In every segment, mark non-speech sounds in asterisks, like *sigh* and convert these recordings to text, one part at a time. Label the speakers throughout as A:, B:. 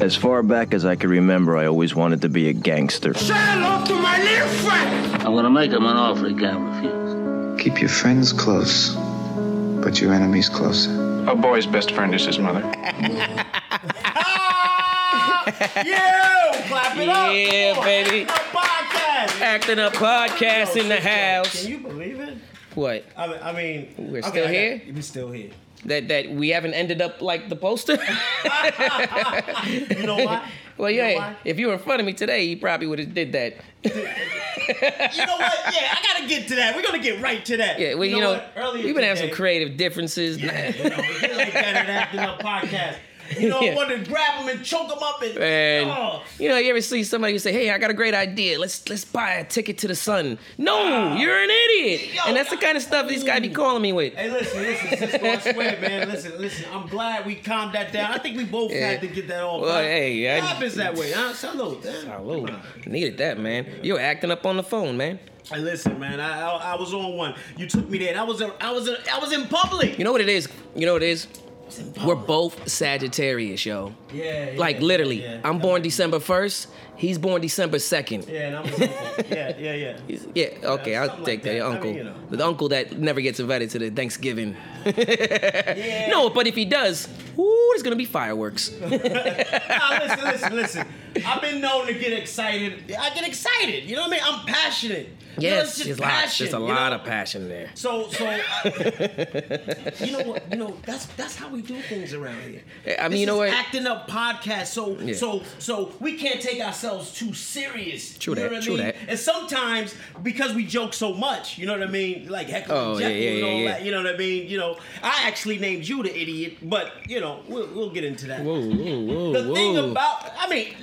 A: As far back as I could remember, I always wanted to be a gangster.
B: Say hello to my little friend!
C: I'm gonna make him an offer he can't refuse.
D: Keep your friends close, but your enemies closer.
E: A boy's best friend is his mother.
B: Yeah! Clap it up!
F: Yeah,
B: Come on,
F: baby.
B: it's a podcast. Oh,
F: Acting up podcast in the house.
B: Can you believe it?
F: What?
B: I mean, I mean
F: We're still
B: I
F: here?
B: Got, we're still here.
F: That that we haven't ended up like the poster? *laughs*
B: You know why?
F: well,
B: You know
F: yeah.
B: why?
F: If you were in front of me today, you probably would have did that.
B: You know what? Yeah, I gotta get to that. We're gonna get right to that.
F: Yeah, well, you know,
B: what? Earlier
F: we've been having some
B: today-
F: creative differences.
B: you know, we get like that in acting up podcast. You know,
F: *laughs* Yeah.
B: want to grab them and choke them up and.
F: *laughs* And
B: oh.
F: you know, you ever see somebody who say, "Hey, I got a great idea. Let's let's buy a ticket to the sun." No, you're an idiot,
B: Yo,
F: and that's the kind of stuff these guys be calling me with.
B: Hey, listen, listen, Cisco, I swear, man. Listen, listen. I'm glad we calmed that down. I think we both
F: Yeah.
B: had to get that off.
F: Well,
B: huh?
F: hey, I-
B: It happens that way, huh? Salute.
F: Hello, needed that man. You're acting up on the phone, man.
B: Hey, listen, man. I, I I was on one. You took me there. And I was a, I was a, I was in public.
F: You know what it is? You know what it is? We're both Sagittarius, yo.
B: Yeah, yeah,
F: like literally,
B: yeah.
F: I'm born December first. He's born December second.
B: Yeah, and I was. in- yeah, yeah,
F: *laughs*
B: yeah.
F: Yeah, okay,
B: Yeah,
F: I'll
B: something
F: take
B: like
F: that.
B: that.
F: Your
B: I mean,
F: uncle.
B: you know.
F: The uncle that never gets invited to the Thanksgiving. No, but if he does, ooh, there's gonna
B: *laughs*
F: be fireworks.
B: Nah, listen, listen, listen. I've been known to get excited. I get excited. You know what I mean? I'm passionate. You know, it's
F: yes,
B: just
F: there's, lots,
B: passion,
F: there's a
B: you
F: lot
B: know?
F: of passion there.
B: So, *laughs* so I- you know what? You know that's that's how we do things around here.
F: Yeah, I mean,
B: This
F: you know
B: is
F: what?
B: Acting up podcast. So,
F: Yeah.
B: so, so we can't take ourselves too serious.
F: True
B: you know
F: that,
B: what I
F: true
B: mean?
F: that.
B: And sometimes because we joke so much, you know what I mean? Like heck,
F: Oh,
B: oh,
F: yeah,
B: yeah,
F: yeah,
B: and all
F: yeah, yeah.
B: that. You know what I mean? You know, I actually named you the idiot, but you know, we'll, we'll get into that.
F: Whoa, whoa, whoa,
B: The
F: whoa.
B: thing about, I mean,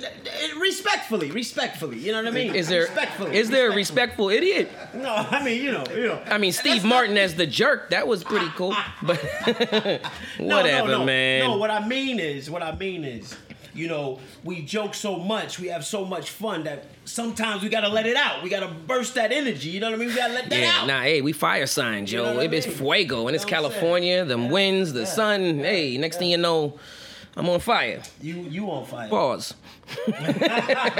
B: respectfully, respectfully, you know what I mean?
F: is there
B: respectfully?
F: is there a respectful idiot?
B: *laughs* No, I mean, you know, you know.
F: I mean, Steve Martin as the jerk. That was pretty cool, but *laughs*
B: *laughs* No,
F: whatever,
B: no, no.
F: man.
B: No, what I mean is, what I mean is, you know, we joke so much, we have so much fun that sometimes we gotta let it out. We gotta burst that energy. You know what I mean? We gotta let that
F: yeah,
B: out.
F: nah, hey, we fire signs, yo.
B: know what I
F: It- it's
B: mean?
F: fuego, and it's
B: Know what I'm saying?
F: California. Them winds, the
B: yeah,
F: sun. hey, next thing you know, I'm on fire.
B: You you on fire?
F: Pause.
B: Yo, hold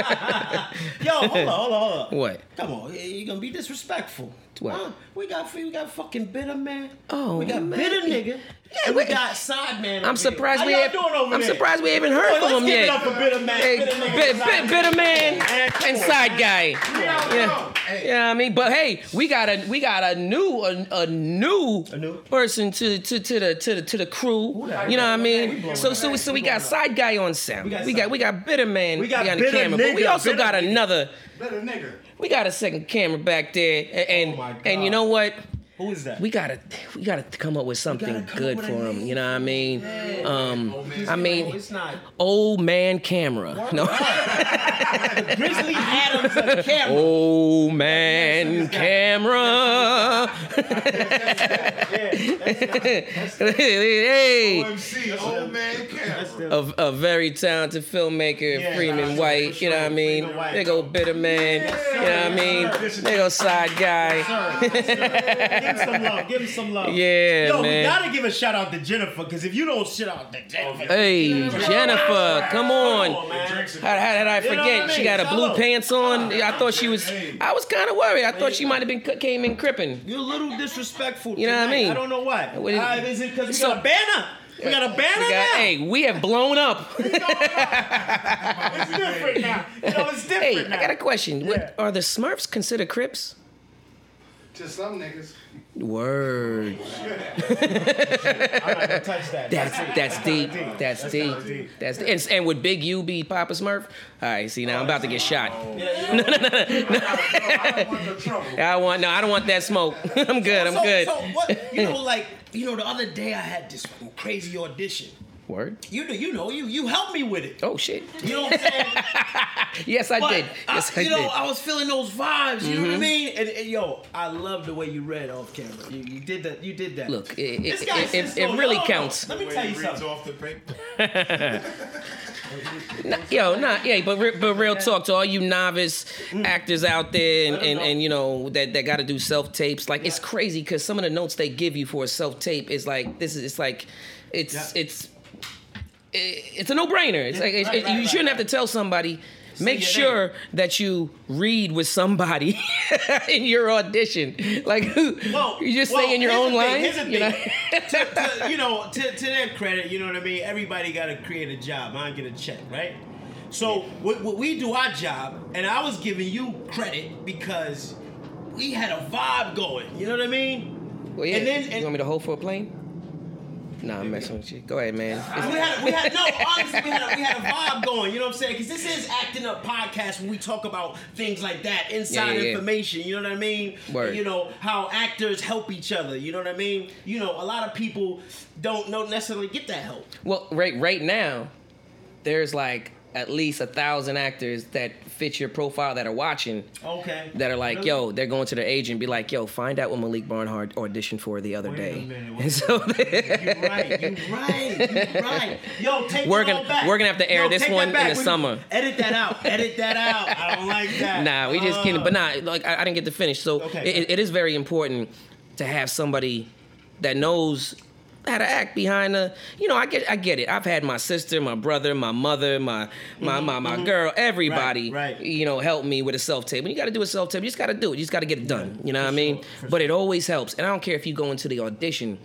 B: on, hold on, hold on.
F: What?
B: Come on, you gonna be disrespectful.
F: What?
B: Huh? We got we got fucking bitter man.
F: Oh,
B: we got
F: man.
B: bitter nigga. and we
F: wait.
B: got side man. up
F: I'm
B: here.
F: surprised
B: How
F: we
B: y'all
F: have,
B: doing over
F: I'm
B: there?
F: surprised we haven't
B: Boy,
F: heard
B: let's
F: from him
B: give
F: yet.
B: it up for bitter man.
F: Hey,
B: bitter man,
F: bit-
B: Side
F: bit- bitter man
B: And
F: and
B: Cool.
F: side guy.
B: Yeah,
F: Yeah,
B: hey.
F: yeah. I mean, but hey, we got a we got a new a, a new
B: A new?
F: person to to to the to the to the crew. You know
B: that?
F: what I
B: We
F: mean?
B: blowing
F: So
B: it.
F: so so we
B: We blowing
F: got
B: it.
F: side guy on sound. We
B: got
F: got
B: side-
F: we got bitter man
B: We got
F: behind the
B: bitter
F: camera, but we
B: nigga,
F: also
B: bitter
F: got
B: nigga.
F: another
E: Better nigger.
F: we got a second camera back there, a- and
B: Oh my God.
F: and you know what?
B: Who is
F: *laughs*
B: that?
F: We gotta we gotta come up with something
B: come up
F: good
B: with a
F: for him.
B: name.
F: You know what I mean? Um,
B: No,
F: I mean,
B: it's not.
F: old man camera. No,
B: Grizzly Adams on camera.
F: old man camera. *laughs* Hey,
E: MC, old man camera.
F: a, a very talented filmmaker,
B: Yeah,
F: Freeman
B: for
F: White.
B: sure,
F: You know what I
B: Freeman
F: mean?
B: White.
F: They go bitter man. You know what I mean?
B: Yes, sir.
F: They go side guy.
B: give him some love. Give him some love.
F: Yeah,
B: Yo, we
F: man.
B: gotta give a shout out to Jennifer because if you don't shit out to Jennifer,
F: Hey, Jennifer, come on.
B: Come on, man.
F: How, how did I
B: You know
F: forget?
B: what I
F: She
B: mean?
F: got a blue
B: Hello.
F: pants on. I thought she was. I was kind of worried. I thought she might have been came in cripping.
B: You're a little disrespectful.
F: You know what I
B: tonight.
F: mean?
B: I don't know why.
F: What is-
B: Uh, is it because we
F: So-
B: got a banner? We got a banner
F: We got,
B: now.
F: hey, we have blown up.
B: It's different now. You know, it's different
F: hey,
B: now.
F: I got a question. What, are the Smurfs considered Crips?
E: To some niggas. *laughs*
F: Word. *laughs*
B: I'm not gonna touch that.
F: That's that's deep. That's deep. That's deep. And, and would Big U be Papa Smurf? All right. See now, I'm about to get shot.
E: Oh.
F: *laughs*
E: I don't want the trouble.
F: I want no. I don't want that smoke. *laughs* I'm good. I'm
B: so,
F: good.
B: So what? You know, like you know, the other day I had this crazy audition.
F: Word.
B: You know, you know, you you helped me with it.
F: Oh shit.
B: You know what I'm saying?
F: Yes, I
B: But
F: did.
B: I-
F: Yes, I,
B: you
F: did. Mm-hmm.
B: know, I was feeling those vibes. You know what I mean? And, and, yo, I love the way you read off camera. You, you did that. You did that.
F: Look, it- it-
B: This guy
F: it-
B: sits
F: it- it
B: so
F: really
B: low.
F: counts.
B: Let me tell you something.
E: off the paper.
F: Yo, nah, yeah, but re- but real talk to all you novice
B: Mm.
F: actors out there, and, and, and you know that, that got to do self tapes. Like it's crazy because some of the notes they give you for a self tape is like this is it's like it's it's i- it's a no-brainer. It's like, it's-
B: Right,
F: it-
B: right,
F: you
B: right,
F: shouldn't
B: right.
F: have to tell somebody. Make
B: your
F: sure that you read with somebody *laughs* in your audition. Like *laughs* who?
B: Well,
F: you just
B: well,
F: say in your
B: here's
F: own
B: the thing,
F: line.
B: here's the
F: you know?
B: thing. to, to, you know, to, to their credit, you know what I mean. Everybody got to create a job. I get a check, right? So we, we- we do our job, and I was giving you credit because we had a vibe going. You know what I mean?
F: Well, yeah.
B: And then-
F: you
B: and-
F: want me to hold for a plane? Nah, I'm messing with you. Go ahead, man. It's-
B: We had, we had no honestly, we had, a, we had a vibe going. You know what I'm saying? Because this is acting up podcast when we talk about things like that, inside
F: Yeah, yeah, yeah.
B: information. You know what I mean?
F: Word.
B: You know how actors help each other. You know what I mean? You know a lot of people don't don't necessarily get that help.
F: Well, right right now, there's like at least a thousand actors that fit your profile that are watching
B: Okay.
F: that are like,
B: Really?
F: yo, they're going to their agent, be like, yo, find out what Malik Barnhart auditioned for the other
B: Wait a
F: day.
B: minute, *laughs* wait
F: *laughs* and so
B: You're right. You're right. You're right. Yo, take
F: We're
B: that
F: gonna-
B: all back.
F: we're gonna have to air
B: Yo,
F: this
B: take that
F: one in
B: back.
F: the
B: We-
F: summer.
B: Edit that out. Edit that out. I don't like that.
F: nah, we just
B: Uh,
F: kidding. But nah, like I, I didn't get to finish. So
B: Okay.
F: it, it is very important to have somebody that knows how to act behind the. You know, I get, I get it. I've had my sister, my brother, my mother, my my my, my girl, everybody.
B: Right, right.
F: You know, help me with a self tape. When you got to do a self tape, you just got to do it. You just got to get it done. You know what I mean? but it always helps. And I don't care if you go into the audition.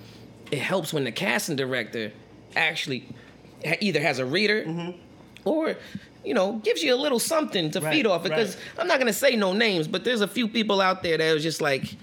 F: It helps when the casting director actually ha- either has a reader or you know gives you a little something to
B: Mm-hmm. Right,
F: feed off because
B: right.
F: i'm not gonna say no names but there's a few people out there that was just like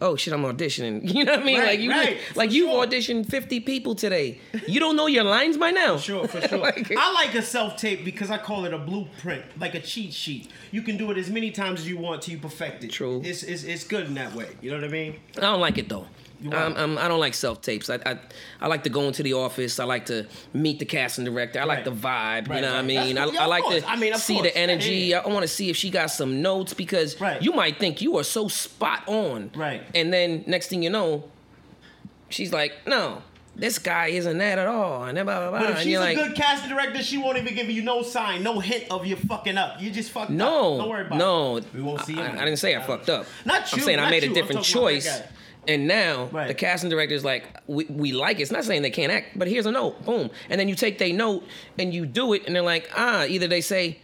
F: oh shit i'm auditioning *laughs* you know what i mean
B: Right,
F: like you
B: right,
F: like
B: for
F: you
B: sure.
F: auditioned 50 people today you don't know your lines by now
B: Sure,
F: *laughs*
B: for sure.
F: Like-
B: I like a self tape because I call it a blueprint, like a cheat sheet. You can do it as many times as you want till you perfect it.
F: True.
B: It's, it's, it's good in that way. You know what I mean?
F: I don't like it though.
B: You
F: I'm,
B: won't.
F: I'm, I don't like self tapes. I, I I like to go into the office. I like to meet the casting director. I like
B: Right.
F: the vibe. you
B: Right,
F: know what I
B: right. That's
F: mean? I,
B: cool. Yeah,
F: I
B: of
F: like
B: course.
F: to
B: I mean, of
F: see
B: course.
F: the energy.
B: Yeah, yeah.
F: I want to see if she got some notes because
B: Right.
F: you might think you are so spot on.
B: Right.
F: And then next thing you know, she's like, no, this guy isn't that at all. And then blah blah blah.
B: But if
F: Uh, and
B: she's
F: you're
B: a
F: like,
B: good casting director, she won't even give you no sign, no hint of you fucking up. You just fucked
F: No,
B: up. Don't worry about
F: no.
B: it. We won't see
F: I,
B: him.
F: I didn't say I
B: don't
F: fucked
B: know.
F: up.
B: Not you.
F: I'm saying I
B: not
F: made
B: you.
F: a
B: I'm
F: different
B: talking about that
F: choice.
B: guy.
F: And now
B: Right.
F: the casting director's like, we, we like it. It's not saying they can't act, but here's a note. Boom. And then you take their note and you do it, and they're like, ah, either they say,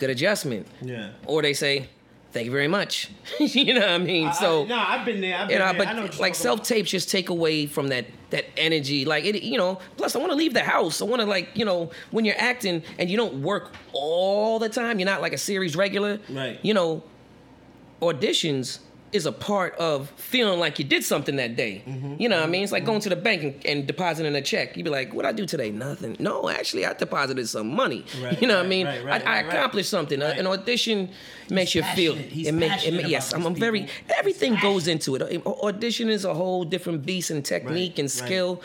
F: good adjustment.
B: Yeah.
F: Or they say, thank you very much. *laughs* you know what I mean? so
B: I, no, I've been there. I've been
F: you
B: there. I know
F: know,
B: what
F: but
B: you're
F: like
B: talking about.
F: self tapes just take away from that that energy. Like it, you know. Plus, I want to leave the house. I want to like you know when you're acting and you don't work all the time. You're not like a series regular.
B: Right.
F: You know, auditions is a part of feeling like you did something that day.
B: Mm-hmm.
F: You know what I mean? It's like going to the bank and, and depositing a check. You'd be like, "What I do today? Nothing. No, actually, I deposited some money. *laughs*
B: Right,
F: you know what
B: right,
F: I mean?
B: right, right,
F: I, I
B: right, right.
F: accomplished something.
B: Right.
F: An audition makes you feel.
B: passionate. He's
F: it make- it
B: passionate
F: make- yes,
B: about
F: I'm,
B: this
F: I'm very.
B: people. He's
F: Everything goes into it. A- Audition is a whole different beast and technique
B: right.
F: and skill.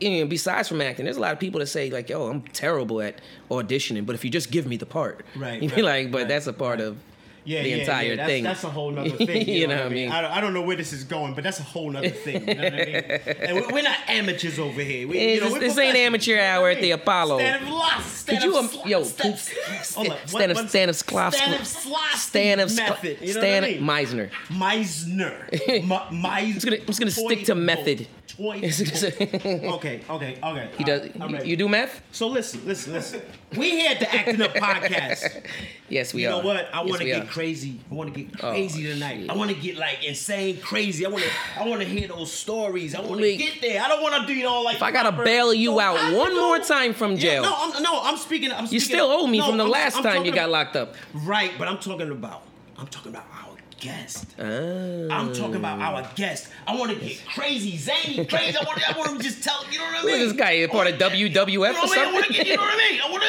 F: And besides from acting, there's a lot of people that say like, "Yo, I'm terrible at auditioning, but if you just give me the part,
B: Right,
F: *laughs* you be
B: right,
F: like, but
B: right,
F: that's a part of."
B: yeah,
F: the
B: yeah,
F: entire
B: yeah. That's,
F: thing.
B: That's a whole
F: *laughs*
B: nother thing. You, know, what I mean?
F: I
B: I don't, I don't know where this is going, but that's a whole nother thing. You know what I mean?
F: *laughs*
B: And we- we're not amateurs over here. We, you
F: It's-
B: know, we're
F: this ain't
B: professionals,
F: amateur
B: you know
F: hour
B: what I
F: at
B: mean?
F: the Apollo.
B: Stand up, lots, stand
F: Could
B: up,
F: you, um,
B: sla-
F: yo,
B: step-
F: stand,
B: Hold up, what-
F: stand up,
B: what's-
F: stand up, Slavs-
B: stand up, Slavs-
F: *laughs* stand up,
B: method. You know
F: stand
B: what I mean?
F: Meisner.
B: Meisner.
F: *laughs*
B: Ma- Meisner.
F: just gonna- I'm just gonna stick to method.
B: Toy.
F: It's
B: okay,
F: *laughs* gonna-
B: okay, okay.
F: He does. you, you do math?
B: So listen, listen, listen. We here at the Acting Up Podcast.
F: Yes, we
B: You
F: are.
B: know what? I
F: Yes,
B: want to
F: we
B: get
F: are.
B: crazy. I want to get
F: Oh,
B: crazy tonight.
F: shit.
B: I want to get like insane crazy. I want to. I want to hear those stories. I want to
F: Malik,
B: get there. I don't want to do you know like.
F: If I gotta bail you out one more time from
B: Yeah,
F: jail,
B: no, I'm, no, I'm speaking. I'm
F: you
B: speaking-
F: still owe me
B: no,
F: from the
B: I'm-
F: last
B: I'm
F: time you
B: talking
F: got
B: about-
F: locked up.
B: Right, but I'm talking about. I'm talking about our guest.
F: Ah.
B: I'm talking about our guest. I want to get crazy,
F: *laughs*
B: zany, crazy. I want. I want to just tell. You know what I
F: Who
B: mean?
F: is this guy? A part of WWF or
B: You know what I mean? I wanna get-
F: something?
B: you know what I mean? I wanna-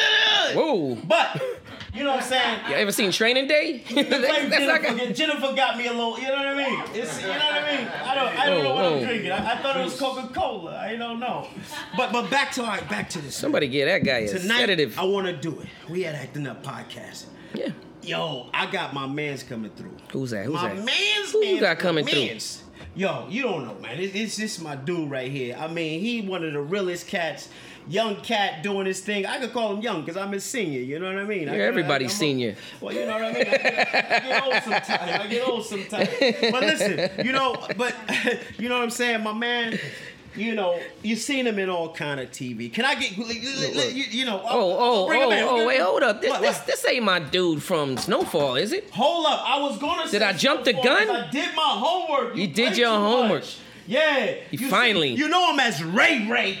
F: Whoa.
B: But you know what I'm saying?
F: You ever seen Training Day? *laughs*
B: Blame
F: that's, that's not
B: Jennifer,
F: good.
B: Jennifer got me a little. You know what I mean? It's, you know what I mean? I don't. I don't know what
F: Whoa,
B: I'm
F: whoa.
B: drinking. I, I thought it was Coca Cola. I don't know. But but back to our back to this.
F: Somebody get that guy a
B: Tonight
F: sedative.
B: I want to do it. We had acting up podcast.
F: yeah.
B: Yo, I got my man's coming through.
F: Who's that? Who's
B: my
F: that?
B: man's
F: Who you
B: man's
F: got coming through?
B: man's. Yo, you don't know, man. It's, it's just my dude right here. I mean, he one of the realest cats. Young cat doing his thing. I could call him young because I'm his senior. You know what I mean? I
F: Yeah,
B: could-
F: everybody's
B: I'm a-
F: senior.
B: well, you know what I mean. I get, I get old *laughs* sometimes. I get old sometimes. But listen, you know, but you know what I'm saying. My man, you know, you've seen him in all kind of TV. Can I get, like, you, you know?
F: Oh, oh,
B: bring him in.
F: oh, oh, wait, hold up. This,
B: What,
F: this,
B: what?
F: this ain't my dude from Snowfall, is it?
B: Hold up! I was gonna.
F: Did
B: say
F: I jump the
B: snowboard 'cause
F: gun?
B: I did my homework.
F: You did
B: played
F: your
B: too
F: homework.
B: much. Yeah. see-
F: finally-
B: you know him as Ray Ray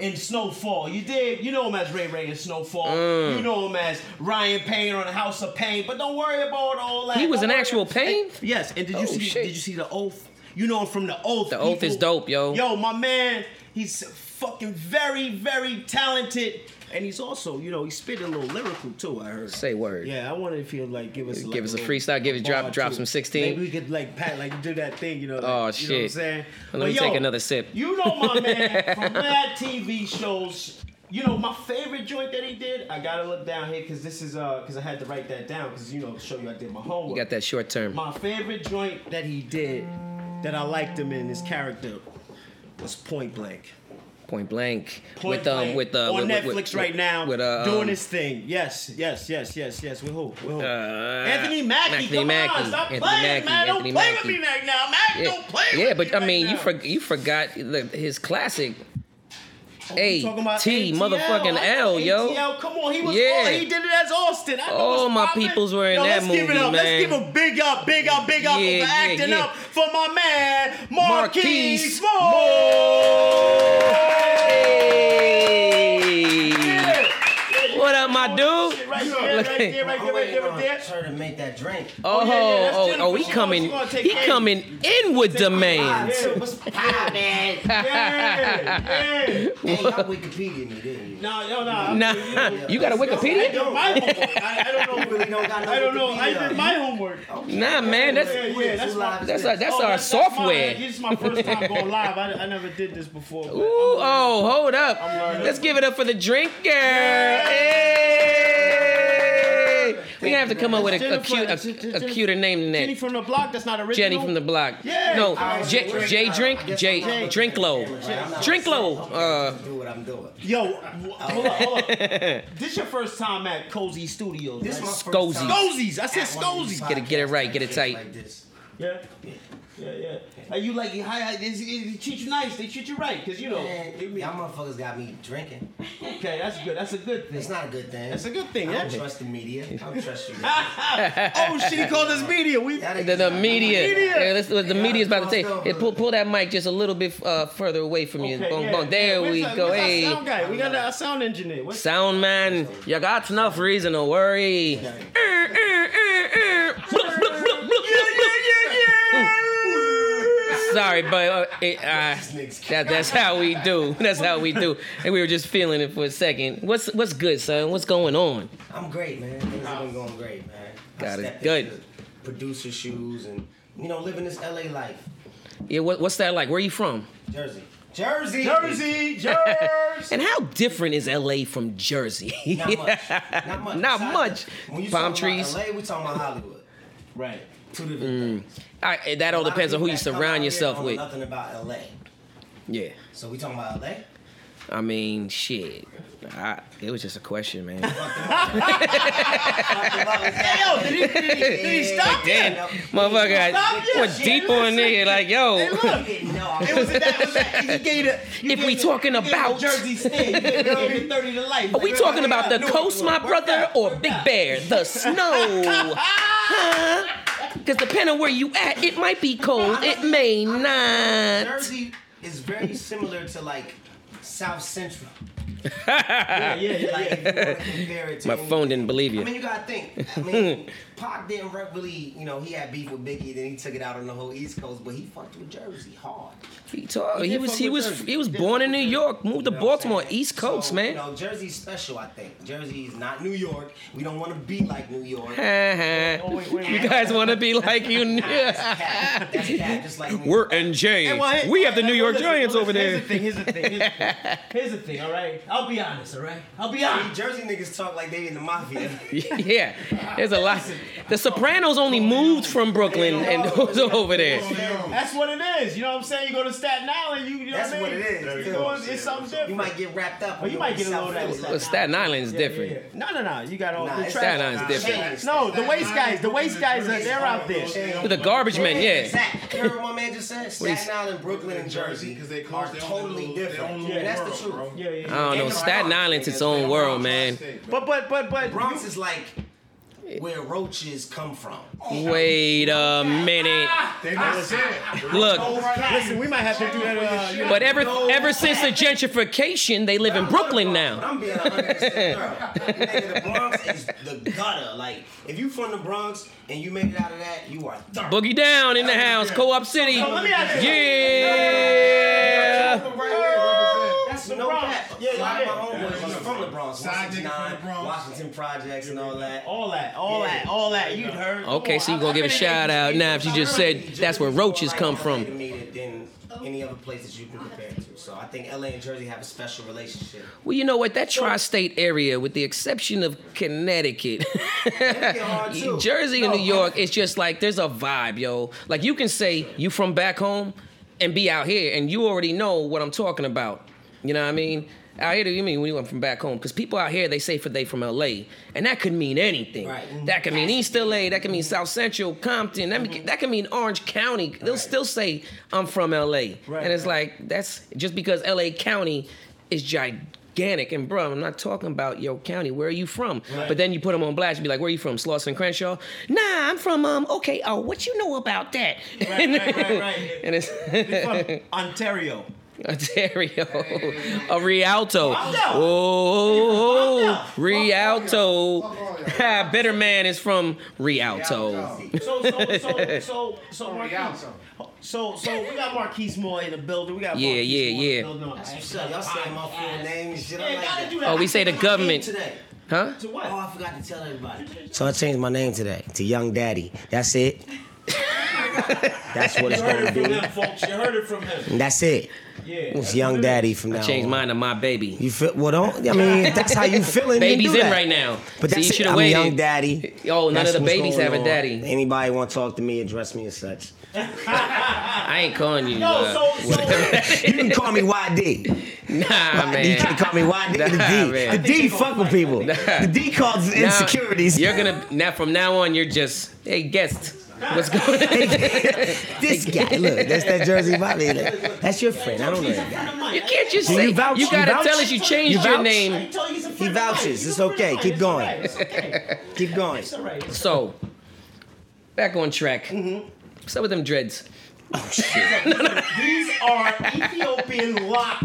B: in Snowfall. You did. You know him as Ray Ray in Snowfall.
F: Mm.
B: You know him as Ryan Payne on House of Pain. But don't worry about all that.
F: He was
B: Don't
F: an
B: worry-
F: actual Payne?
B: Yes. And did you
F: Oh,
B: see?
F: shit.
B: Did you see the oath? You know him from the oath.
F: The Oath is dope, yo.
B: Yo, my man. He's fucking very, very talented. And he's also, you know, he spit a little lyrical too. I heard.
F: Say word.
B: Yeah, I wanted to feel like give us like,
F: Give us a
B: little
F: freestyle, give it- drop-
B: bar,
F: drop
B: too.
F: some 16.
B: Maybe we could like pat like do that thing, you know. Like,
F: Oh,
B: you know what I'm
F: shit.
B: saying?
F: Let
B: But
F: me take another sip.
B: You know
F: *laughs*
B: my man from Mad TV shows. You know my favorite joint that he did. I gotta look down here because this is uh because I had to write that down because you know to show you I did my homework.
F: You got that short term.
B: My favorite joint that he did that I liked him in his character was Point Blank.
F: Point blank.
B: Point
F: with um
B: Blank
F: with uh
B: on
F: with,
B: Netflix
F: with, with,
B: right now
F: with uh
B: doing
F: um,
B: his thing. Yes, yes, yes, yes, yes. With who? With who?
F: Uh,
B: Anthony Mackie.
F: Anthony
B: come
F: Mackie,
B: on, stop
F: Anthony
B: playing,
F: Mackie,
B: man. Don't
F: Anthony
B: play
F: Mackie.
B: with me right now, Mac.
F: yeah,
B: Don't play
F: yeah
B: with
F: but
B: me
F: I
B: right
F: mean you
B: now.
F: for, you forgot the, his classic
B: Oh, You
F: A
B: talking about
F: T
B: ATL.
F: motherfucking
B: I-
F: L, yo.
B: ATL, come on, he was
F: Yeah.
B: all, he did it as Austin. I know
F: All
B: what's
F: my
B: poppin'.
F: peoples were in
B: Yo,
F: that
B: let's Give it
F: movie,
B: up.
F: man.
B: Let's give a big up, big up, big up
F: Yeah,
B: for
F: yeah,
B: acting
F: yeah.
B: up for my man
F: Marquise
B: Marquise Moore.
F: Hey.
B: Yeah.
F: What up, my dude?
B: Shit, Right there, right there, right there, right there, right there.
G: Try to make that drink.
F: Oh,
B: Oh, yeah, yeah, that's
F: oh,
B: Jennifer.
F: oh, he
B: She gonna-
F: coming,
B: she gonna take
F: he
B: Andy.
F: coming in with the man.
B: Yeah. Yeah, yeah.
G: Hey, y'all Wikipedia me, didn't you?
B: No, no, no.
F: Nah,
B: I,
F: you got a
B: I
F: Wikipedia?
B: did my homework. I, I don't know.
G: *laughs* You really don't got no
B: I don't know. I
G: Wikipedia.
B: did my homework.
F: Nah, man,
B: Yeah,
F: that's
B: yeah. That's my.
F: that's our, that's
B: oh,
F: our
B: That's my,
F: software.
B: this is my first time going live. I, I never did this before. but-
F: Ooh, oh, hold up. Let's give it up for the drink girl. Hey. We're gonna have to come up with a, a, cute, a, a cuter name than
B: Jenny
F: that.
B: from the block. That's not original.
F: Jenny from the block.
B: Yeah.
F: No,
B: Alright,
F: J,
G: so we're-
F: J Drink, J
G: J-
F: Drinklow, Drinklow. Uh,
G: Just do what I'm doing.
B: Yo, w- hold up, hold up.
F: *laughs*
B: This your first time at Cozy Studios.
G: This
B: right?
G: my first
F: Scozy.
G: time
B: Scozies. I said
G: at one of these
B: Scozies.
F: Get it- get it right, get it
G: podcasts
F: tight.
G: Like this.
B: Yeah. Yeah, yeah. Are you like, hi, hi, they, they treat you nice, they treat you right, because you know.
G: Man, y'all motherfuckers got me drinking.
B: Okay, that's good. That's a good thing.
G: It's not a good thing.
B: That's a good thing,
G: I don't
B: yeah.
G: trust the media. I don't
F: *laughs*
G: trust you. guys.
B: *laughs* oh shit, he called us media. We
G: Y'all
F: The,
G: niggas
F: the
G: got-
F: media.
B: Media.
F: Yeah, that's what the
G: Yeah,
F: media's about to
G: it's
F: take.
G: all
F: Yeah, pull, pull that mic just a little bit uh, further away from you.
B: Okay,
F: boom,
B: yeah,
F: boom.
B: yeah.
F: There
B: Where's
F: we
B: our-
F: go.
B: where's our
F: Hey,
B: sound guy? We got our sound engineer. What's
F: sound man, you got enough reason to worry. Er, er, er, er. Bloop, bloop, bloop, bloop, bloop, bloop. Sorry, but uh, it, uh, that, that's how we do. *laughs* That's how we do. And we were just feeling it for a second. What's what's good, son? What's going on?
G: I'm great, man. Things have been going great, man. I
F: Got it.
G: stepped
F: Good.
G: into Producer shoes and you know living this LA life,
F: Yeah, what, what's that like? Where you from?
G: Jersey, Jersey, *laughs*
B: Jersey, Jersey.
F: And how different is LA from Jersey?
G: Not much. Not
F: *laughs* Not
G: much. Besides
F: much.
G: that, When you
F: Palm
G: talking
F: trees.
G: About LA, we talking about Hollywood.
B: right.
G: Two
F: Mm.
G: different things.
F: I, it- that all
G: A lot of
F: depends on who
G: people
F: you
G: that come out
F: surround
G: here
F: yourself
G: don't know
F: with.
G: Nothing about LA.
F: Yeah.
G: So we talking about LA.
F: *laughs* I mean, shit. I, it was just a question, man.
B: Yo, Oh, did he, did he, did he stop you?
F: Damn, motherfucker,
B: Stop
F: I
B: your
F: went
B: shit.
F: deep on nigga. Like, yo,
B: Hey, look.
G: No,
B: It was that. Was that you gave it a, you
F: If
B: gave
F: we
B: it-
F: talking
B: you gave it a
F: about-
B: Jersey State, you
F: *laughs*
B: gave it a thirty to life.
F: are we talking about the coast, my brother, or Big
B: *laughs*
F: Bear, the snow? Because depending on where you at, it might be cold. It may not.
G: Jersey is very similar to like South Central.
F: *laughs*
B: Yeah, yeah, yeah.
G: Like if you want to compare it to
F: My
G: any-
F: phone didn't believe
G: I mean,
F: you.
G: you gotta think.
F: *laughs*
G: I mean, Pac didn't re- really, you know, he had beef with Biggie, then he took it out on the whole East Coast, but he fucked with Jersey hard.
F: He, talk, he
B: did
F: was
B: fuck
F: he
B: with
F: was
B: Jersey.
F: he was born in New York, moved to
G: You know what I'm
F: Baltimore,
G: saying?
F: East Coast,
G: So, You
F: man.
G: know, Jersey's special, I think. Jersey is not New York. We don't want to be like New
F: *laughs*
G: York. That's
F: Uh-huh. you guys want to be like you?
G: cat. That's cat, just like New
F: We're
G: York.
F: NJ.
B: Hey, well, hey,
F: we have the
B: hey,
F: New
B: well,
F: York
B: listen,
F: Giants
B: well,
F: over
B: listen,
F: there.
B: Here's the thing. Here's the thing.
F: *laughs*
B: Here's the thing. All right. I'll be honest. All right. I'll be
G: See,
B: honest.
G: Jersey niggas talk like they in
B: *laughs*
G: the mafia.
F: *laughs* yeah, there's a lot. The Sopranos only moved from Brooklyn and *laughs* those are over there.
B: That's what it is. You know what I'm saying? You go to Staten Island. You, you know
G: That's
B: what,
G: what
B: I mean?
G: it is.
B: You know, it's, it's something different.
G: You might get wrapped up.
B: Well, you might get a little of
F: Well,
B: that.
F: Staten Island is different.
B: No, no, no. You got all
G: Nah,
B: the
G: it's
B: trash.
F: Staten Island's different.
B: No, the waist guys. The waist guys are they're out there.
F: The garbage men, yeah.
G: Exactly. You heard what my man just said? Staten Island, Brooklyn, and Jersey
E: Because they
G: are
E: close their own
G: totally
E: little- their
G: different.
E: own
G: And
E: little
G: that's the
E: world,
G: truth.
B: Yeah,
E: bro.
B: yeah.
F: I don't know.
G: Ain't no
F: Staten
G: Bronx.
F: Island's its own world, man.
B: But but but but
G: Bronx is like where roaches come from.
F: Wait a minute.
E: They not said.
F: Look,
B: listen, we might have to do that. Uh, you know,
F: but ever ever since the gentrification, they live in Brooklyn
G: But
F: now.
G: I'm being 100 percent thorough. *laughs* Nigga, the Bronx is the gutter. Like, if you from the Bronx and you make it out of that, you are thorough.
F: Boogie down in the house, co-op city.
B: So let me ask you-
F: Yeah.
B: uh,
G: That's no
B: Bronx.
G: cap.
B: Yeah,
G: a
B: yeah.
G: lot of my homeboys was from the Bronx.
E: Side nigga from the
G: 169,
E: Bronx.
G: Washington Projects and all that.
B: all that, all
G: Yeah.
B: that, all that. You heard.
F: Okay, so you
B: I-
F: gonna
B: I've
F: give a
B: been in
F: shout
B: the
F: out
B: industry
F: now if you
B: for
F: just
B: time.
F: said that's where roaches come from.
G: Than any other places you can compare it to. So I think LA and Jersey have a special
F: *laughs*
G: relationship.
F: Well, you know what? That tri-state area, with the exception of Connecticut, *laughs*
G: hard, too.
F: Jersey and
G: No,
F: New York, it's just like there's a vibe, yo. Like you can say you from back home and be out here, and you already know what I'm talking about. You know what I mean? Out here, you mean when you went from back home? Because people out here, they say for they from LA, and that could mean anything.
G: Right.
F: That could mean East LA. That could mean South Central, Compton. That,
G: Mm-hmm.
F: mean, that could mean Orange County. They'll still say I'm from LA, and it's like that's just because LA County is gigantic. And bro, I'm not talking about your county. Where are you from? But then you put them on blast and be like, "Where are you from, Slauson Crenshaw?" Nah, I'm from um. Okay, oh, what you know about that?
B: Right, right, right, right.
F: *laughs* and it's *laughs*
B: From Ontario.
F: Ontario, a Rialto.
B: Fuck yeah.
F: Oh,
B: Fuck yeah.
F: Rialto. *laughs*
E: Fuck all y'all. Fuck
F: Ah, Better man is from Rialto.
E: Rialto.
B: So so so so so Marquise.
E: Rialto.
B: So so we got Marquise Moore in the building. We got
F: Yeah,
B: Marquise
F: yeah,
B: Moore in the
F: yeah.
B: building. No, I-
G: So y'all saying my full name and shit. I
B: Yeah,
G: like
B: gotta
G: that.
B: do that.
F: Oh, we say the government,
G: Today.
F: huh?
B: To
G: Oh,
B: what?
G: I forgot to tell everybody. So I changed my name today to Young Daddy.
B: *laughs*
G: That's it. That's what it's
B: You heard
G: gonna
B: it from
G: be.
B: him, folks. You heard it from him.
G: That's it.
F: *laughs*
B: Yeah.
G: It's Young Daddy from now.
F: Change
G: on.
F: mine to my baby.
G: You feel? Well, don't. I
B: *laughs*
G: mean, if that's how you feeling. then
F: Baby's in
G: do that.
F: right now.
G: But
F: See,
G: that's
F: you
G: it.
F: should have
G: I'm
F: waited.
G: Young Daddy.
F: Yo, none
G: That's
F: of the
G: what's
F: babies
G: going
F: have a
G: on.
F: daddy.
G: Anybody want to talk to me? Address me
F: *laughs*
G: as such.
F: I ain't calling you. uh,
B: No, so so
G: You can call me
F: *laughs*
G: YD.
F: nah,
G: You
F: man.
G: can call me YD. The
F: Nah,
G: D.
F: man.
G: The D. Fuck with people. The D calls
F: Nah,
G: insecurities.
F: You're gonna now from now on. You're just hey guest. What's going? on? *laughs*
G: This guy, look, that's that Jersey Bobby. Like, that's your friend. I don't know. that guy.
F: You can't just
G: Do
F: say.
G: you
F: You,
G: vouch? You
F: gotta
G: vouch?
F: tell us you
G: You
F: changed your
G: vouch?
F: name.
G: He vouches. It's okay. Keep going. Keep going.
F: So, back on track.
G: Mm-hmm.
F: What's up with them dreads?
B: These are Ethiopian
G: *laughs*
B: locks.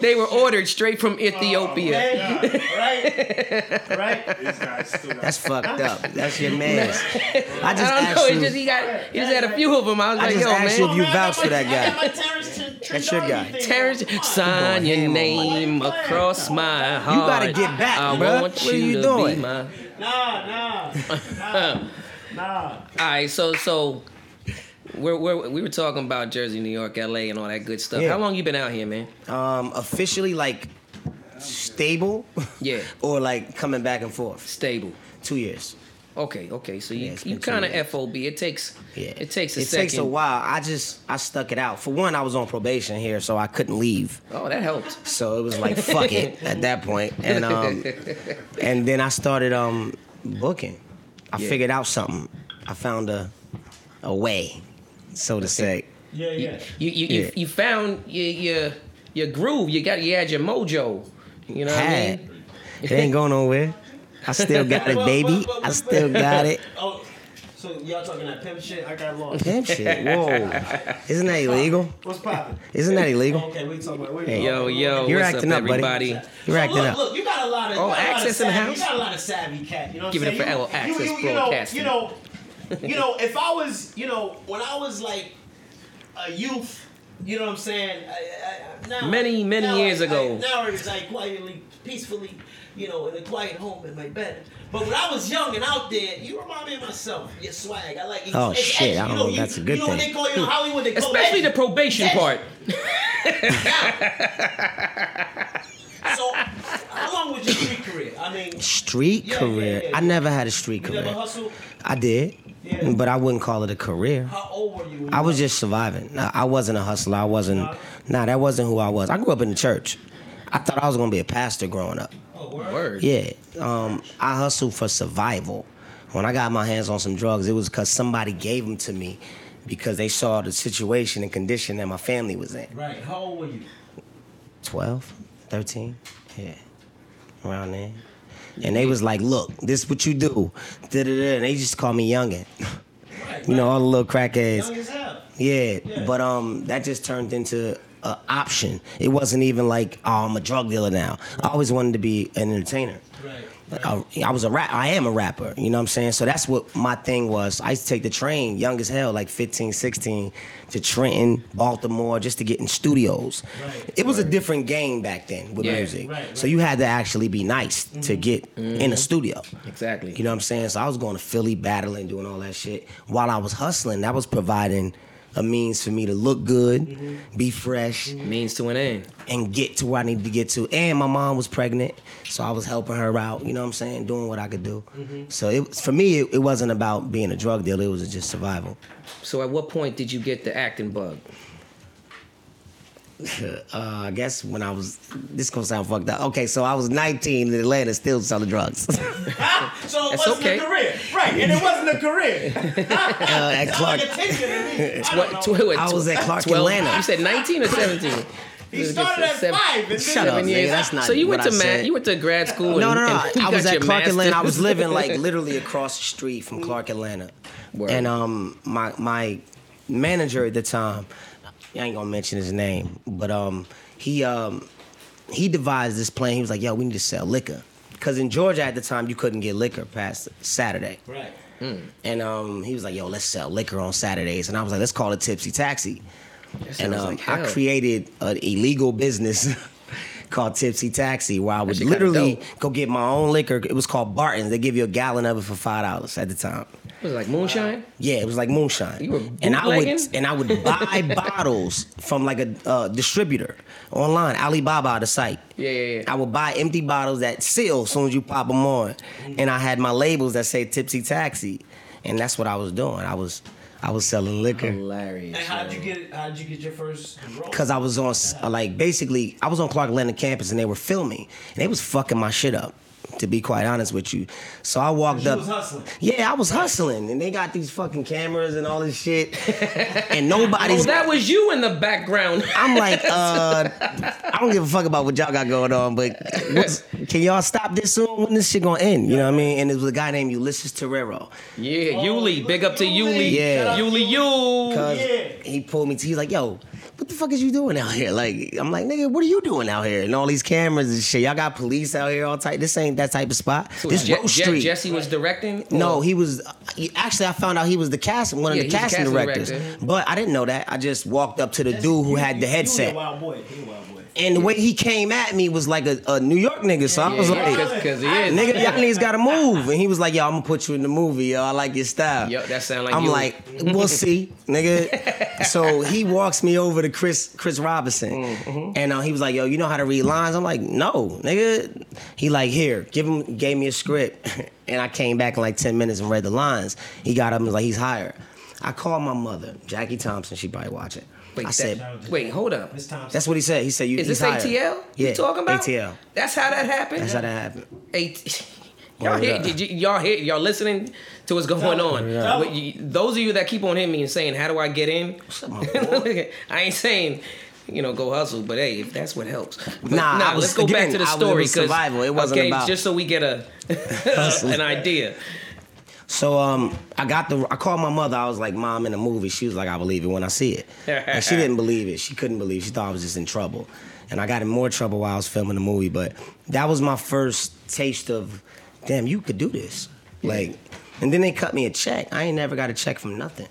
F: They were ordered straight from
G: Oh,
F: Ethiopia.
B: Right? Right?
E: These guys still got
G: That's fucked up. That's
F: *laughs*
G: your man's. I just
F: I don't know.
G: asked
F: It's
G: you.
F: just he got. He just had a few of them. I was
G: I
F: like,
G: just
F: yo,
G: asked
F: man.
G: you if you vouch for that
B: I got
G: guy.
B: my Terrence Tr-
G: That's your
B: Tringali
G: guy.
B: thing
F: Terrence,
B: going. Come on.
F: sign your
G: Come on.
F: name across my heart.
G: gotta get back,
F: I
G: bruh.
F: want
G: What
F: you,
G: are you
F: to
G: doing?
F: be my. All
B: Nah,
F: *laughs*
B: nah. Nah. nah.
F: right, so so, we're, we're, we were talking about Jersey, New York, L.A., and all that good stuff.
G: Yeah.
F: How long you been out here, man?
G: Um, officially like stable.
F: Yeah.
G: *laughs* Or like coming back and forth.
F: Stable.
G: Two years.
F: Okay, okay. So you
G: Yeah, it's
F: you
G: been two
F: kind of
G: years.
F: FOB. It takes
G: Yeah.
F: it takes a
G: it
F: second.
G: takes a while. I just I stuck it out. For one, I was on probation here, so I couldn't leave.
F: Oh, that helped.
G: So it was like
F: *laughs*
G: fuck it at that point. And um and then I started um booking. I
F: Yeah.
G: figured out something. I found a a way, so to say.
B: Yeah, yeah.
F: You you, you,
G: Yeah.
F: you found your, your your groove. You got you had your mojo. You know what I
G: Had.
F: mean?
G: It ain't going nowhere. I still got it,
B: But-
G: baby.
B: but- but-
G: I
B: but-
G: still got it.
B: *laughs* Oh, so y'all talking that pimp shit? I got lost.
G: Damn shit. Whoa. Isn't that illegal?
B: What's poppin'?
G: Isn't that illegal?
B: Okay, we talking about.
G: Hey.
F: Yo yo,
G: You're
F: what's
G: acting
F: up,
G: up, buddy.
F: everybody?
G: You're
B: So
G: acting
B: look,
G: up.
B: Look, you got a lot of.
F: Oh,
B: you got a lot of
F: access in the
B: savvy-
F: house?
B: You got a lot of savvy cat. You know what
F: Give it
B: I'm
F: up
B: saying? You-
F: for L. Access
B: you, you, you know,
F: Broadcasting.
B: you know,
F: *laughs*
B: you know, if I was, you know, when I was like a youth, you know what I'm saying? I, I, now,
F: Many, many
B: now
F: years
B: I,
F: ago.
B: I, now it's like quietly, peacefully, you know, in a quiet home in my bed. But when I was young and out there, you remind me of myself. Your swag, I like. It's,
G: Oh,
B: it's
G: shit,
B: edgy.
G: I don't
B: you
G: know
B: know,
G: if that's a
B: you,
G: good
B: You know what
G: thing.
B: they call you in Hollywood? They call
F: Especially
B: edgy.
F: the probation
B: Yes.
F: part.
B: So, how long was your street career? I mean,
G: Street
B: Yeah, yeah,
G: career.
B: yeah,
G: I
B: yeah.
G: never had a street
B: you never
G: career.
B: hustled.
G: I did,
B: Yeah.
G: but I wouldn't call it a career.
B: How old were you? when
G: I
B: you
G: was just surviving. Nah, I wasn't a hustler. I wasn't. Nah, that wasn't who I was. I grew up in the church. I thought I was gonna be a pastor growing up.
F: Word.
G: Yeah. Um, I hustled for survival. When I got my hands on some drugs, it was because somebody gave them to me because they saw the situation and condition that my family was in.
B: Right. How old were you?
G: 12, 13, yeah, around there. And they was like, look, this what you do. Da-da-da. And they just call me youngin. *laughs* you know, all the little crackheads. Yeah, but um, that just turned into an option. It wasn't even like, oh, I'm a drug dealer now. I always wanted to be an entertainer. *laughs* Like, I, I was a rap. I am a rapper. You know what I'm saying? So that's what my thing was. I used to take the train, young as hell, like 15, 16, to Trenton, Baltimore, just to get in studios. It was a different game back then with
F: Yeah,
G: music. So you had to actually be nice to get in a studio.
F: Exactly.
G: You know what I'm saying? So I was going to Philly, battling, doing all that shit. While I was hustling, that was providing a means for me to look good, be fresh,
F: Means to an end.
G: and get to where I needed to get to. And my mom was pregnant, so I was helping her out, you know what I'm saying, doing what I could do. So it was- for me, it, it wasn't about being a drug dealer, it was just survival. *laughs*
F: So at what point did you get the acting bug?
G: Uh, I guess when I was, this gonna sound fucked up. Okay, so I was 19 in Atlanta, still selling drugs. *laughs* Uh,
B: So it
F: That's
B: wasn't
F: okay.
B: a career. Right. And it wasn't a
G: *laughs*
B: career.
G: Uh, at Clark,
B: Like a teacher to me. I don't know.
F: What, tw- what,
G: I was
F: tw-
G: at Clark
F: 12
G: Atlanta.
F: You said 19 or 17?
B: He started at five.
G: *laughs*
B: And then
G: Shut up,
F: Seven
G: nigga.
F: years.
G: That's not.
F: so you went
G: what
F: to
G: I
F: ma-
G: said.
F: you went to grad school.
G: No,
F: and,
G: no, no.
F: and you
G: I was
F: got
G: at
F: your
G: Clark Atlanta. I was
F: master's?
G: living like literally across the street from Clark Atlanta,
F: Word.
G: and um, my my manager at the time, I ain't gonna mention his name, but um, he um, he devised this plan. He was like, "Yo, we need to sell liquor," because in Georgia at the time you couldn't get liquor past Saturday.
B: Right.
G: And um, he was like, "Yo, let's sell liquor on Saturdays." And I was like, "Let's call it Tipsy Taxi." And
F: sounds
G: um,
F: like
G: I
F: hell.
G: created an illegal business *laughs* called Tipsy Taxi, where I would
F: shit kinda
G: literally
F: dope.
G: go get my own liquor. It was called Barton's. They give you a gallon of it for five dollars at the time.
F: Was it like moonshine?
G: Yeah, it was like moonshine.
F: You were
G: and I would
F: bootlegging?
G: and I would
F: *laughs*
G: buy bottles from like a uh, distributor online, Alibaba, the site.
F: Yeah, yeah, yeah.
G: I would buy empty bottles that seal as soon as you pop them on, and I had my labels that say Tipsy Taxi, and that's what I was doing. I was I was selling
F: Oh,
G: liquor
F: Hilarious.
B: And how'd you
F: yo.
B: get it? How'd you get your first role?
G: because I was on s- uh, like basically I was on Clark Atlanta campus and they were filming and they was fucking my shit up. To be quite honest with you, so I walked
B: you
G: up.
B: was hustling.
G: Yeah, I was hustling, and they got these fucking cameras and all this shit, *laughs* and nobody's.
F: Oh, that was you in the background. *laughs*
G: I'm like, uh, I don't give a fuck about what y'all got going on, but what's, can y'all stop this soon? When this shit gonna end? You know what I mean? And it was a guy named Ulysses Terrero.
F: yeah, Yuli. Big up to Yuli.
G: Yeah.
F: Yuli, you.
G: Cause he pulled me to he's like, yo, what the fuck is you doing out here? Like, I'm like, nigga, what are you doing out here? And all these cameras and shit. Y'all got police out here all tight. This ain't that type of spot. this
F: Je-
G: road
F: Je-
G: street.
F: Jesse was directing. Oh.
G: no,
F: Or-
G: he was he- actually. I found out he was the cast one of
F: Yeah,
G: the
F: he's a
G: casting,
F: casting
G: directors,
F: director.
G: but I didn't know that. I just walked up to the dude who had the
B: He
G: headset,
B: a wild boy. He a wild boy.
G: and the way he came at me was like a, a New York nigga. So I
F: Yeah,
G: was
F: yeah,
G: like,
F: cause, 'cause he is.
G: Nigga, y'all niggas gotta move. And he was like, yo, I'm gonna put you in the movie, yo. I like your style.
F: Yo, that sound like
G: I'm
F: you.
G: like, we'll see, nigga. so he walks me over to Chris Chris Robinson.
F: Mm-hmm.
G: And uh, he was like, yo, you know how to read lines? I'm like, no, nigga. He like, here, give him gave me a script. *laughs* and I came back in like 10 minutes and read the lines. He got up and was like, he's hired. I called my mother, Jackie Thompson, she probably watching.
F: Wait,
G: I
F: that-
G: said,
F: wait, hold up.
B: Miss Thompson.
G: that's what he said. He said, you
F: Is this
G: he's hired."
F: ATL?
G: Yeah,
F: you talking about?
G: ATL.
F: That's how that happened.
G: That's how that happened.
F: Eight. *laughs* Y'all
G: Word
F: hear,
G: up.
F: did you, y'all hear, y'all listening to what's going on. What you- those of you that keep on hitting me and saying, "How do I get in?" *laughs* I ain't saying, you know, go hustle, but hey, if that's what helps. But
G: Nah, I was-
F: let's go back
G: again,
F: to the
G: I was- it
F: story.
G: was
F: 'cause-
G: survival. It wasn't
F: okay,
G: about-
F: just so we get a *laughs* an idea.
G: So um, I got the. I called my mother. I was like, "Mom, in a movie." She was like, "I believe it when I see it." and she didn't believe it. She couldn't believe. It. She thought I was just in trouble, and I got in more trouble while I was filming the movie. But that was my first taste of, damn, you could do this. Like, and then they cut me a check. I ain't never got a check from nothing.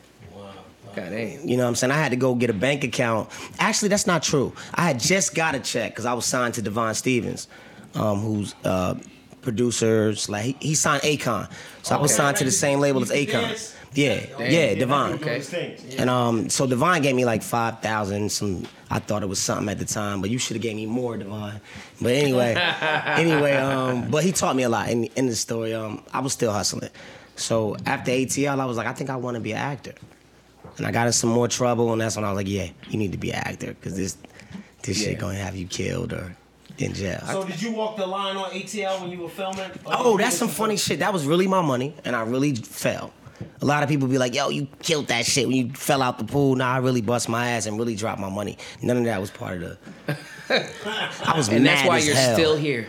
F: God damn.
G: You know what I'm saying? I had to go get a bank account. Actually, that's not true. I had just got a check because I was signed to Devon Stevens, um, who's uh, producer. Like he, he signed Akon, so I was signed to the same label as Akon. Yeah, yeah, Devon.
B: Okay. Those things. Yeah.
G: And um, so Devon gave me like five thousand. Some I thought it was something at the time, but you should have gave me more, Devon. But anyway, anyway, um, but he taught me a lot. In, in the story, um, I was still hustling. So after ATL, I was like, I think I want to be an actor. And I got in some more trouble, and that's when I was like, Yeah, you need to be an actor because this this
F: Yeah.
G: shit gonna have you killed or in jail.
B: So did you walk the line on ATL when you were filming? Or did
G: Oh,
B: you
G: that's some
B: just-
G: funny shit. That was really my money, and I really fell. A lot of people be like, yo, you killed that shit when you fell out the pool. Nah, I really bust my ass and really dropped my money. None of that was part of
F: *laughs*
G: the. I was
F: and
G: mad
F: that's why
G: as
F: you're
G: hell.
F: still here.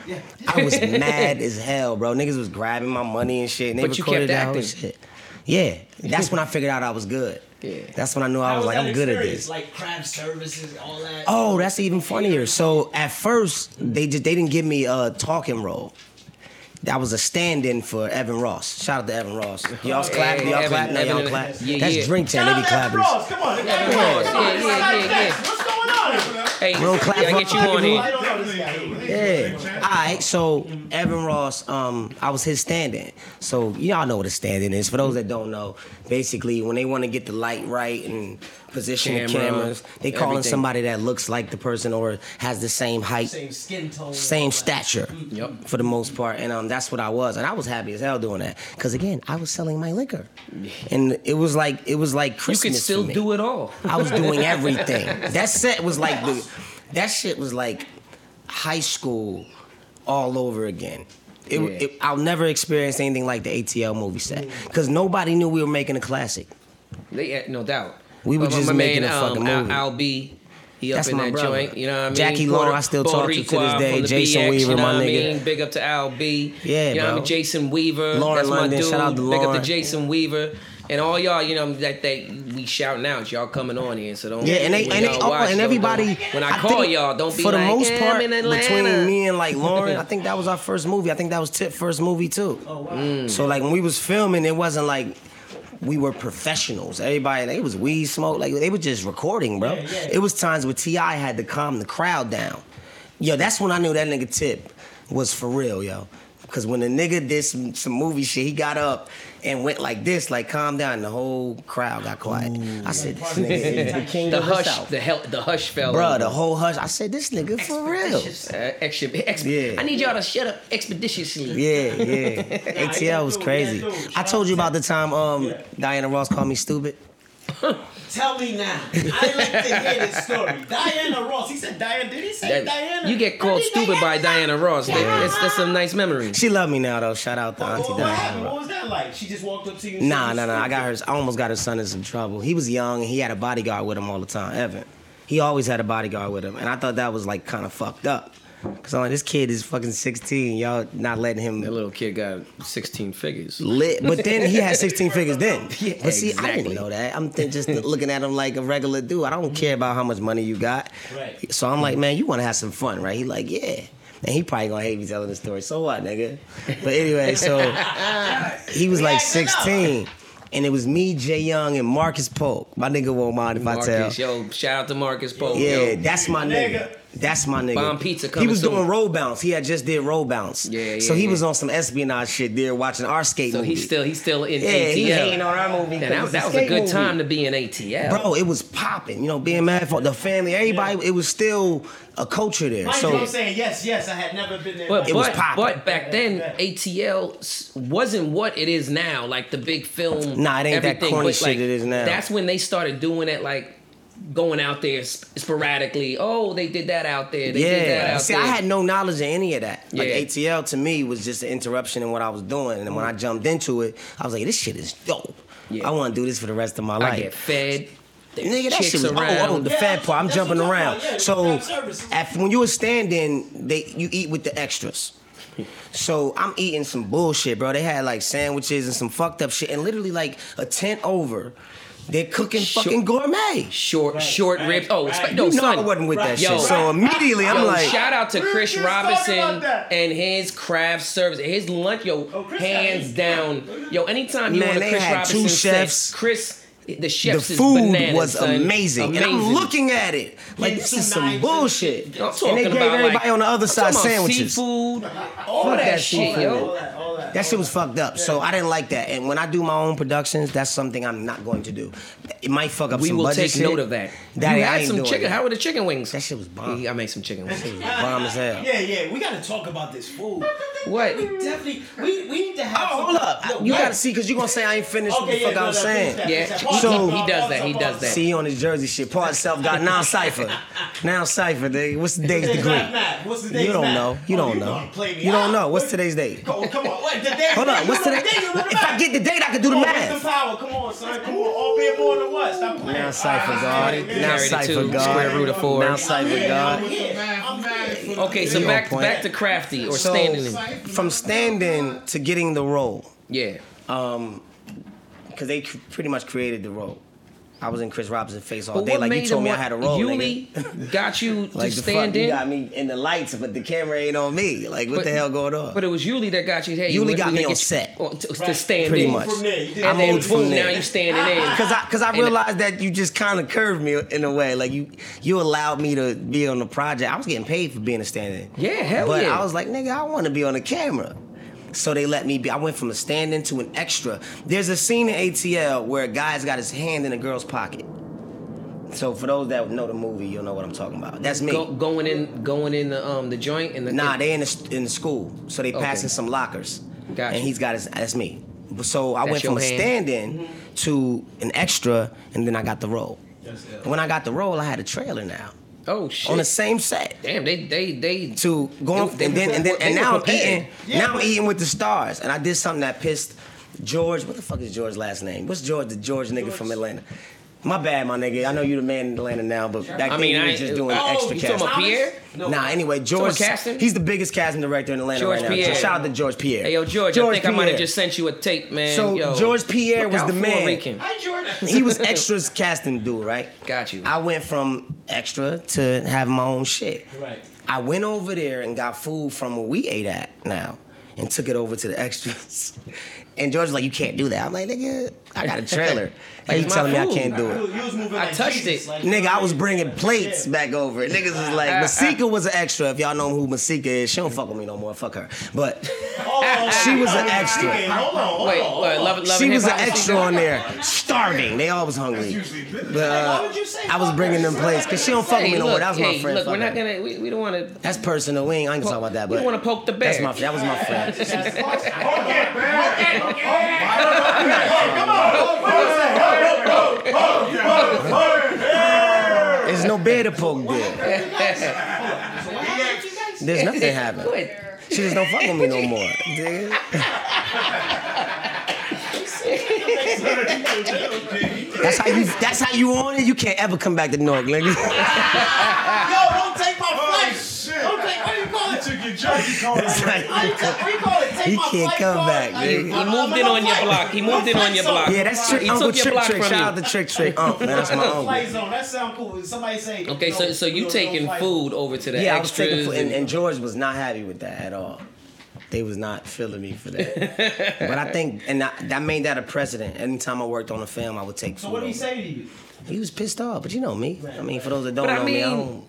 F: *laughs*
G: I was mad as hell, bro. Niggas was grabbing my money and shit. And they
F: But you
G: recorded
F: kept
G: that whole
F: acting.
G: shit. Yeah, that's when I figured out I was good.
F: Yeah.
G: That's when I knew I was like, I'm good at this.
H: Like crab services, all that.
G: Oh, that's even funnier. So at first they just they didn't give me a talking role. That was a stand-in for Evan Ross. Shout out to Evan Ross. Y'all clap,
F: yeah,
G: y'all
F: Evan-
G: clap, now
F: Evan
G: y'all
F: and-
G: clap.
F: yeah,
G: That's
F: yeah.
G: drink time. They be
B: Shout out to
G: clapping.
B: Ross. Come on, come on,
F: Ross,
B: come on.
F: yeah,
B: It's
F: yeah,
B: like
F: yeah,
B: that. What's going on? here?
F: Hey,
G: Real clap
F: yeah,
G: for
F: get you on
G: Ivory.
F: here.
B: I don't know this guy.
G: Yeah. All right. So Evan Ross, um, I was his stand-in. So y'all know what a stand-in is. For those that don't know, basically when they want to get the light right and position the
F: Camera,
G: cameras, they calling
F: everything.
G: somebody that looks like the person or has the same height,
H: Same skin tone.
G: same stature
F: Yep.
G: for the most part and um, that's what i was and i was happy as hell doing that because again i was selling my liquor and it was like it was like
F: You
G: christmas
F: could still do it all.
G: i was
F: *laughs*
G: doing everything that set was like the, that shit was like high school all over again it,
F: Yeah.
G: it, i'll never experience anything like the atl movie set because nobody knew we were making a classic
F: They, yeah, no doubt.
G: We were
F: But
G: just
F: my
G: making
F: man, um,
G: a fucking
F: Al-
G: movie.
F: Al B, he
G: That's
F: up in
G: my
F: that
G: brother.
F: joint. You know what I mean?
G: Jackie Long, I still talk to to this
F: Boricua
G: day.
F: from the
G: Jason
F: BX,
G: Weaver,
F: you know
G: my
F: what I
G: nigga.
F: mean? Big up to Al B.
G: Yeah,
F: you know What I
G: bro.
F: mean? Jason Weaver,
G: Lauren
F: that's my
G: London,
F: dude.
G: shout out to
F: Big up
G: Lauren.
F: to Jason Weaver and all y'all. You know that they we shouting out. Y'all coming on here, so don't.
G: Yeah, and they
F: when
G: and they
F: y'all
G: all
F: watch,
G: and
F: don't-
G: everybody.
F: When I
G: think
F: call y'all, don't be
G: for
F: like,
G: the most
F: "Eh, I'm
G: part
F: in
G: between
F: Atlanta."
G: me and like Lauren. I think that was our first movie. I think that was Tip first movie too. Oh wow! So like when we was filming, it wasn't like. We were professionals. Everybody, like, it was weed smoke. Like they were just recording, bro. It was times where Ti had to calm the crowd down. Yo, that's when I knew that nigga Tip was for real, yo. Cause when the nigga did some, some movie shit, he got up and went like this, like calm down, and the whole crowd got quiet. I said, this nigga is the king
F: the
G: of
F: hush,
G: South.
F: the hell, the hush fell.
G: Bruh,
F: over.
G: the whole hush. I said, this nigga for real.
F: Uh, extra, ex-
G: Yeah.
F: I need y'all to shut up expeditiously.
G: Yeah, yeah. ATL was
B: dude,
G: crazy.
B: yeah, dude.
G: I told you about the time um, Diana Ross called me stupid.
B: Tell me now. I like to hear this
G: *laughs*
B: story. Diana Ross. He said Diana. Did he say
F: That-
B: Diana?
F: You get called stupid by Diana Ross. That- That's, that's some nice memory.
G: She loved me now though. Shout out to
B: What,
G: Auntie
B: what,
G: Diana.
B: happened? What was that like? She just walked up to you. and
G: Nah,
B: said,
G: nah, nah. I got her. I almost got her son in some trouble. He was young and he had a bodyguard with him all the time. Evan, he always had a bodyguard with him, and I thought that was like kind of fucked up. Cause I'm like, this kid is fucking 16. Y'all not letting him
F: That little kid got 16 figures.
G: lit. But then he had 16 figures then.
F: *laughs* Yeah,
G: but see, I
F: exactly.
G: didn't know that. I'm th- just looking at him like a regular dude. I don't care about how much money you got.
B: Right.
G: So I'm like, man, you want to have some fun, right? He like, yeah. And he probably gonna hate me telling the story. So what, nigga? But
F: *laughs*
G: anyway, so he was like 16. And it was me, Jay Young, and Marcus Polk. My nigga won't mind if I tell.
F: Marcus, yo, shout out to Marcus Pope.
G: Yeah,
F: yo.
G: that's my nigga. That's my nigga.
F: Bomb Pizza
G: He
F: coming
G: was
F: soon.
G: doing roll bounce. He had just did roll bounce.
F: Yeah, yeah,
G: So he
F: yeah.
G: was on some espionage shit there, watching our skate
F: So
G: movie.
F: he's still he's still in
G: yeah,
F: ATL.
G: he hating on our movie.
F: And
G: 'cause
F: that,
G: it's
F: that was a
G: skate
F: good
G: movie.
F: time to be in ATL.
G: Bro, it was popping. You know, being mad for the family, everybody. It was still a culture there.
B: Mind you,
G: so
B: I'm saying yes, yes. I had never been there.
F: but
G: It
F: but,
G: was popping.
F: but back then ATL s- wasn't what it is now. Like the big film.
G: Nah, it ain't that
F: everything,
G: corny
F: but,
G: shit
F: like,
G: it is now.
F: That's when they started doing it. Like going out there sp- sporadically. Oh, they did that out there. They did that
G: yeah,
F: out
G: see,
F: there.
G: I had no knowledge of any of that. Like
F: Yeah.
G: ATL to me was just an interruption in what I was doing, and when I jumped into it, I was like, this shit is dope.
F: Yeah.
G: I want to do this for the rest of my
F: I
G: life.
F: get fed. there's
G: Nigga, that
F: chicks
G: shit was
F: around.
G: oh, oh the
B: Yeah,
G: fat part. I'm
B: that's
G: jumping
B: what I'm
G: around.
B: talking about, yeah,
G: so
B: craft services.
G: af- when you were standing, they you eat with the extras. So I'm eating some bullshit, bro. They had like sandwiches and some fucked up shit, and literally like a tent over. They're cooking
F: Sure.
G: fucking gourmet.
F: short, short
B: right,
F: ribs. Oh,
B: right.
F: no,
G: you know
F: son.
G: I wasn't with that
F: Yo,
G: shit. So immediately I'm
F: Yo,
G: like,
F: shout out to
B: We
F: Chris
B: just talking about
F: Robinson
B: that.
F: and his craft service, his lunch. Yo,
B: Oh, Chris got
F: hands
B: it.
G: *laughs*
F: down. Yo, anytime you
G: Man,
F: want to
G: they
F: Chris
G: had
F: Robinson
G: two
F: set,
G: chefs.
F: Chris, the
G: the
F: chef's is
G: food
F: bananas,
G: was
F: son.
G: amazing. and I'm
F: Amazing.
G: looking at it like this is
B: Tsunamis
G: some
B: and-
G: bullshit.
F: I'm talking
G: and they gave
F: about like-
G: everybody on the other
F: I'm
G: side
F: talking about
G: sandwiches.
F: seafood, all
G: Fuck
F: that,
G: that
F: shit,
G: seafood.
F: yo.
B: that, all that.
G: That shit was fucked up. So I didn't like that. And when I do my own productions, that's something I'm not going to do. It might fuck up
F: We
G: some
F: will
G: budget
F: take
G: shit.
F: note of that.
G: Daddy,
F: you
G: I
F: had
G: ain't
F: some
G: doing
F: chicken.
G: that.
F: How were the chicken wings?
G: That shit was bomb.
F: I made some chicken wings.
G: Bomb as hell.
B: Yeah, yeah. We gotta talk about this food.
F: What?
B: We definitely. We, we need to
G: Oh,
B: have.
G: hold up.
B: Yo,
G: you
B: right.
G: gotta see, cause you gonna say I ain't finished what
B: Okay,
G: the
B: yeah,
G: fuck
B: no,
G: I
B: no,
G: was
B: finish
G: saying.
B: that,
F: Yeah.
B: finish that. Pause,
G: So-
F: he, he does that. He does that.
G: See on his jersey shit. Part self got now cipher. Now cipher. nigga. What's today's degree?
B: Matt, what's the
G: You don't know. You
F: Oh,
G: don't know. You
B: Ah,
G: don't know. What's today's date?
B: Come on, come on. Wait, the day,
G: Hold on. What's
B: you know
G: today?
B: the day, you know the
G: If I
B: math.
G: get the date, I can do the
B: Come on, Mr.
G: math.
B: Power, come on, son. Come on, all beer more than what? Stop playing. Ah,
G: Now cipher
B: All
G: God.
B: right,
G: Now
F: Carry the
G: cipher
F: two,
G: God.
F: square root of four.
G: Now cipher God.
F: Okay, so
G: You're
F: back
G: on point.
F: back to crafty or
G: So
F: standing.
G: from standing to getting the role,
F: Yeah.
G: um, because they cr- pretty much created the role. I was in Chris Robinson's face all
F: But
G: day,
F: what
G: like
F: made
G: you told
F: him
G: me I
F: want-
G: had a role. nigga.
F: Yuli got you to
G: Like the fuck,
F: stand
G: you
F: in.
G: got me in the lights, but the camera ain't on me. Like what
F: But-
G: the hell going on?
F: But it was Yuli that got you. Hey,
G: Yuli
F: we're
G: got
F: gonna
G: me
F: get
G: on
F: you
G: set.
F: on- To, to stand
G: Pretty
F: in.
G: much.
B: From there, you did.
G: I'm
F: And then
G: old from
F: boom, now
G: there.
F: you standing in.
G: *laughs* Cause I, cause I realized that you just kind of curved me in a way. Like you, you allowed me to be on the project. I was getting paid for being a stand-in.
F: Yeah, hell
G: but
F: yeah.
G: I was like, nigga, I want to be on the camera. So they let me be. I went from a stand-in to an extra. There's a scene in ATL where a guy's got his hand in a girl's pocket. So for those that know the movie, you'll know what I'm talking about. That's me.
F: Go, going in, going in the um the joint and the
G: Nah, they in the, in the school, so they
F: Okay.
G: passing some lockers,
F: Gotcha.
G: and he's got his. That's me. So I
F: That's
G: went from
F: your
G: a
F: hand?
G: stand-in to an extra, and then I got the role. When I got the role, I had a trailer now
F: oh shit.
G: on the same set.
F: Damn, they they they
G: To going
F: They-
G: and then and then
F: they
G: and
F: were
G: now I'm
F: prepared.
G: eating. Now I'm eating with the stars, and I did something that pissed George. What the fuck is George's last name? What's George? The George nigga from Atlanta. My bad, my nigga. I know you the man in Atlanta now, but back
F: I
G: then
F: mean,
G: you
F: I
G: were
F: ain't-
G: just doing
F: oh,
G: extra
F: you talking
G: casting.
F: about Pierre?
G: Nah, anyway, George.
F: casting?
G: He's the biggest casting director in Atlanta
F: George
G: right now.
F: Pierre.
G: So shout out to George Pierre.
F: Hey yo, George, I think I might have just sent you a tape, man.
G: So,
F: Yo,
G: George Pierre
F: look
G: was
F: out
G: the
F: for
G: man.
F: Rican.
H: Hi, George.
G: he was extras casting dude, right?
F: Got you.
G: I went from extra to having my own shit.
B: Right.
G: I went over there and got food from where we ate at now and took it over to the extras. *laughs* And George was like, you can't do that. I'm like, nigga, I got
F: *laughs*
G: a trailer. Like, you
F: It's my
G: telling me I
F: food.
G: can't do it.
B: You was moving
F: I
B: like
F: touched
B: Jesus,
F: it.
B: like-
G: Nigga, I was bringing plates back over. Niggas was like, Masika was an extra. If y'all know who Masika is, she don't fuck with me no more. Fuck her. But
B: Oh,
G: she was an
B: okay,
G: extra.
B: Hold on, hold
F: Wait,
B: on, hold
F: wait,
B: on.
F: love, *laughs* love
G: she
F: and
G: was an
F: Hip Hop?
G: extra on there, starving. They always hungry. But
B: Why
G: uh,
B: would you say
G: I was
B: fuck
G: bringing
B: her?
G: them plates because she don't fuck with
F: Hey,
G: me no more.
F: look,
G: That was
F: hey,
G: my friend.
F: Look,
G: Fuck
F: we're not
G: her.
F: gonna. We, we don't want to.
G: That's personal. We ain't, I ain't gonna talk about that.
F: We
G: But
F: don't want to poke the bear.
G: that's my. That was my
F: *laughs*
G: friend. There's no bear to poke there. *laughs* There's nothing
F: Go
G: happened.
F: ahead.
G: She just don't fuck with me no more. nigga. That's how you. That's how you on it. You can't ever come back to Newark,
B: Yo,
G: nigga.
B: don't take my
E: Oh,
B: flight.
E: shit.
B: Don't take. What do you call it?
E: You took your jerky coat
G: That's
E: away.
G: how
B: What do
G: you
B: you call- what do you call it? Take
G: He
B: my
G: can't
B: flight
G: come
B: card?
G: back,
B: Like,
G: nigga. He
B: I'm-
F: moved
B: I'm
F: in on
B: my
F: your
B: flight.
F: block. He
B: I'm
F: moved in
B: flight
F: on your
B: zone.
F: block.
G: Yeah, that's Trick
F: He
G: Uncle
F: took your
G: Trick
F: block
G: Trick.
F: from
G: Shout
F: you.
G: out to Trick Trick. Uncle, man, that's my
B: Flight
G: uncle.
B: zone. That sound cool. When Somebody say.
F: Okay, so
B: no,
F: so you
B: no, no
F: taking
B: flight zone.
F: food over to the
G: Yeah, I was
F: extras?
G: taking for, and,
F: and-
G: and George was not happy with that at all. They was not feeling me for that. but I think, and I, that made that a precedent. Anytime I worked on a film, I would take.
B: So
G: food
B: what did he
G: over.
B: say to you?
G: He was pissed off, but you know me. I mean, for those that don't
F: But I
G: know me, I
F: mean,
G: don't.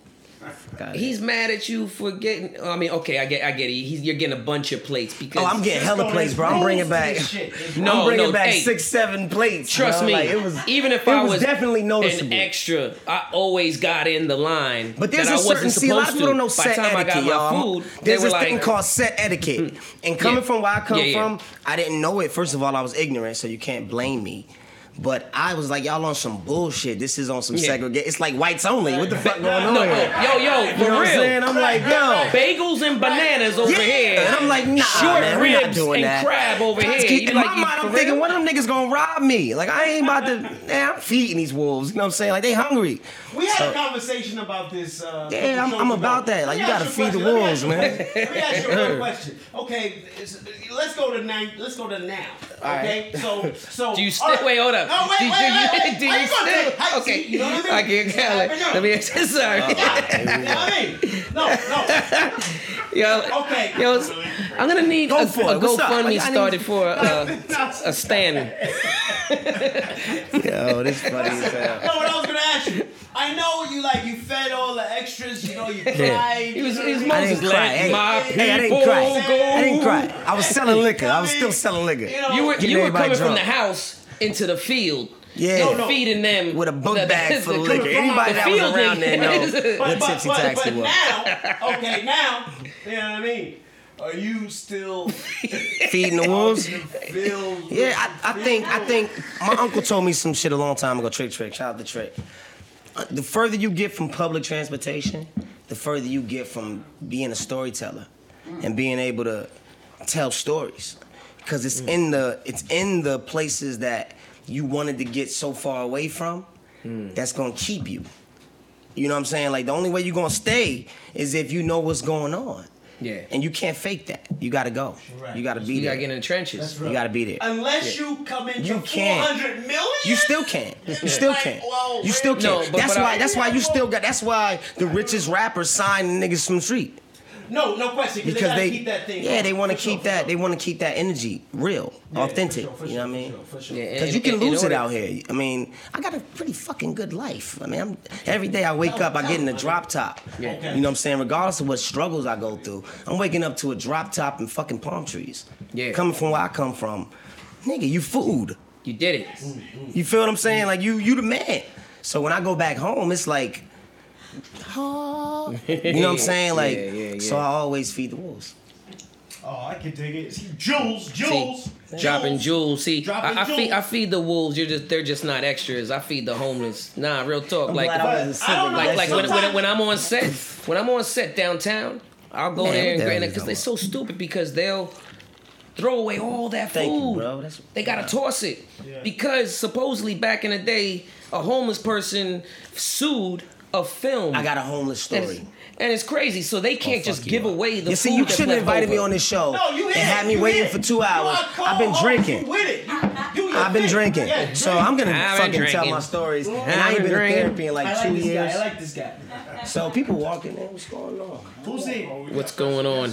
G: God.
F: He's mad at you for getting. I mean, okay, I get, I get it. He's, you're getting a bunch of plates because.
G: Oh, I'm getting hella
B: There's
G: plates, bro. I'm bringing
B: rules
G: back.
B: to this shit. There's
F: No,
G: I'm bringing
F: no,
G: back
F: hey,
G: six, seven plates.
F: Trust
G: bro.
F: me,
G: Like, it was
F: even if
G: it
F: I
G: was,
F: was
G: definitely
F: an
G: noticeable.
F: extra, I always got in the line.
G: But there's
F: that
G: a
F: I
G: certain
F: wasn't
G: see a lot of
F: supposed
G: people don't know
F: to. By
G: set
F: the time
G: etiquette,
F: I got my
G: y'all.
F: food, they
G: There's
F: were
G: this
F: like, hmm,
G: thing called set etiquette, and coming
F: Yeah.
G: from where I come
F: Yeah, yeah.
G: from, I didn't know it. First of all, I was ignorant, so you can't blame me. But I was like, y'all on some bullshit. This is on some
F: Yeah.
G: segregation. It's like whites only. What the fuck going on?
F: *laughs* no,
G: here?
F: yo, yo, for
G: You know what I'm saying?
F: real.
G: I'm like, yo.
F: Bagels and bananas over
G: Yeah,
F: here.
G: and I'm like, nah,
F: short
G: man, we not
F: ribs
G: doing
F: and
G: that.
F: crab over here. You
G: in
F: like,
G: my
F: you
G: mind,
F: for
G: I'm
F: real?
G: thinking, one of them niggas gonna rob me. Like I ain't about to. Nah, I'm feeding these wolves. You know what I'm saying? Like they hungry.
B: We had
G: So-
B: a conversation about this. Uh,
G: Yeah, I'm- I'm about that. Like,
B: Let
G: you
B: me
G: gotta
B: ask
G: feed
B: a
G: the
B: question.
G: wolves,
B: Let me ask you-
G: man.
B: Let me ask you
F: *laughs*
B: a question. Okay, it's- let's go to now. Let's go to now. Okay,
F: *laughs*
B: so so
F: Do you still
B: all right.
F: wait? Hold up.
B: No, wait,
F: do,
B: wait,
F: do
B: wait, wait.
F: you, do
B: How
F: you
B: gonna
F: still?
B: take- how-
F: okay,
B: see, you know what I mean?
F: I can't
B: Yeah,
F: let,
B: I know. *laughs*
F: let me *laughs* ask you. Sorry,
B: You know what I mean? No, no.
F: *laughs* yo,
B: Okay.
F: yo, I'm gonna need
G: Go
F: a,
G: for
F: a
G: it. What's up?
F: GoFundMe
G: I- I need-
F: started
G: *laughs*
F: for uh, a stand.
G: Yo, this funny as hell.
B: No, what I was gonna ask you. I know you like you fed all the extras. You know you cried.
F: He
B: you
F: was,
B: know
F: he was
B: what I mean?
G: I
F: Moses.
G: didn't cry.
F: Let
G: Hey,
F: my
G: hey, I didn't
F: people
G: cry. I didn't
F: go.
G: cry. I was selling liquor. I was
B: I
G: still
B: mean,
G: selling liquor.
B: you know,
F: You were
G: Getting
F: you were
G: everybody
F: coming from
G: drunk.
F: the house into the field.
G: Yeah.
F: and
G: No, no.
F: feeding them
G: With a book
F: *laughs* the-
G: bag full of liquor.
F: the
G: Anybody that was
F: field
G: around there know
F: niggas.
G: what Tipsy Taxi was.
B: now, okay, now, you know what I mean.
E: Are you still
G: Feeding the wolves.
E: filled?
G: Yeah, I, I think I think my uncle told me some shit a long time ago. Trick, trick, shout out to Trick. Uh, The further you get from public transportation, the further you get from being a storyteller and being able to tell stories, because it's in the it's in the places that you wanted to get so far away from that's gonna keep you. You know what I'm saying? Like the only way you're gonna stay is if you know what's going on.
F: Yeah.
G: And you can't fake that. You gotta go.
H: Right.
G: You gotta
F: *laughs*
G: be
F: You
G: there.
F: gotta get in the trenches.
G: you gotta be there.
H: Unless you come in
G: You
H: for
G: can't.
H: 400 million?
G: You
H: *laughs*
G: still can't. You still can't.
H: whoa,
G: You still
F: wait.
G: can't.
F: No, but-
G: that's
F: but
G: why.
F: I-
G: that's why you still got. That's why the richest rappers sign niggas from the street
H: No, no question. Because they
G: because
H: gotta
G: they.
H: keep that thing.
G: yeah, they want to
H: For sure,
G: keep
H: for
G: that.
H: sure.
G: They want to keep that energy real,
H: Yeah, for
G: authentic.
H: sure, for
G: you know what I
H: sure,
G: mean?
H: for sure, for sure.
F: Yeah,
G: Because
F: and-
G: you can
F: and in
G: lose it
F: order-
G: out here. I mean, I got a pretty fucking good life. I mean, I'm, every day I wake up, I get in a drop top.
F: Yeah.
G: You know what I'm saying? Regardless of what struggles I go through, I'm waking up to a drop top and fucking palm trees.
F: Yeah.
G: Coming from where I come from, nigga, you food.
F: You did it.
G: You feel what I'm saying? Like you, you the man. So when I go back home, it's like, oh, you know what I'm saying? Like,
F: Yeah, yeah, yeah.
G: so I always feed the wolves.
E: *laughs* Oh, I can dig it.
B: Jules, Jules.
F: Dropping jewels. See,
B: Dropping
F: I, I feed I
B: jewels.
F: feed the wolves. You're just they're just not extras. I feed the homeless. Nah, real talk.
G: I'm
F: like
G: glad I wasn't
B: I
G: sick.
B: don't
G: of
B: know,
G: that
F: like like
G: shit.
F: when, when, when I'm on set, when I'm on set downtown, I'll go
G: Man, what
F: there
G: the hell
F: and
G: you
F: because
G: talking
F: they're so stupid because they'll throw away all that food.
G: Thank you, bro. That's-
F: they gotta toss it because supposedly back in the day, a homeless person sued a film.
G: I got a homeless
F: and it's,
G: story. Oh,
F: and it's crazy, so they can't just give away the.
G: You see,
F: food
G: you
F: that's
G: shouldn't have
F: left
G: invited me
F: over.
G: on this show
H: No, you
G: and
H: in.
G: had me
H: You
G: waiting
H: in.
G: for two hours.
H: You are cold.
G: I've been
H: Oh,
G: drinking.
H: You with it. You, you your
G: I've been
H: thing.
G: drinking.
H: Yeah, drink.
G: So I'm gonna
F: I've been
G: fucking tell
F: drinking.
G: my stories. And
F: I've
G: I ain't
F: been
G: been to
F: drinking.
G: therapy in like
H: I
G: two
H: like this
G: years.
H: guy. I like this guy.
G: so people walking in, what's going on?
B: Who's he?
F: What's going on?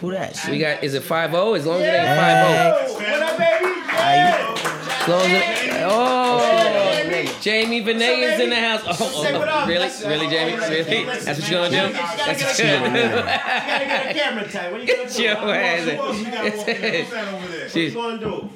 G: Who that? She
F: We got is it five zero? As long as it ain't five oh. zero.
G: Yeah.
B: What up, baby? Yeah.
F: As long as it, oh, Jamie Vinay is in the house. Oh,
B: Say
F: oh,
B: what up?
F: really,
B: That's-
F: really, Jamie,
B: that's-
F: really?
B: that's-
F: That's what you gonna do?
B: You gotta get
F: That's
B: a
F: good.
B: You gotta get a camera tight. What are you gonna do?
F: Your
B: How long-
F: ass.
B: who else you gotta walk in? Who's that over there? What you
F: Jeez.
B: gonna do?
G: All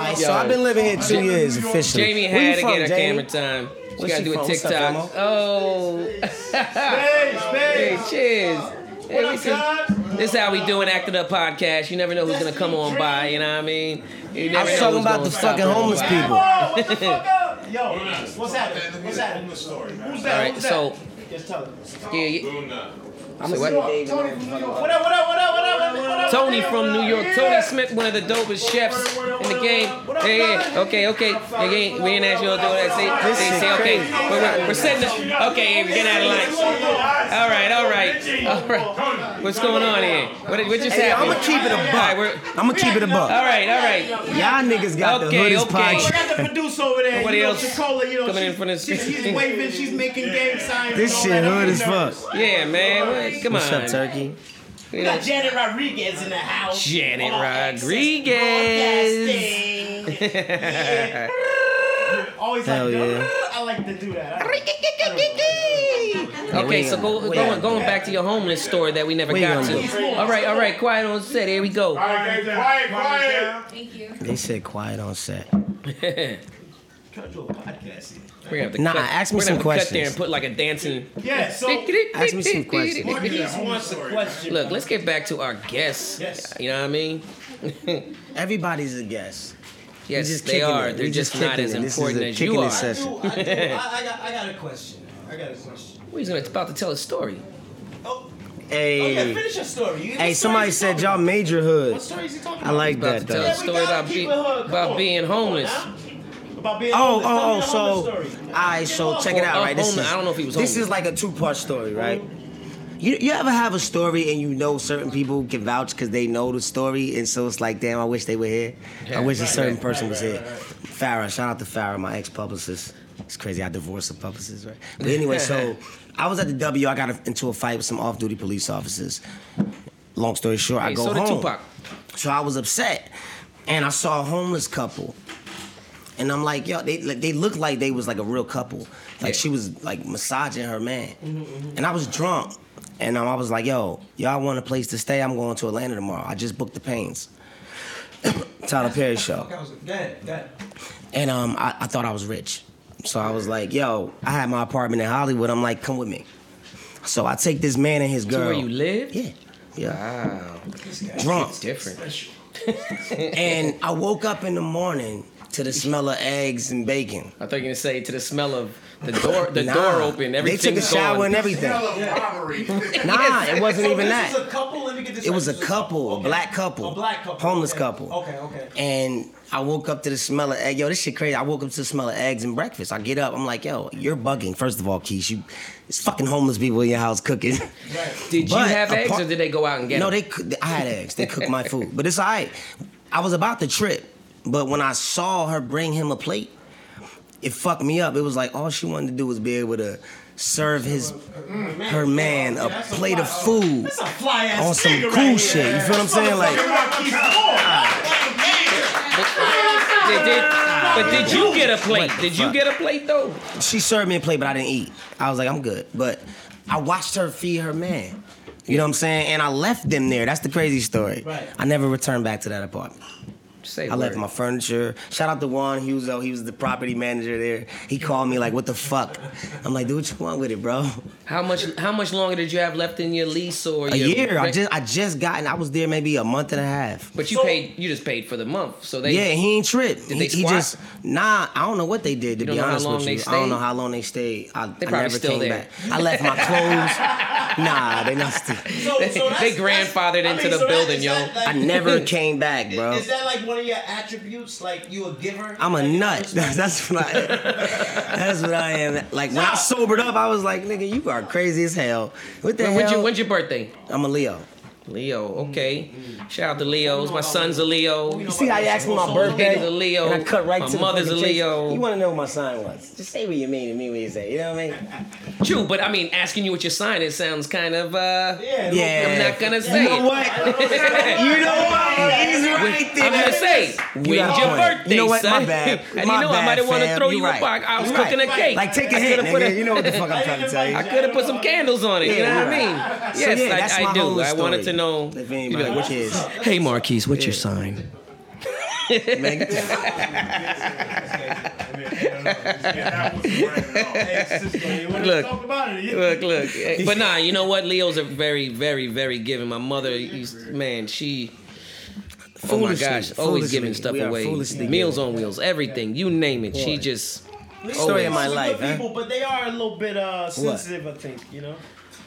G: right, so I've been living here two years officially.
F: Jamie
G: Where you
F: had to
G: from,
F: get her
G: Jamie?
F: camera time. She
G: Where
F: gotta
G: she
F: do a
G: from? What's up,
F: TikTok.
G: Elmo?
F: Oh,
B: Hey,
F: hey,
B: Spade.
F: cheers. Hey, we
B: up,
F: see-
B: guys?
F: this is how we do an Acting Up podcast. You never know who's gonna come on by, you know what I mean? You
G: I
F: never
G: was
F: know
G: talking
F: who's
G: about
F: gonna
G: the
F: stop
G: fucking
F: and go
G: homeless
F: by.
G: people.
B: Whoa, what the fuck up? Yo, what's happening? What's happening?
E: story, man.
B: Who's
F: All
B: that?
F: right,
B: Who's
F: so,
B: that? Just tell them.
F: yeah, yeah.
G: I'm
F: Say
G: a
F: what?
G: David.
B: What up, what up, what up, what up, what up?
F: Tony from New York. Tony Smith, one of the dopest chefs in the game. Yeah, yeah. Okay, okay. Yeah, yeah. We ain't ask you to do that. Say,
G: This
F: say,
G: shit
F: say okay.
G: crazy.
F: We're, we're, we're setting up. Okay, yeah, we're getting out of line. All right, all right, all right. What's going on here? What, what just
G: Hey,
F: happened?
G: I'ma keep it a
F: All right,
G: buck.
F: we're,
G: I'ma keep it a
F: all
G: buck.
F: right, all right.
G: Y'all niggas got
F: Okay,
G: the hoodest
F: okay.
B: I
G: podcast.
B: got the producer over there.
F: Nobody
B: you know,
F: else
B: Chicola, you know,
F: coming in
B: she's-
F: from this-
B: she's, she's waving, she's making gang signs. and
G: This
B: all
G: shit
B: that. I'm
G: hood as fuck.
B: nervous.
F: Yeah, man. what- Come
G: What's up,
F: on.
G: Turkey?
F: You
B: We
F: know,
B: got Janet Rodriguez in the house.
F: Janet
B: All access
F: Rodriguez.
B: broadcasting.
G: *laughs*
B: Yeah. Always
G: Hell
B: like,
G: yeah.
B: I like to do that. I don't-
F: Okay, so go,
G: Wait.
F: going going back to your homeless story that we never
G: Wait
F: got
G: on
F: to.
G: this.
F: All right, all right, quiet on set. Here we go.
E: All right, quiet, quiet.
I: Thank you.
G: They said quiet on set.
B: Try to do a podcast here.
F: We're gonna have to
G: Nah,
F: cut,
G: ask me
F: we're gonna
G: some
F: have to Cut there
G: questions.
F: and put like a dancing.
B: Yeah, so
G: Ask me some questions.
B: Marquise wants a question.
F: Look, let's get back to our guests.
B: Yes.
F: You know what I mean?
G: Everybody's a guest.
F: Yes,
G: just
F: they
G: kicking
F: are.
G: it.
F: They're
G: We
F: just,
G: just
F: not
G: kicking
F: as
G: it. This is
F: important
G: a
F: as you
G: kicking it
F: are.
H: I,
G: session.
H: do, I, do. I, I, got, I got a question. I got a question.
F: We're just gonna- about to tell a story.
H: Oh,
G: Hey,
H: oh yeah, finish your story. You,
G: hey,
H: what
G: somebody
H: story
G: said
H: you
G: y'all major hood.
B: What story is he talking
G: I
B: about?
G: like
F: About
G: that
F: to tell
G: though.
F: us. story about be- about being homeless.
B: About being
G: Oh, oh, oh,
B: homeless. Tell me the homeless
G: so,
B: story.
G: alright, so check it out,
F: Oh,
G: right? This
F: homeless.
G: is,
F: I don't know if he was homeless.
G: This
F: Mm-hmm.
G: is like a two-part story, right? You, you ever have a story and you know certain people can vouch because they know the story, and so it's like, damn, I wish they were here.
F: Yeah,
G: I wish
F: right,
G: a certain
F: right,
G: person was here. Farrah, shout out to Farrah, my ex-publicist. It's crazy, I divorced a publicist, right? But
F: *laughs*
G: anyway, so I was at the W. I got into a fight with some off-duty police officers. Long story short, I
F: Hey,
G: go
F: so did
G: home.
F: Tupac.
G: So I was upset, and I saw a homeless couple, and I'm like, yo, they like, they looked like they was like a real couple. Like
F: Yeah. Mm-hmm,
G: she was like massaging her man, and I was drunk, and um, I was like, yo, y'all want a place to stay? I'm going to Atlanta tomorrow. I just booked the Pains, *coughs* Tyler Perry show,
H: Fuck, I was- Go ahead, go ahead.
G: and um, I, I thought I was rich, so I was like, yo, I had my apartment in Hollywood. I'm like, come with me. So I take this man and his
F: To
G: girl.
F: where you live?
G: Yeah. Yeah.
F: Wow.
G: Drunk.
F: Different.
G: And I woke up in the morning to the smell of eggs and bacon.
F: I thought you were gonna say to the smell of
G: *laughs*
F: the door, the
G: Nah.
F: door open,
G: They
F: everything's
G: took a shower
F: gone.
G: and everything.
E: Hell of robbery.
G: *laughs* Nah, it wasn't
H: So
G: even
H: this
G: that.
H: was a couple. Let me get this.
G: It
H: right.
G: was a
H: This
G: couple, a
H: okay.
G: black couple,
H: A black couple.
G: homeless
H: okay.
G: couple.
H: Okay, okay.
G: And I woke up to the smell of egg. Yo, this shit crazy. I woke up to the smell of eggs and breakfast. I get up. I'm like, yo, you're bugging. First of all, Keisha, you, it's fucking homeless people in your house cooking.
F: Did you
G: But
F: have
G: a
F: eggs
G: par-
F: or did they go out and get
G: no,
F: them?
G: they. coo- I had eggs. They cooked my food, but it's all right. I was about to trip, but when I saw her bring him a plate, it fucked me up. It was like all she wanted to do was be able to serve his her man a plate of food
H: That's a fly ass
G: on some cool shit. You feel what I'm saying? Like.
F: Did- did- but did you get a plate? Did you get a plate though?
G: she served me a plate, but I didn't eat. I was like, I'm good. But I watched her feed her man. You know what I'm saying? And I left them there. That's the crazy story.
H: Right.
G: I never returned back to that apartment.
F: Say
G: I left
F: word.
G: my furniture. Shout out to Juan Huzo. He was the property manager there. He called me like, what the fuck? I'm like, do what you want with it, bro.
F: How much? How much longer did you have left in your lease or
G: A
F: your
G: year. I
F: rent?
G: just I just got and I was there maybe a month and a half.
F: But you
H: So-
F: paid. You just paid for the month, so they.
G: Yeah, he ain't tripped.
F: Did
G: he,
F: they
G: he
F: squat?
G: just nah. I don't know what they did. To
F: don't
G: be
F: know how
G: honest
F: long
G: with
F: they
G: you, I
F: stayed?
G: don't know how long they stayed. I,
F: They
G: I
F: probably
G: never
F: still
G: came
F: there.
G: back. I left my
F: *laughs*
G: clothes. nah, they not still.
H: So,
F: They-
H: so that's,
F: they grandfathered
H: that's,
F: into
H: so
F: the
H: that-
F: building,
H: is
F: yo.
H: That, like,
G: I never came
F: *laughs*
G: back, bro.
H: Is that like one of your attributes? Like you a giver?
G: I'm a
H: Like,
G: nut. *laughs*
H: it's like-
G: That's what I. That's what I am. Like when I sobered up, I was like, "Nigga, you are crazy as hell." What the
F: When, when's, your,
G: hell?
F: when's your birthday?
G: I'm a Leo.
F: Leo. Okay.
G: Mm-hmm.
F: Shout out to Leos. My son's a Leo.
G: You see how you asked me my birthday?
F: Nigga's a Leo.
G: And I cut right
F: My
G: to the
F: mother's
G: fucking
F: a
G: chase.
F: Leo.
G: You want to know what my sign was? Just say what you mean and mean what you say. You know what I mean?
F: True, but I mean, asking you what your sign is sounds kind of. uh
H: Yeah.
G: Yeah.
F: I'm not gonna say.
G: You know
F: it. *laughs*
G: what? you know what? He's right there.
F: I'm gonna say, when's
G: You
F: your
G: got a point.
F: birthday,
G: You know what?
F: son?
G: My bad.
F: *laughs* And
G: My
F: you know I
G: bad,
F: might have wanted to
G: fam.
F: throw
G: You
F: you a
G: right.
F: box. I was
G: You
F: cooking
G: right.
F: a cake.
G: Like, take a
F: I
G: hit,
F: coulda put
G: nigga. You know what the fuck I'm trying to tell you.
F: I could have put some candles on it. you
G: Yeah,
F: know what I
G: right.
F: mean?
G: So,
F: Yes,
G: yeah, that's
F: I,
G: my
F: I do.
G: whole
F: I wanted to
G: story.
F: know.
G: If
F: you'd be
G: anybody
F: like, "What-
G: cares."
F: hey, Marquise, what's your sign? Look.
E: Look. Talk about it. Yeah.
F: Look,
G: *laughs*
F: look. Eh, But nah, you know what? Leos are very, very, very giving. My mother, used, man, she. Oh my
G: Foolishly,
F: gosh, always
G: foolishly.
F: giving stuff
G: We are
F: away.
G: foolishly
F: Meals on wheels, everything. You name it. She just.
G: Story of my
B: Some
G: life,
B: good
F: *laughs*
G: huh?
B: people, but they are a little bit uh, sensitive. I think you know.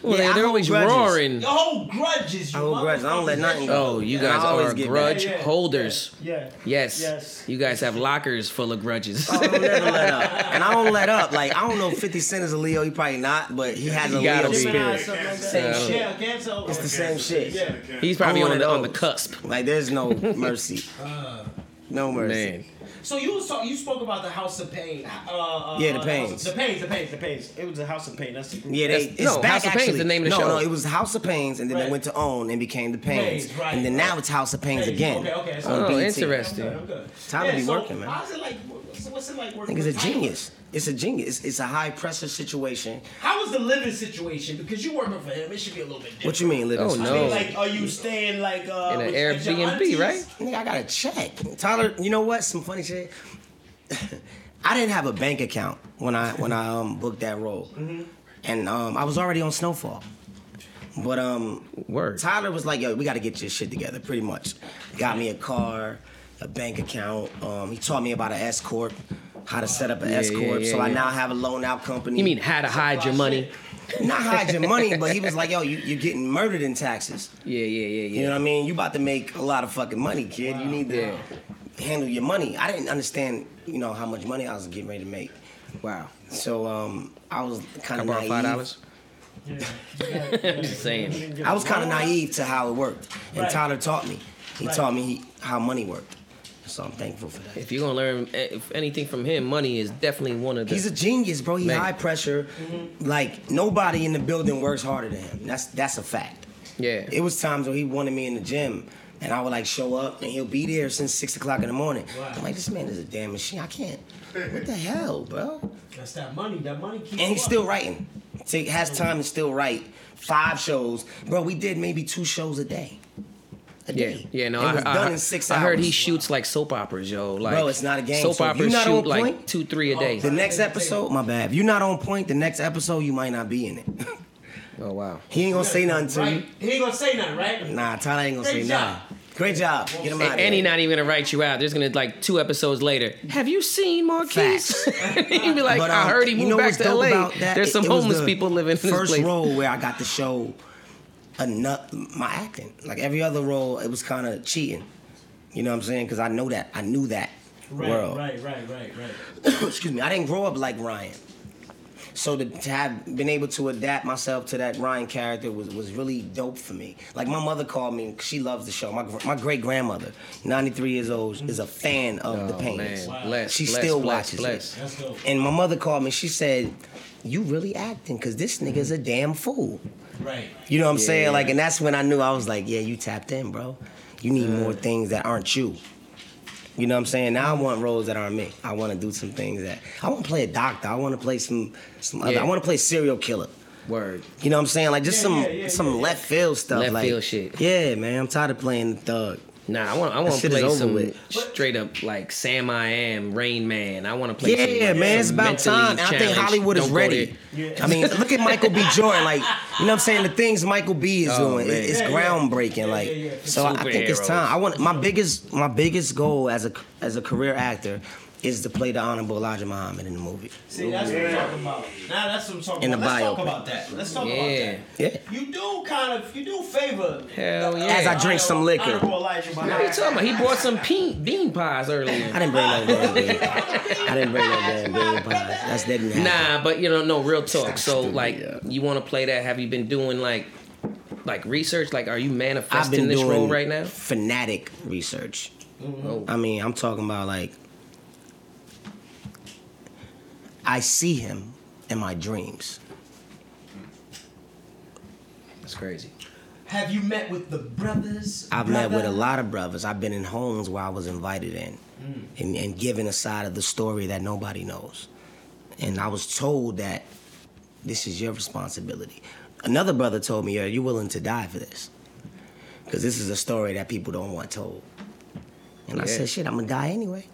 F: Well,
G: Yeah,
F: they're, they're
G: I hold
F: always
G: grudges.
F: roaring.
H: The whole grudges.
G: I
H: You
G: hold grudges. I don't let nothing go.
F: Oh, you
G: And I
F: guys
G: always
F: are
G: get back.
F: grudge
B: Yeah, yeah,
F: holders.
B: Yeah.
F: Yes.
B: Yes.
F: You guys have lockers full of grudges.
G: *laughs* I don't never let up. And I don't let up. Like, I don't know if 50 Cent is a Leo. He probably not, but he has a
F: He gotta
G: Leo
F: be.
B: Gemini,
G: spirit.
B: something like that.
H: Yeah.
F: Yeah.
H: yeah cancel.
G: It's the same shit.
F: *laughs* He's probably
G: I'm one
F: on
G: of
F: the, on the
G: those.
F: cusp.
G: Like, there's no
F: *laughs*
G: mercy. No mercy.
F: Man.
H: So you was talk, you spoke about the House of Pain. Uh, uh,
G: Yeah, the
H: House
G: Pains.
H: of- The Pains. The Pains. The Pains.
B: Pains. It was a house of pain. That's the group.
G: Yeah, they,
F: That's-
G: it's
F: no,
G: back
F: House of
G: actually.
F: Pain's the name of the
G: no,
F: show.
G: No, it was House of Pains, and then
H: Right.
G: they went to Own and became the Pains,
H: Pains, right.
G: and then now it's House of Pains
H: Pains,
G: again.
H: okay, okay, so-
G: on
F: Oh,
G: BET.
F: interesting.
H: I'm good.
G: Tyler be working, man.
H: How's it like? What's, what's it like
G: I
H: working?
G: think
H: with
G: it's a
H: Tyler?
G: genius. It's a genius. It's a high pressure situation.
H: How is the living situation? Because you working for him, it should be a little bit different.
G: What you mean, living?
F: Oh,
G: situation?
F: no.
H: I mean, like, are you staying like uh,
G: Oh,
F: In an
H: with- at your
F: Airbnb,
H: auntie's?
F: right?
G: Nigga, I gotta check. Tyler, you know what? Some funny shit. *laughs* I didn't have a bank account when I when I um, booked that role,
F: Mm-hmm.
G: and um, I was already on Snowfall. But um,
F: Word.
G: Tyler was like, "Yo, we got to get your shit together." Pretty much, got me a car, a bank account. Um, he taught me about an S corp, how to set up an S
F: yeah,
G: corp.
F: yeah,
G: so I
F: yeah.
G: now have a loan out company.
F: You mean how to hide your money?
G: not hide your money?
F: *laughs*
G: But he was like, "Yo, you, you're getting murdered in taxes."
F: Yeah, yeah, yeah,
G: You know
F: yeah.
G: what I mean? You about to make a lot of fucking money, kid. You need to handle your money. I didn't understand, you know, how much money I was getting ready to make.
F: Wow.
G: So um, I was kind
F: I
G: of
F: borrowed
G: naive.
F: five dollars.
G: *laughs*
F: *laughs* I'm just saying.
G: I was kind of naive to how it worked, and
H: Right.
G: Tyler taught me. He taught me he, how money worked. So I'm thankful for that.
F: If you're gonna learn eh, if anything from him, money is definitely one of the.
G: He's a genius, bro. He
F: Man.
G: high pressure. Like nobody in the building works harder than him. That's that's a fact.
F: yeah.
G: It was times where he wanted me in the gym, and I would like show up, and he'll be there since six o'clock in the morning. I'm like, this man is a damn machine.
B: *laughs*
G: I can't. What the hell, bro?
H: That's that money. That money keeps.
G: And
H: you
G: he's
H: up.
G: still writing. Take has time to still write five shows, bro. We did maybe two shows a day. A
F: yeah,
G: day.
F: yeah, no,
G: It
F: I,
G: was
F: I-
G: done in six
F: I
G: hours.
F: heard he shoots like soap operas, yo. Like,
G: it's not a game,
F: Soap
G: so if you're
F: operas
G: not on
F: shoot like
G: point-
F: two, three a day.
G: The next episode, my bad. If you're not on point, the next episode you might not be in it.
F: Oh wow.
G: He ain't gonna say nothing to
B: Right? He ain't gonna say nothing, right?
G: you. Nah, Tyler ain't gonna
B: Great
G: say
B: job.
G: nothing. Great job. Get him out of
F: And, he
G: here.
F: not even gonna write you out. There's gonna like two episodes later. Have you seen Marquise?
G: Facts.
F: He'd be like,
G: But,
F: I
G: um,
F: heard *laughs* he moved
G: you know
F: back
G: what's
F: to
G: dope
F: LA.
G: about that?
F: There's
G: It-
F: some
G: it was
F: homeless
G: the
F: people living in this
G: First
F: place.
G: role where I got to show enough my acting. Like every other role, it was kind of cheating. You know what I'm saying? Because I know that. I knew that
B: Right,
G: world.
B: right, right, right, right.
G: *coughs* Excuse me. I didn't grow up like Ryan. So to, to have been able to adapt myself to that Ryan character was, was really dope for me. Like my mother called me, 'cause she loves the show. My gr- my great grandmother, 93 years old, is a fan of the
F: Oh,
G: Pains.
F: man. Bless,
G: she
F: bless,
G: still
F: bless,
G: watches
F: bless.
G: it.
B: That's dope.
G: And my mother called me. She said, "You really acting? Cause this nigga's a damn fool."
B: Right.
G: You know what I'm
F: Yeah,
G: saying?
F: yeah.
G: Like, and that's when I knew I was like, "Yeah, you tapped in, bro. You need more things that aren't you." You know what I'm saying? Now I want roles that aren't me. I want to do some things that I want to play a doctor. I want to play some some other.
F: Yeah.
G: I want to play serial killer.
F: Word.
G: You know what I'm saying? Like just
B: Yeah,
G: some
B: yeah, yeah,
G: some
B: yeah, yeah.
G: left field stuff.
F: Left
G: like,
F: field shit.
G: Yeah, man. I'm tired of playing the thug.
F: Nah, I want I want to
G: shit is
F: play
G: over
F: some
G: with.
F: straight up like Sam I Am, Rain Man. I want to play.
G: Yeah,
F: some,
G: man,
F: like,
G: it's
F: some
G: about
F: mentally
G: time. And I think
F: challenged-
G: Hollywood is
F: Don't go
G: ready.
F: there.
G: I mean, look at
F: *laughs*
G: Michael B. Jordan. Like, you know what I'm saying? The things Michael B. is
F: Oh,
G: doing,
F: man.
G: it- it's
B: Yeah, yeah.
G: groundbreaking. like,
B: yeah, yeah.
G: so I, I think it's
F: Superheroes.
G: time. I want my biggest my biggest goal as a as a career actor is to play the honorable Elijah Muhammad in the movie.
B: See, that's what I'm talking about. Now that's what I'm talking
G: In the
B: about. Let's talk
G: biopic.
B: about that. Let's talk
F: Yeah.
B: about
G: Yeah.
B: that. You do kind of, you do favor.
F: Hell yeah.
G: As I drink some liquor.
B: Honorable Elijah
F: What are you talking about? He bought some pe- bean pies
G: I
F: earlier.
G: didn't bring no damn bean. I didn't bring no damn bean pie. That's that didn't happen.
F: Nah, but you know, no real talk. So
G: Stupid,
F: like,
G: yeah.
F: you want to play that? Have you been doing like, like research? Like, are you
G: I've
F: manifesting
G: been
F: this
G: doing
F: role right now?
G: fanatic research.
F: Oh,
G: I mean, I'm talking about like I see him in my dreams.
F: that's crazy.
B: Have you met with the brothers?
G: I've met with a
B: brother?
G: lot of brothers. I've been in homes where I was invited in
F: Mm.
G: and, and given a side of the story that nobody knows. And I was told that this is your responsibility. Another brother told me, Are you willing to die for this? Because this is a story that people don't want told. And I
F: Yeah.
G: said, Shit, I'm going to die anyway.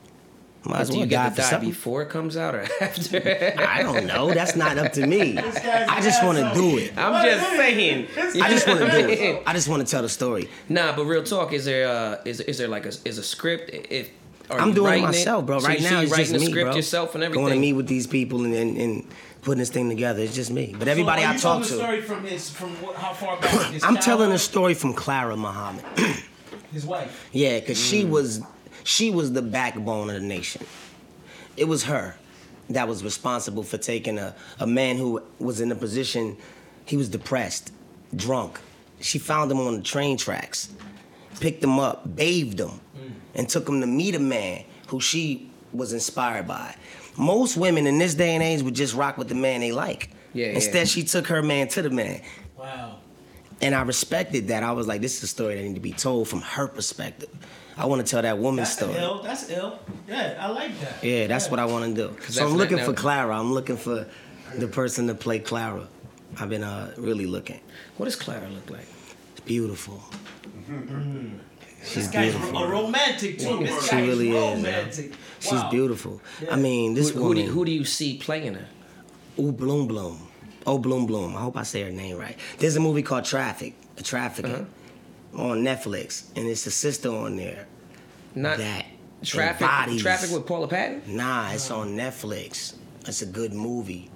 G: Might
F: But
G: as
F: do
G: well
F: you
G: die
F: get
G: for
F: to die
G: something.
F: before it comes out or *laughs* after?
G: I don't know. That's not up to
F: *laughs*
G: me. I just want to do it.
F: I'm just *laughs* saying.
G: I just want to
F: *laughs*
G: do it. I just want to tell the story.
F: Nah, but real talk, is there uh, is is there like a is a script? If are
G: I'm
F: you
G: doing it
F: writing
G: myself, bro.
F: So
G: Right
F: you- so
G: now,
F: you
G: it's
F: writing
G: just
F: the
G: me,
F: script
G: bro.
F: yourself and everything.
G: Going to meet with these people and, and, and putting this thing together. It's just me. But everybody
B: So are
G: I
B: you
G: talk
B: telling
G: to,
B: the story from his, from what, how far back? His
G: I'm
B: childhood?
G: telling a story from Clara Muhammad. *clears throat*
B: His wife.
G: yeah, because she
F: Mm.
G: was she was the backbone of the nation. It was her that was responsible for taking a, a man who was in a position he was depressed, drunk. She found him on the train tracks, picked him up, bathed him,
F: Mm.
G: and took him to meet a man who she was inspired by. Most women in this day and age would just rock with the man they like.
F: Yeah, yeah.
G: Instead, she took her man to the man.
B: Wow.
G: And I respected that. I was like, this is a story that need to be told from her perspective. I want to tell that woman's
B: That's
G: story.
B: ill. That's ill. Yeah, I like that.
G: Yeah, that's what I want to do. So
F: that's
G: I'm looking
F: not-
G: for
F: now-
G: Clara. I'm looking for the person to play Clara. I've been uh, really looking.
F: What does Clara look like?
G: It's beautiful.
B: This guy's a romantic too. This
G: She
B: guy's
G: really is. yo.
B: romantic.
G: She's
B: Wow.
G: beautiful. I mean, this
F: Who, who, do
G: woman.
F: you, who do you see playing her?
G: Ooh, Bloom Bloom. Oh, Bloom Bloom. I hope I say her name right. There's a movie called Traffic, The Trafficking,
F: Uh-huh.
G: on Netflix, and it's a sister on there.
F: Not
G: that
F: traffic.
G: embodies-
F: Traffic with Paula Patton
G: Nah, it's on Netflix. It's a good movie.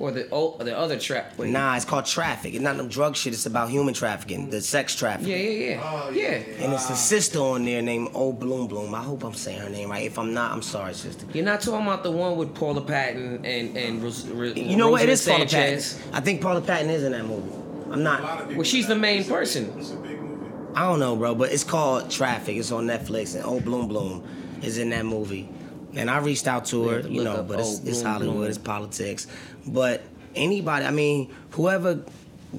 F: or the oh, the other trap. Wait.
G: Nah, it's called Traffic. It's not no drug shit. It's about human trafficking, the sex trafficking.
F: Yeah, yeah, yeah. Oh, yeah.
G: And it's a sister on there named O Bloom Bloom. I hope I'm saying her name right. If I'm not, I'm sorry, sister.
F: You're not talking about the one with Paula Patton and and Ros- Ro-
G: You know what? It
F: Rosamund
G: is Paula Patton.
F: Sanchez.
G: I think Paula Patton is in that movie. I'm not.
F: Well, she's the main person.
E: It's a big movie.
G: I don't know, bro, but it's called Traffic. It's on Netflix, and O Bloom Bloom is in that movie. And I reached out to her,
F: to
G: you
F: look
G: know,
F: up
G: but it's,
F: O
G: it's
F: Bloom
G: Hollywood,
F: Bloom.
G: it's politics. But anybody, I mean, whoever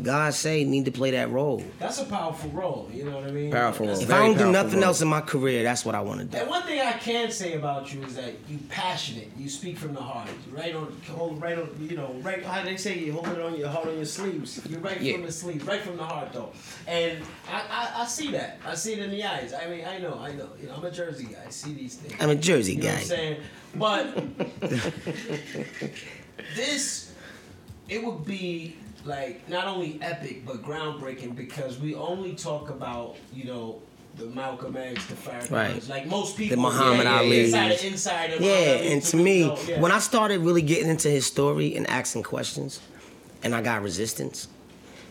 G: God say need to play that role.
B: That's a powerful role. You know what I mean?
F: Powerful
B: That's-
F: role.
G: If
F: Very
G: I don't do
F: powerful
G: nothing
F: role.
G: else in my career, that's what I want to do.
B: And one thing I can say about you is that you passionate. You speak from the heart. You right on, hold right on. You know, right. How they say you hold it on your heart on your sleeves. You right
F: Yeah.
B: from the sleeve, right from the heart though. And I, I, I see that. I see it in the eyes. I mean, I know, I know. You know, I'm a Jersey guy. I see these things.
G: I'm a Jersey
B: You know what
G: guy.
B: I'm saying?
H: *laughs*
B: But this, it would be
H: like not only epic but groundbreaking because we only talk about you know the Malcolm X, the Farrakhan,
G: Right.
H: like most people,
G: The Muhammad
H: yeah,
G: Ali.
H: inside, of- inside of
G: Yeah,
H: Muhammad Ali,
G: and to me,
H: know, yeah.
G: when I started really getting into his story and asking questions, and I got resistance,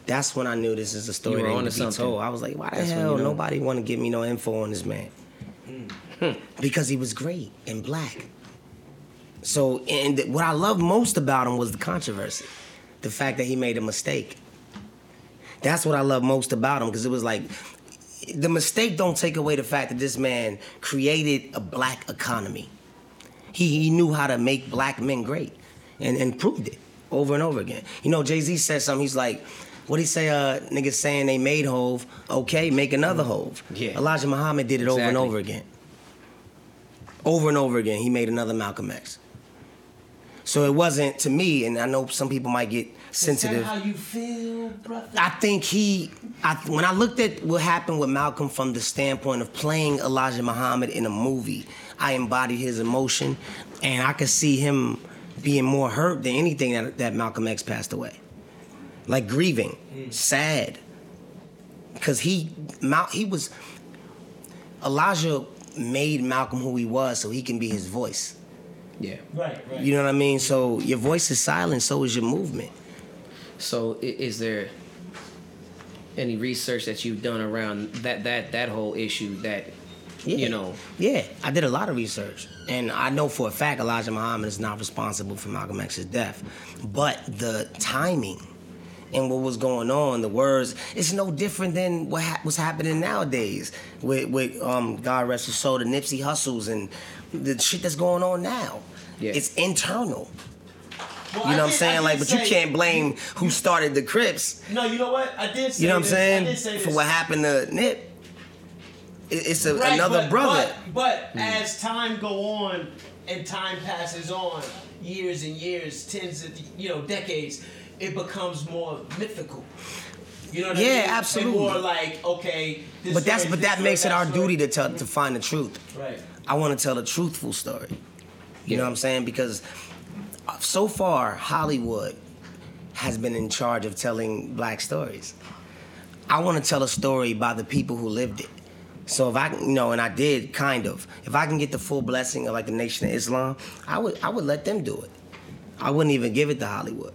G: that's when I knew this is a
F: You were
G: story that
F: onto
G: would be
F: something.
G: told. I was like, why the
F: That's when
G: hell
F: you know. Hmm.
G: nobody want to give me no info on this man? Hmm. because he was great and black. So, and th- what I loved most about him was the controversy, the fact that he made a mistake. That's what I love most about him because it was like the mistake don't take away the fact that this man created a black economy. He, he knew how to make black men great and, and proved it over and over again. You know, Jay Z said something, he's like, what he say, uh, niggas saying they made Hove, okay, make another Hove.
F: Mm-hmm. Yeah.
G: Elijah Muhammad did it over and
F: Exactly.
G: over again. Over and over again, he made another Malcolm X. So it wasn't to me, and I know some people might get sensitive.
H: Is that how you feel, brother?
G: I think he, I, when I looked at what happened with Malcolm from the standpoint of playing Elijah Muhammad in a movie, I embodied his emotion, and I could see him being more hurt than anything that, that Malcolm X passed away, like grieving, sad, because he, Mal, he was, Elijah made Malcolm who he was so he can be his voice.
F: Yeah.
H: right, right.
G: You know what I mean? So your voice is silent, so is your movement.
F: So i- is there any research that you've done around that that that whole issue that you know
G: Yeah, I did a lot of research, and I know for a fact Elijah Muhammad is not responsible for Malcolm X's death, but the timing and what was going on, the words, it's no different than what ha- was happening nowadays with with um, God rest his soul, the Nipsey Hustles and the shit that's going on now.
F: Yeah.
G: It's internal.
H: Well,
G: You
H: I
G: know what
H: did-
G: I'm
H: I
G: saying?
H: did
G: Like, but you
H: say-
G: can't blame who started the Crips.
H: No, you know what? I did. Say
G: You know what I'm
H: this- I
G: saying?
H: did say
G: For
H: this.
G: what happened to Nip. It- It's a,
H: Right,
G: another
H: but-
G: brother. Hmm.
H: But, but as time go on and time passes on, years and years, tens of you know decades, it becomes more mythical. You know what I
G: Yeah,
H: mean? And
G: absolutely.
H: more like okay. This
G: But that's
H: story,
G: but
H: this
G: that
H: story,
G: makes it our
H: story.
G: duty to tell to find the truth.
H: Right.
G: I want to tell a truthful story. You know
F: Yeah.
G: what I'm saying? Because uh, so far Hollywood has been in charge of telling black stories. I want to tell a story by the people who lived it. So if I, can- you know, and I did kind of. If I can get the full blessing of like the Nation of Islam, I would I would let them do it. I wouldn't even give it to Hollywood.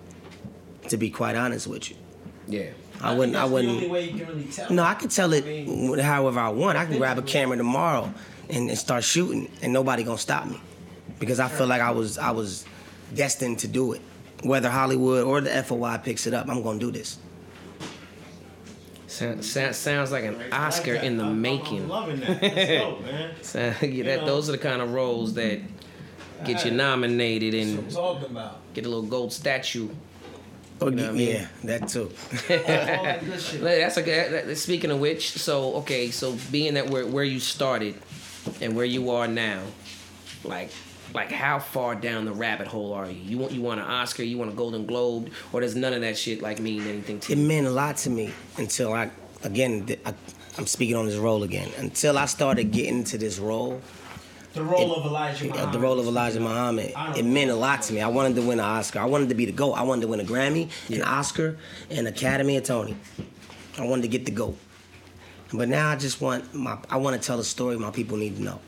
G: To be quite honest with you,
F: yeah
G: I wouldn't. I
H: That's
G: wouldn't.
H: The only way you can really tell.
G: No, I could tell it
H: I mean-
G: wh- however I want. I can grab a camera tomorrow and, and start shooting, and nobody gonna stop me because I feel like I was I was destined to do it. Whether Hollywood or the FOI picks it up, I'm gonna do this.
F: sound, sound, sounds like an
B: I like
F: Oscar
B: that.
F: in the
B: I'm- I'm-
F: making *laughs*
B: I'm loving that. Let's go, man.
F: So, *laughs* yeah, that,
B: know.
F: those are the kind of roles that get you nominated
H: That's what I'm
F: and
H: talking
G: *laughs*
H: about.
F: get a little gold statue.
G: Oh,
F: know what I mean?
G: yeah,
F: *laughs*
G: that too.
H: All that good shit.
F: Like, That's a good. that- that- Speaking of which, so okay, so being that where where you started and where you are now, like like how far down the rabbit hole are you? You want you want an Oscar? You want a Golden Globe? Or does none of that shit like mean anything to
G: It
F: you?
G: meant a lot to me until I, again, th- I, I'm speaking on this role again. Until I started getting into this role,
B: The role
G: It-
B: of Elijah.
G: uh,
B: Muhammad.
G: the role of Elijah Muhammad,
B: Honorable.
G: it meant a lot to me. I wanted to win an Oscar. I wanted to be the GOAT. I wanted to win a Grammy, an Oscar, an Academy, a Tony. I wanted to get the GOAT. But now I just want my I want to tell a story my people need to know.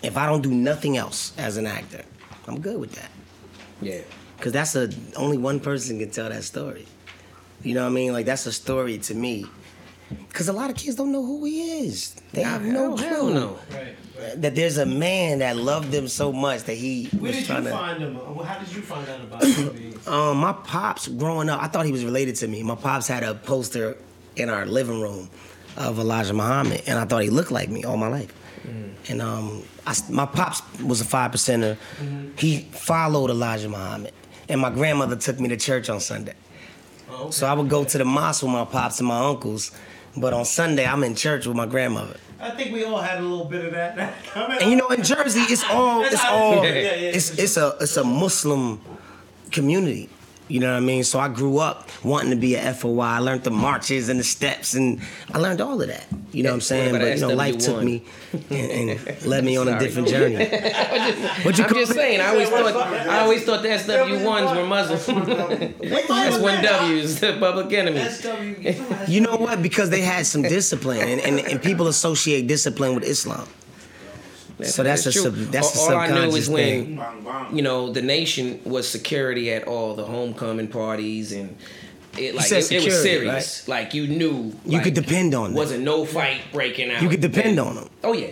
G: If I don't do nothing else as an actor, I'm good with that.
F: Yeah,
G: Cause that's a only one person can tell that story. You know what I mean? Like that's a story to me. Cause a lot of kids don't know who he is. They have
F: hell,
G: no clue
F: hell no.
B: Right.
G: that there's a man that loved them so much that he
B: Where
G: was
B: did you
G: trying to.
B: find him? Uh, How did you find out about him?
G: *coughs*
B: B?
G: Um, my pops, growing up, I thought he was related to me. My pops had a poster in our living room of Elijah Muhammad, and I thought he looked like me all my life.
B: Mm.
G: And um, I s my pops was a five percenter.
B: Mm-hmm.
G: He followed Elijah Muhammad, and my grandmother took me to church on Sunday.
B: Oh,
G: So I would go to the mosque with my pops and my uncles, but on Sunday I'm in church with my grandmother.
B: I think we all had a little bit of that.
H: *laughs*
B: I mean,
G: And you know, in
F: *laughs*
G: Jersey, it's all it's all
B: Yeah, yeah,
G: it's it's a it's a Muslim community. You know what I mean? So I grew up wanting to be a FOI. I learned the marches and the steps, and I learned all of that. You know what I'm saying?
F: about
G: But you know,
F: SW1?
G: life took me and, and led me on a
F: Sorry.
G: different
F: *laughs*
G: journey. What you
F: I'm
G: call
F: just
G: it?
F: saying. I always thought I always thought the SW ones were Muslim. *laughs* That's when W's, the Public Enemy.
G: You know what? Because they had some discipline, and, and, and people associate discipline with Islam. So that's a sub, that's a
F: all, all I
G: subconscious
F: knew is
G: thing.
F: when you know the nation was security at all the homecoming parties and. It, like,
G: said
F: it, it was
G: security,
F: serious. Like you knew
G: You
F: like,
G: could depend on them.
F: Wasn't no fight breaking out.
G: You could depend
F: Then-
G: on them.
F: Oh yeah,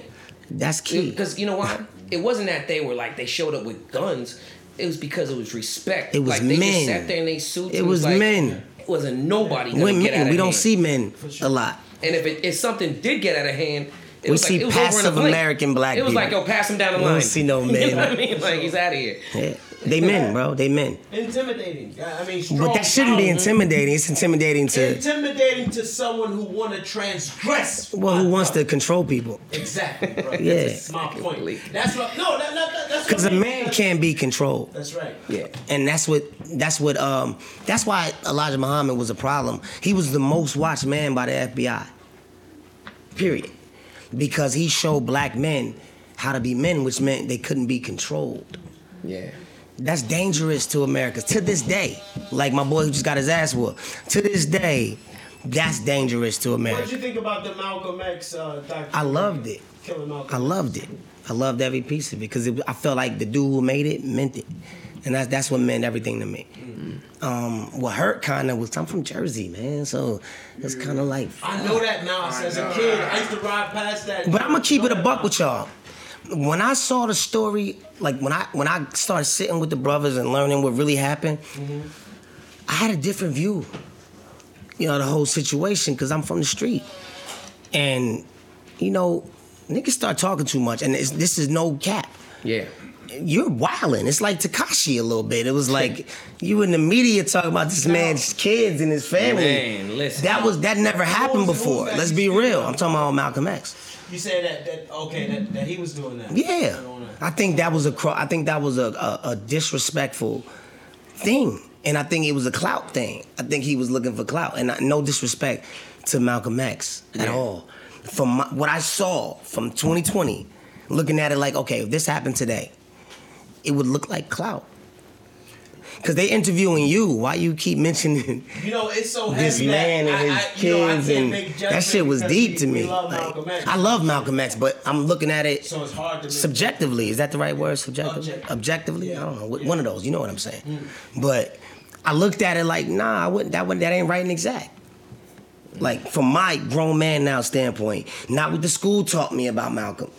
G: That's key.
F: because you know why? It wasn't that they were like they showed up with guns. It was because it was respect.
G: It was
F: like, they
G: men.
F: Just sat there in they suits.
G: It
F: and
G: was
F: like,
G: men.
F: It wasn't nobody. gonna
G: When
F: get out
G: men,
F: of
G: we don't
F: hand.
G: see men a lot.
F: And if it, if something did get out of hand, it
G: We
F: was
G: see
F: like, it was over in a
G: passive
F: blink.
G: American black
F: It was
G: people.
F: like yo, pass him down the
G: We
F: line.
G: don't see
F: *laughs*
G: no
F: You
G: men.
F: know what I mean? Like he's out of here.
G: Yeah. They men, bro. They men.
B: Intimidating. I mean, strong
G: But that shouldn't be
B: power.
G: intimidating. It's intimidating to
B: Intimidating to someone who want to transgress.
G: well, who
B: my
G: wants to
B: power.
G: control people?
B: Exactly. Right.
G: Yeah.
B: That's my point. That's what. No, that, that, that, that's
G: Because a
B: what-
G: man can't be controlled.
B: That's right.
F: Yeah.
G: And that's what that's what um that's why Elijah Muhammad was a problem. He was the most watched man by the FBI. Period. Because he showed black men how to be men, which meant they couldn't be controlled.
F: Yeah.
G: That's dangerous to America to this day. Like my boy who just got his ass whooped. To this day, that's dangerous to
B: What
G: America.
B: you think about the Malcolm X uh, documentary?
G: I loved it.
B: Killing Malcolm.
G: I loved it. I loved every piece of it because I felt like the dude who made it meant it, and that's that's what meant everything to me. Um, what hurt kind of was I'm from Jersey, man, so it's kind of like.
B: I know that now. so As a kid, I used to ride past that.
G: But I'm gonna keep it a buck with y'all. When I saw the story, like when I when I started sitting with the brothers and learning what really happened, I had a different view. You know the whole situation because I'm from the street, and you know niggas start talking too much, and it's, this is no cap.
F: Yeah.
G: you're wilding. It's like Takashi a little bit. It was like you in the media talking about this man's kids and his family.
F: Man, listen.
G: That was that never happened
B: Who was- who
G: before.
B: was that
G: Let's
B: you
G: be
B: speak
G: real.
B: of?
G: I'm talking about Malcolm X.
B: You said that that okay that, that he was doing that.
G: Yeah,
B: Doing that.
G: I think that was a cro- I think that was a, a, a disrespectful thing, and I think it was a clout thing. I think he was looking for clout, and I, no disrespect to Malcolm X at all. From my, what I saw from 2020, looking at it like, okay, if this happened today, it would look like clout. Cause they interviewing you. Why you
B: *laughs*
G: keep mentioning?
B: You know, it's so heavy.
G: this
B: that
G: man and
B: I-
G: his
B: I, you know, I
G: kids
B: can't
G: and
B: make
G: that
B: judgment
G: shit was
B: because
G: deep
B: we-
G: to me.
B: We love
G: Like,
B: Malcolm X.
G: I love Malcolm X, but I'm looking at it
B: So it's hard to make-
G: subjectively. Is that the right word? Subjectively,
B: Objective. Mm.
G: objectively. I don't know. Wh- One of those. You know what I'm saying? But I looked at it like, nah, I wouldn't. That wouldn't, that ain't right and exact. Like from my grown man now standpoint, not what the school taught me about Malcolm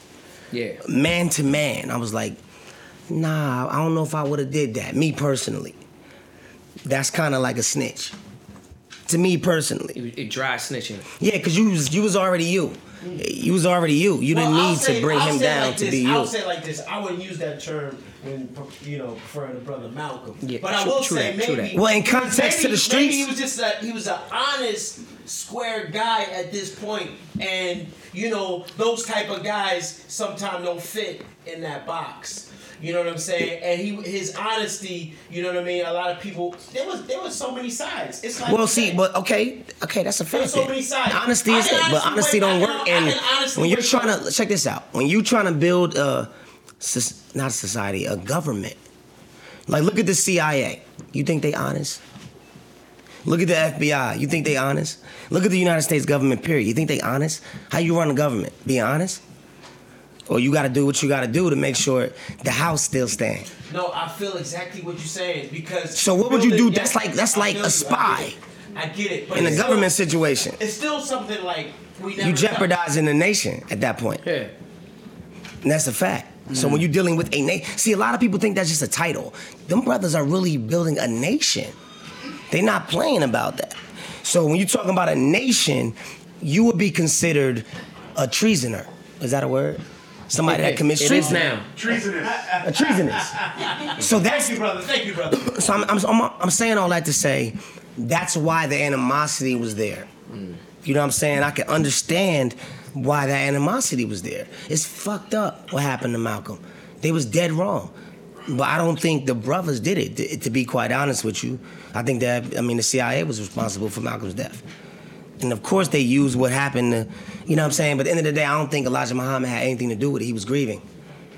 F: Yeah.
G: man to man. I was like, nah, I don't know if I would have did that. Me personally, that's kind of like a snitch. To me personally,
F: It, it dry snitching.
G: yeah, cause you was you was already you, you was already you. You didn't
B: Mm. Well, I'll
G: need
B: say-
G: to bring
B: I'll
G: him
B: say it
G: down
B: like
G: to
B: this.
G: be you.
B: I'll say it like this: I wouldn't use that term when you know referring to brother Malcolm.
F: Yeah,
B: but I
F: true-
B: will
F: true
B: say
F: that, true
B: maybe.
F: that.
G: Well, in context
B: maybe,
G: to the streets-
B: maybe he was just a, he was an honest, square guy at this point, and you know those type of guys sometimes don't fit in that box. You know what I'm saying? And he his honesty. You know what I mean? A lot of people there was there was so many sides. It's like
G: Well,
B: you
G: see,
B: said.
G: but okay, okay, that's a fact.
B: There's so
G: then.
B: many sides.
G: Honesty
B: I
G: is
B: can
G: it, but
B: honestly
G: honesty
B: wait- I
G: don't
B: can-
G: work.
B: I
G: And
B: can honestly
G: when you're
B: wait-
G: trying to check this out, when you're trying to build a soc- not a society, a government, like look at the CIA. You think they honest? Look at the FBI. You think they honest? Look at the United States government. Period. You think they honest? How you run a government? Be honest. Or you got to do what you got to do to make sure the house still stands.
B: No, I feel exactly what you're saying because.
G: So what would you
B: building-
G: do? That's like- that's
B: I
G: like
B: feel
G: a
B: you, I
G: spy.
B: get it. I get it. But
G: In a
B: it's
G: government
B: still,
G: situation,
B: it's still something like we never.
G: you
B: touched.
G: jeopardizing the nation at that point.
F: Yeah.
G: And that's a fact. So
F: Mm.
G: when you're dealing with a nation, see, a lot of people think that's just a title. Them brothers are really building a nation. They're not playing about that. So when you're talking about a nation, you would be considered a treasoner. Is that a word? Somebody that commits
F: It is
G: treason.
F: now.
G: A treasonous. so that's
B: Thank you, brother. Thank you, brother.
G: so I'm, I'm, I'm, I'm saying all that to say that's why the animosity was there. You know what I'm saying? I can understand why that animosity was there. It's fucked up what happened to Malcolm. They was dead wrong. But I don't think the brothers did it. To, to be quite honest with you, I think that I mean the CIA was responsible for Malcolm's death, and of course they used what happened. To, you know what I'm saying? But at the end of the day, I don't think Elijah Muhammad had anything to do with it. He was grieving.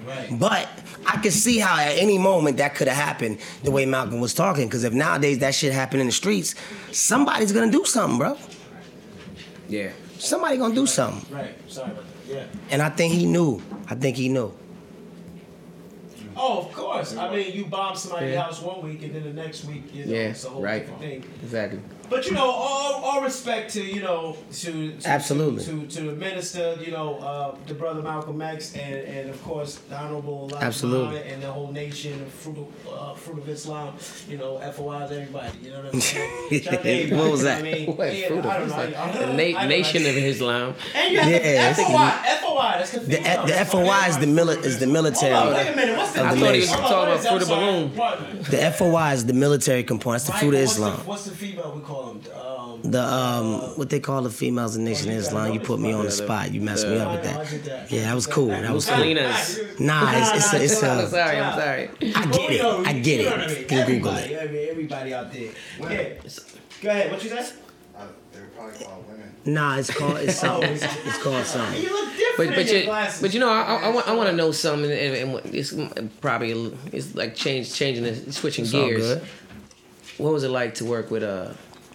B: Right.
G: But I could see how at any moment that could have happened the way Malcolm was talking. Because if nowadays that shit happened in the streets, somebody's gonna do something, bro.
F: Yeah.
G: Somebody gonna do something.
B: Right. Sorry about that. Yeah.
G: And I think he knew. I think he knew.
B: Oh, of course. I mean, you bomb somebody's
F: Yeah.
B: house one week and then the next week, you know,
F: Yeah.
B: it's a whole
F: Right.
B: different thing.
F: Exactly.
B: But you know, all, all respect to you know to, to
G: Absolutely.
B: to, to the minister, you know, uh, the brother Malcolm X, and, and of course the honorable Elijah
G: Absolutely.
B: Muhammad and the whole nation, of fruit of, uh, fruit of Islam, you know, FOIs everybody, you know what I'm
G: *laughs*
B: saying? Shout out to everybody,
G: What was
B: you know
G: that?
B: I mean,
F: What?
B: Yeah,
F: Fruit
B: I
F: of
B: don't know.
F: Islam.
B: I- I-
F: The
B: I
F: na-
B: don't
F: nation
B: know.
F: of Islam.
B: And you have
G: Yeah,
B: the
G: it's-
B: FOI, FOI. That's
G: The, E,
B: confusing.
G: the FOI is the, mili- is the military.
B: Hold on, wait a minute. What's the
G: I
B: name?
G: thought he was
B: Hold on,
F: talking
B: what is
F: about
B: that?
F: Fruit of
B: I'm
F: Balloon.
B: sorry. Pardon.
G: The FOI is the military component. That's the food of
B: Right, what's
G: Islam.
B: The, what's the female we call them? Um,
G: The um, what they call the females in the nation of Islam. You put me on the spot. You messed me up with that. Yeah, that was cool. That was cool.
F: Selena's.
G: Nah, it's, it's
F: *laughs* I'm
G: a.
F: sorry. I'm sorry.
G: It's a I get it. I get it. Can you Google
B: everybody,
G: it?
B: every- everybody out there. Yeah. Go ahead. What you say?
E: They're probably called women.
G: Nah, it's called it's something.
B: it's-
G: It's called something.
B: You look different
F: But
B: in
F: but
B: your
F: you
B: glasses.
F: but you know I, I, I want I want to know something and, and what- it's probably it's like change changing the switching
G: It's all
F: gears.
G: good.
F: What was it like to work with uh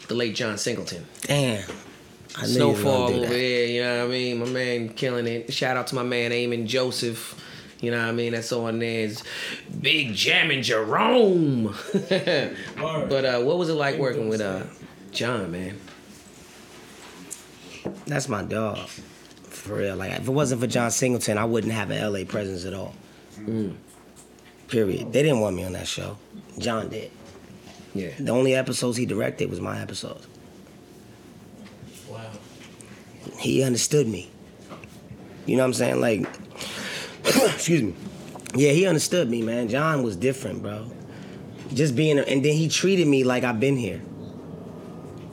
F: the late John Singleton?
G: Damn. I knew you were
F: Snowfall
G: gonna do
F: over
G: that.
F: there, you know what I mean? My man killing it. Shout out to my man Eamon Joseph. You know what I mean? That's on there. It's Big Jam and Jerome. *laughs* but uh, what was it like working with uh, John, man?
G: That's my dog. For real. Like if it wasn't for John Singleton, I wouldn't have an LA presence at all. Period. They didn't want me on that show. John did.
F: Yeah.
G: The only episodes he directed was my episodes.
B: Wow.
G: He understood me. You know what I'm saying? Like, *coughs* excuse me. Yeah, he understood me, man. John was different, bro. Just being, and then he treated me like I've been here.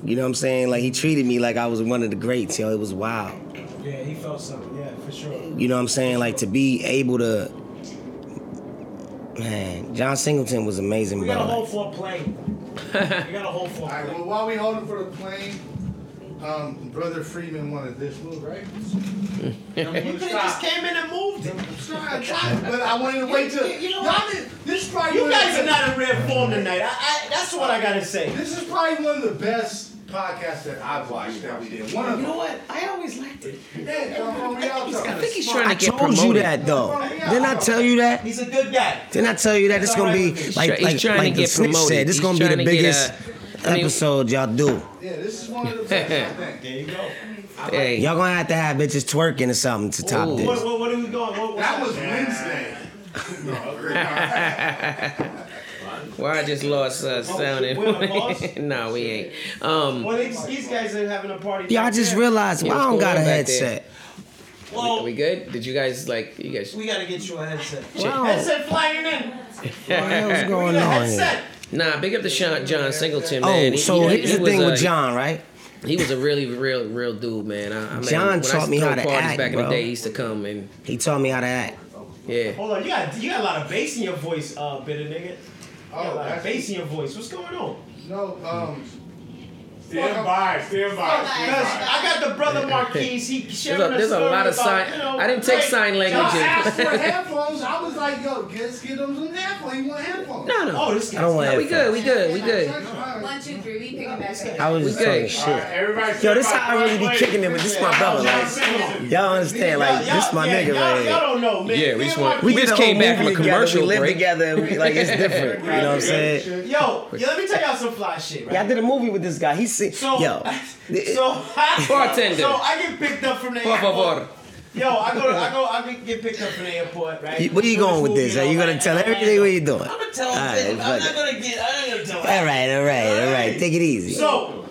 G: You know what I'm saying? Like he treated me like I was one of the greats. Yo, it was wild.
B: Yeah, he felt something. Yeah, for sure.
G: You know what I'm saying? Like to be able to, man. John Singleton was amazing,
B: We got a
G: bro.
B: whole floor
F: *laughs*
B: plane. We got a whole floor
E: All right. Well,
B: plane.
E: while we holding for the plane, um, brother Freeman wanted this move, right?
B: You could have just came in and moved it.
E: I tried, but I wanted to wait till
B: You- you- you know
E: y'all did. This is probably
B: You
E: one of
B: guys
E: the-
B: are not in red form tonight. I, I, that's what I gotta say.
E: This is probably one of the best podcasts that I've watched that we did. One of
B: You know
E: them.
B: what? I always liked it.
E: Yeah, come on, we out
F: I
E: though.
F: think he's trying to
G: I
F: get
G: told
F: promoted.
G: you that though. Didn't I tell you that?
B: He's a good guy.
G: Didn't I tell you that it's gonna be
B: He's
G: like
F: try- he's
G: like,
F: trying to
G: like the
F: get
G: snitch
F: promoted.
G: said? This
F: He's
G: gonna be
F: trying
G: the
F: to get,
G: biggest
F: uh, I mean-
G: episode y'all do.
E: Yeah, this is one of the best. I
B: *laughs*
E: think.
B: There you go.
F: Hey,
G: Y'all gonna have to have bitches twerking or something to top
F: Ooh.
G: this.
B: What, what, what are we going? What, what's
E: That
B: up?
E: was Wednesday.
F: well, I just lost uh, sound.
B: we're the
F: *laughs*
B: boss?
F: and- no, we ain't. Um,
B: Well, these, these guys are having a party.
G: Y'all
B: back
G: just
B: there.
G: realized
F: Yeah,
G: well, I
F: what's going
G: don't got a
F: on back
G: headset.
F: are
B: Well,
F: we
B: we,
F: good? Did you guys like you guys?
B: gotta get you a headset.
G: Wow.
B: Headset flying in.
F: *laughs*
G: What the hell's going
B: a
G: on
B: headset.
G: here?
F: Nah, big up to Sean, John Singleton, man.
G: Oh, so
F: he-
G: here's
F: he
G: the
F: was,
G: thing
F: uh,
G: with John, right?
F: He was a really real real dude, man. I, I mean,
G: John
F: when I
G: taught me
F: throw
G: how to
F: parties
G: act,
F: back in
G: bro.
F: the day. He used to come and
G: He taught me how to act.
F: yeah.
B: Hold on, you got you got a lot of bass in your voice, uh, bitter nigga. You got a
E: Oh,
B: lot of
E: that's
B: bass in your voice. What's going on?
E: no. Um,
I: Stand by, stand by.
B: Because I got the brother Marquise. He sharing
F: There's a- there's a
B: story
F: lot of
B: about,
F: sign-
B: You know,
F: I didn't take
B: great-
F: sign language
E: I
F: in-
E: asked for headphones. I was like, yo, just get him some headphones. He want headphones.
F: No, no.
B: Oh, this
G: I don't
B: guy.
G: want
F: No, we good. We good. We good.
E: Alright,
J: One, two, three, we pick it back
G: I
J: up.
G: was just
F: We
G: talking
F: good.
G: shit.
I: Everybody
G: Yo,
I: stand
G: this
I: by,
G: how I really be
I: play.
G: kicking it, but this my brother. Like, y'all understand? Like, this my nigga right
B: Y'all
G: here.
B: don't know, man.
F: Yeah, we
B: Me
F: just
B: and
F: want-
B: my-
F: We just
G: did a
F: came
G: whole
F: back from
G: movie
F: a
G: together,
F: commercial
G: We lived
F: break.
G: together. and
F: *laughs*
G: we- like, it's different. You know what I'm saying?
B: Yo, yo, let me tell y'all some fly shit, right?
G: Yeah, I did a movie with this guy. He said,
B: So,
F: *laughs*
G: yo.
B: *laughs* so
F: Bartender.
B: So I get picked up from the
F: Por favor.
B: airport. Yo, I go, I go, I get picked up from the airport, right?
G: You- where you
B: For
G: going with
B: movie
G: this?
B: and
G: Are you
B: all
G: gonna
B: that.
G: tell
B: And I'm
G: everything what
B: like,
G: you're doing?
B: I'm gonna tell
G: All right,
B: them. I'm
G: fuck
B: not
G: it.
B: gonna get. I'm not gonna tell.
G: All right, all right, all right. Take it easy.
B: So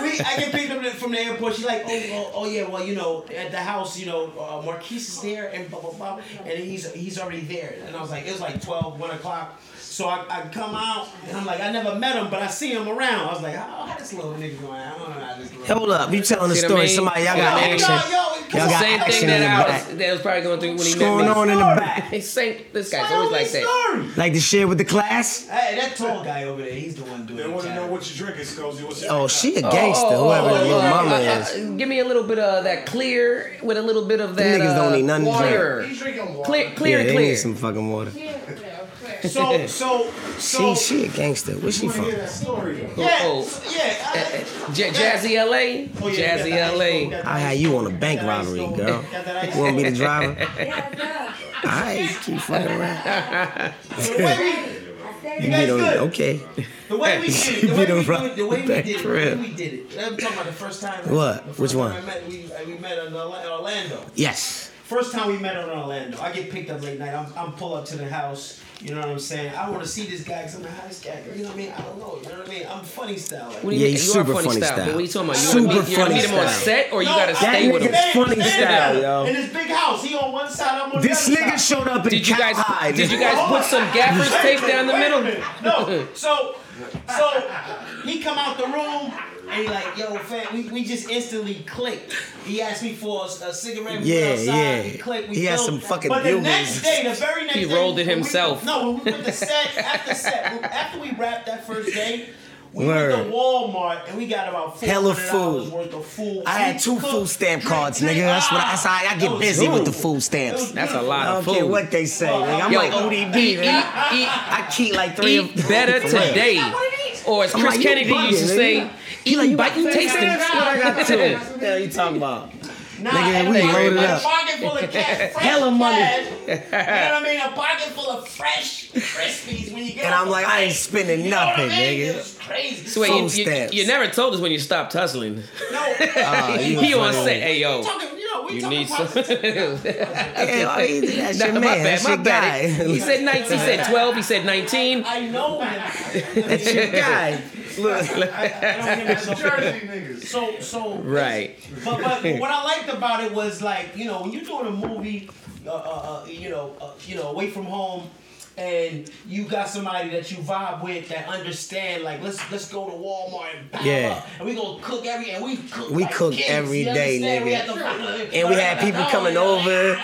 B: we, I get picked up from the airport. She's like, oh, oh, oh yeah, well, you know, at the house, you know, uh, Marquise is there and blah blah blah, and he's he's already there. And I was like, it was like 12, 1 o'clock. So I, I come out and I'm like, I never met him, but I "Oh, see him around. I was like, how, how this little nigga going? I don't know how this little.
G: Hold up, you telling the
F: See what I
G: story?
F: mean?
G: Somebody y'all
F: See what
G: got
F: I mean?
G: action.
B: Yo, yo,
G: Y'all
F: the
G: got
F: same
G: action
F: thing
G: in the
F: that I
G: back.
F: was, that was probably going through when he
G: What's
F: met
G: going
F: me.
G: on in the back?
F: It's same, this guy's always like that.
G: Like the shit with the class?
B: Hey, that tall guy over there, he's the one doing
E: They
B: the
E: want to know
B: time.
E: what you're drinking, Scozy. What's your
G: Oh, she a gangster,
F: Oh, oh,
G: whoever
F: oh,
G: your
F: oh,
G: mama
F: uh, uh,
G: is.
F: uh, give me a little bit of that clear with a little bit of that.
G: niggas
F: uh,
G: don't need nothing to drink.
F: water.
K: He's drinking water.
F: Clear, clear,
G: yeah, they
F: clear.
G: need some fucking water.
L: So,
B: *laughs*
L: so, so.
G: She, she a gangster. Where she from?
E: story?
F: Oh, oh.
G: Eh,
B: Yeah,
F: J- Jazzy LA,
B: I, oh, yeah,
F: Jazzy
B: we got the ice
F: LA.
B: cold, we got the
G: I
B: ice
G: had you on a
B: cold,
G: bank
B: we got the ice
G: robbery,
B: cold,
G: girl.
B: we got that ice
G: You wanna be
B: cold.
G: the driver? Alright, keep fucking around.
B: So the way we-
G: You
B: You guys
G: get on
B: good?
G: okay.
B: The way
G: *laughs*
B: we did it, the
G: You
B: way
G: beat him
B: we, do
G: right
B: it, the way we
G: back
B: did it, the
G: for
B: way
G: real.
B: we did it. I'm talking about the first time.
G: What?
B: the first
G: Which
B: time
G: one?
B: I met, we, we met in Orla- Orlando.
G: Yes.
B: First time we met in Orlando, I get picked up late night. I'm, I'm pull up to the house. You know what I'm saying? I want to see this guy because I'm the hottest guy. You know what I mean? I don't know. You know what I mean? I'm funny style. Like,
F: What do
G: Yeah,
F: you mean?
G: he's
F: You are
G: super
F: funny
G: funny
F: style.
G: style.
F: But what you talking about? You
G: Super
F: gonna meet, you gonna
G: funny
F: meet him on
G: style.
F: set, or you
B: No,
F: gotta
B: that
F: stay with him?
G: nigga- funny style, yo.
B: In this big house, he on one side, I'm on
G: This
B: the other
G: nigga
B: side.
G: showed up in
F: Did you guys?
G: Cat Eye.
F: Did you guys put some gaffers tape down the
B: Wait a
F: middle?
B: minute. No, so so he come out the room and he like, yo, fam, we, we just instantly clicked. He asked me for a, a cigarette. We
G: Yeah,
B: went outside,
G: yeah.
B: We clicked. We
G: He had
B: filmed.
G: some fucking
B: But the
G: viewers.
B: next day, the very next
F: He
B: day,
F: rolled
B: when
F: it
B: we-
F: himself.
B: no, when we went to set after set when- after we wrapped that first day. We went
G: Word.
B: to Walmart and we got about four
G: Hella
B: hundred
G: food.
B: dollars worth of food.
G: I had two
B: Cooked,
G: food stamp
B: drink,
G: cards,
B: drink.
G: nigga. That's what I,
B: Ah,
G: that's how I
B: that
G: get
B: was
G: busy with the
B: beautiful.
G: food stamps.
F: That's a
G: I
F: lot
G: don't
F: of
G: care
F: food.
G: what they say, nigga. I'm
F: Yo,
G: like ODB.
F: eat, eat,
G: nigga.
F: eat.
G: I keep like three of
F: eat better
G: For real.
F: today. Or as
G: I'm
F: Chris
G: like, you
F: Kennedy
G: bugging,
F: used to
G: nigga.
F: say,
G: You
F: eat
G: like,
F: like,
G: you
F: bite and
G: got
F: taste
G: fifty
F: and
G: cents? What I got two.
F: *laughs*
G: What the hell you talking about?
B: Nah,
G: Nigga,
B: and
G: we
B: a
G: loaded
B: pocket-
G: up.
B: A pocket full of cash, fresh
G: *laughs* Hella money.
B: cash. You know what I mean? A pocket full of fresh crispies when you get
G: And
B: off
G: I'm
B: the
G: like, I ain't
B: plane.
G: spending
B: You know what I
G: nothing,
B: mean?
G: nigga.
B: It's crazy.
F: Wait,
G: Food
F: you, you,
G: stamps.
F: you never told us when you stopped hustling. *laughs*
B: No, *laughs*
G: Ah, you
F: he on
G: funny.
F: set, hey yo,
B: talking, you know, we
F: you
B: talking
F: need some.
B: about
F: *laughs* Nah,
G: Yeah, I mean, that's your
F: my
G: man.
F: bad,
G: that's
F: my
G: your guy.
F: bad. He said 19, he said 12, he said 19.
B: I know
F: *laughs*
B: him.
G: that's your guy. Look,
B: I know him as a
K: Jersey niggas.
B: So, so.
F: Right.
B: But, but what I liked about it was like, you know, when you're doing a movie, uh, uh, uh, you know, uh, you know, away from home, and you got somebody that you vibe with that understand. Like, let's let's go to Walmart and buy
G: Yeah.
B: up, and we gonna cook every and we cook.
G: We
B: like
G: cook
B: kids,
G: every
B: you
G: day,
B: understand? We
G: nigga.
B: had the-
G: And we had people coming over.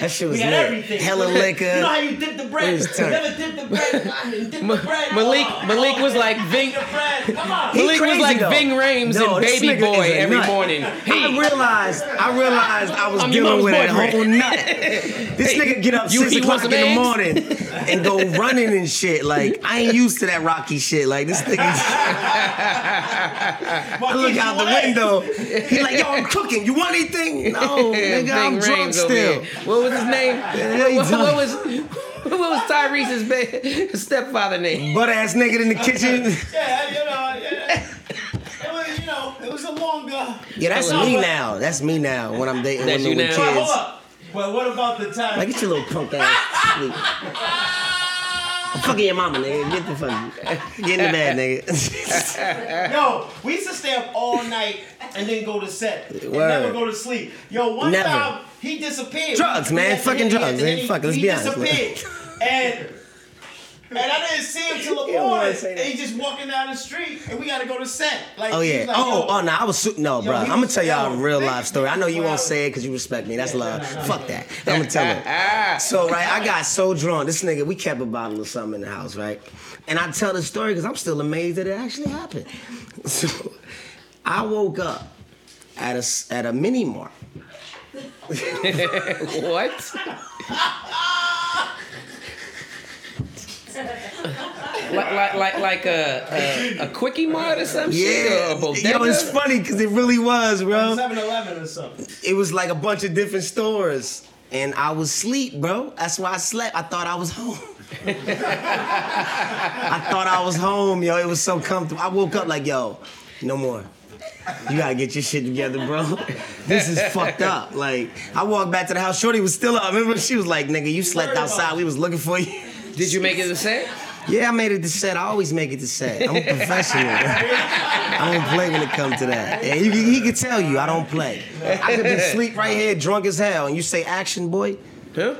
G: That shit was
B: we had
G: lit.
B: everything.
G: Hella liquor.
B: You know how you dip the bread?
G: We was turned.
B: Never dip the
G: *laughs*
B: bread. I didn't dip the
F: Ma-
B: bread.
F: Malik-
B: Oh,
F: Malik
B: oh,
F: was like, Vink-
B: Dip the bread. Come on.
G: He
F: Malik was
G: crazy,
F: like
G: though.
F: Bing Rames
G: No,
F: and
G: this
F: Baby
G: nigga is
F: Boy
G: a
F: every
G: nut.
F: morning.
G: I
F: Hey,
G: realized, I realized I was
F: I'm your
G: dealing
F: mom's
G: with a
F: boyfriend.
G: whole nut.
F: *laughs*
G: This
F: Hey,
G: nigga get up
F: you-
G: six
F: you want
G: o'clock in
F: some
G: the
F: eggs?
G: morning and go running and shit. Like I ain't used to that rocky shit. Like this
F: *laughs*
G: nigga, I look out the window. He like, yo, I'm cooking. You want anything?
F: *laughs*
G: No, nigga, I'm drunk
F: over
G: still.
F: here. What was his name?
G: hell you
F: what, what
G: talking-
F: was *laughs* what was Tyrese's ba- *laughs* stepfather name?
G: Butt ass nigga in
F: *laughs*
G: the kitchen.
B: Yeah, you know, yeah. It was, you know, it was a uh, longer.
G: Yeah, that's me now. That's me now when I'm dating
F: That's
G: women
F: you
G: with
F: now.
B: But hold
G: kids.
B: up. But what about the time?
G: Like, get your little punk ass. sleep. I'm fucking your mama, nigga. Get the fuck. Get in the bed,
B: *laughs*
G: nigga.
B: Yo, we used to stay up all night and then go to set and
G: Word.
B: never go to sleep. Yo, one
G: Never.
B: time he disappeared.
G: Drugs,
B: He
G: man.
B: had to
G: Fucking
B: hit- he had
G: drugs,
B: to
G: man.
B: hit-
G: Fuck it, let's
B: he
G: be honest, man.
B: disappeared. and and I didn't see him
G: *laughs*
B: till the
G: don't wanna
B: morning.
G: say
B: And
G: that.
B: he's just walking down the street, and we gotta go to set. Like,
G: Oh
B: he
G: yeah.
B: was like,
G: oh,
B: yo,
G: oh no, I was su- no,
B: Yo,
G: bro.
B: he
G: I'm gonna
B: was-
G: tell y'all a
B: yo,
G: real
B: nigga,
G: life story. I know you
B: bro.
G: won't say it because you respect me. That's love. Fuck that. I'm gonna tell
F: Ah,
G: it. so right, I got so drunk. This nigga, we kept a bottle of something in the house, right? And I tell the story because I'm still amazed that it actually happened. *laughs* So I woke up at a s- at a mini mart.
F: What? like, like, like, like a, a, a quickie mod or some shit? Or
G: Yeah,
F: a
G: yo,
F: bodega?
G: it's funny because it really was, bro.
B: 7-Eleven or something.
G: it was like a bunch of different stores. And I was sleep, bro. That's why I slept. I thought I was home. *laughs* I thought I was home, yo. It was so comfortable. I woke up like, yo, no more. You gotta get your shit together, bro. *laughs* This is fucked up. Like, I walked back to the house. Shorty was still up. Remember, she was like, nigga, you slept outside. We was looking for you.
F: Did you make it a set?
G: Yeah, I made it to set. I always make it to set. I'm a professional. *laughs* I don't play when it comes to that. Yeah, you, he could tell you I don't play. I could be sleep right here, drunk as hell, and you say action, boy.
F: Huh?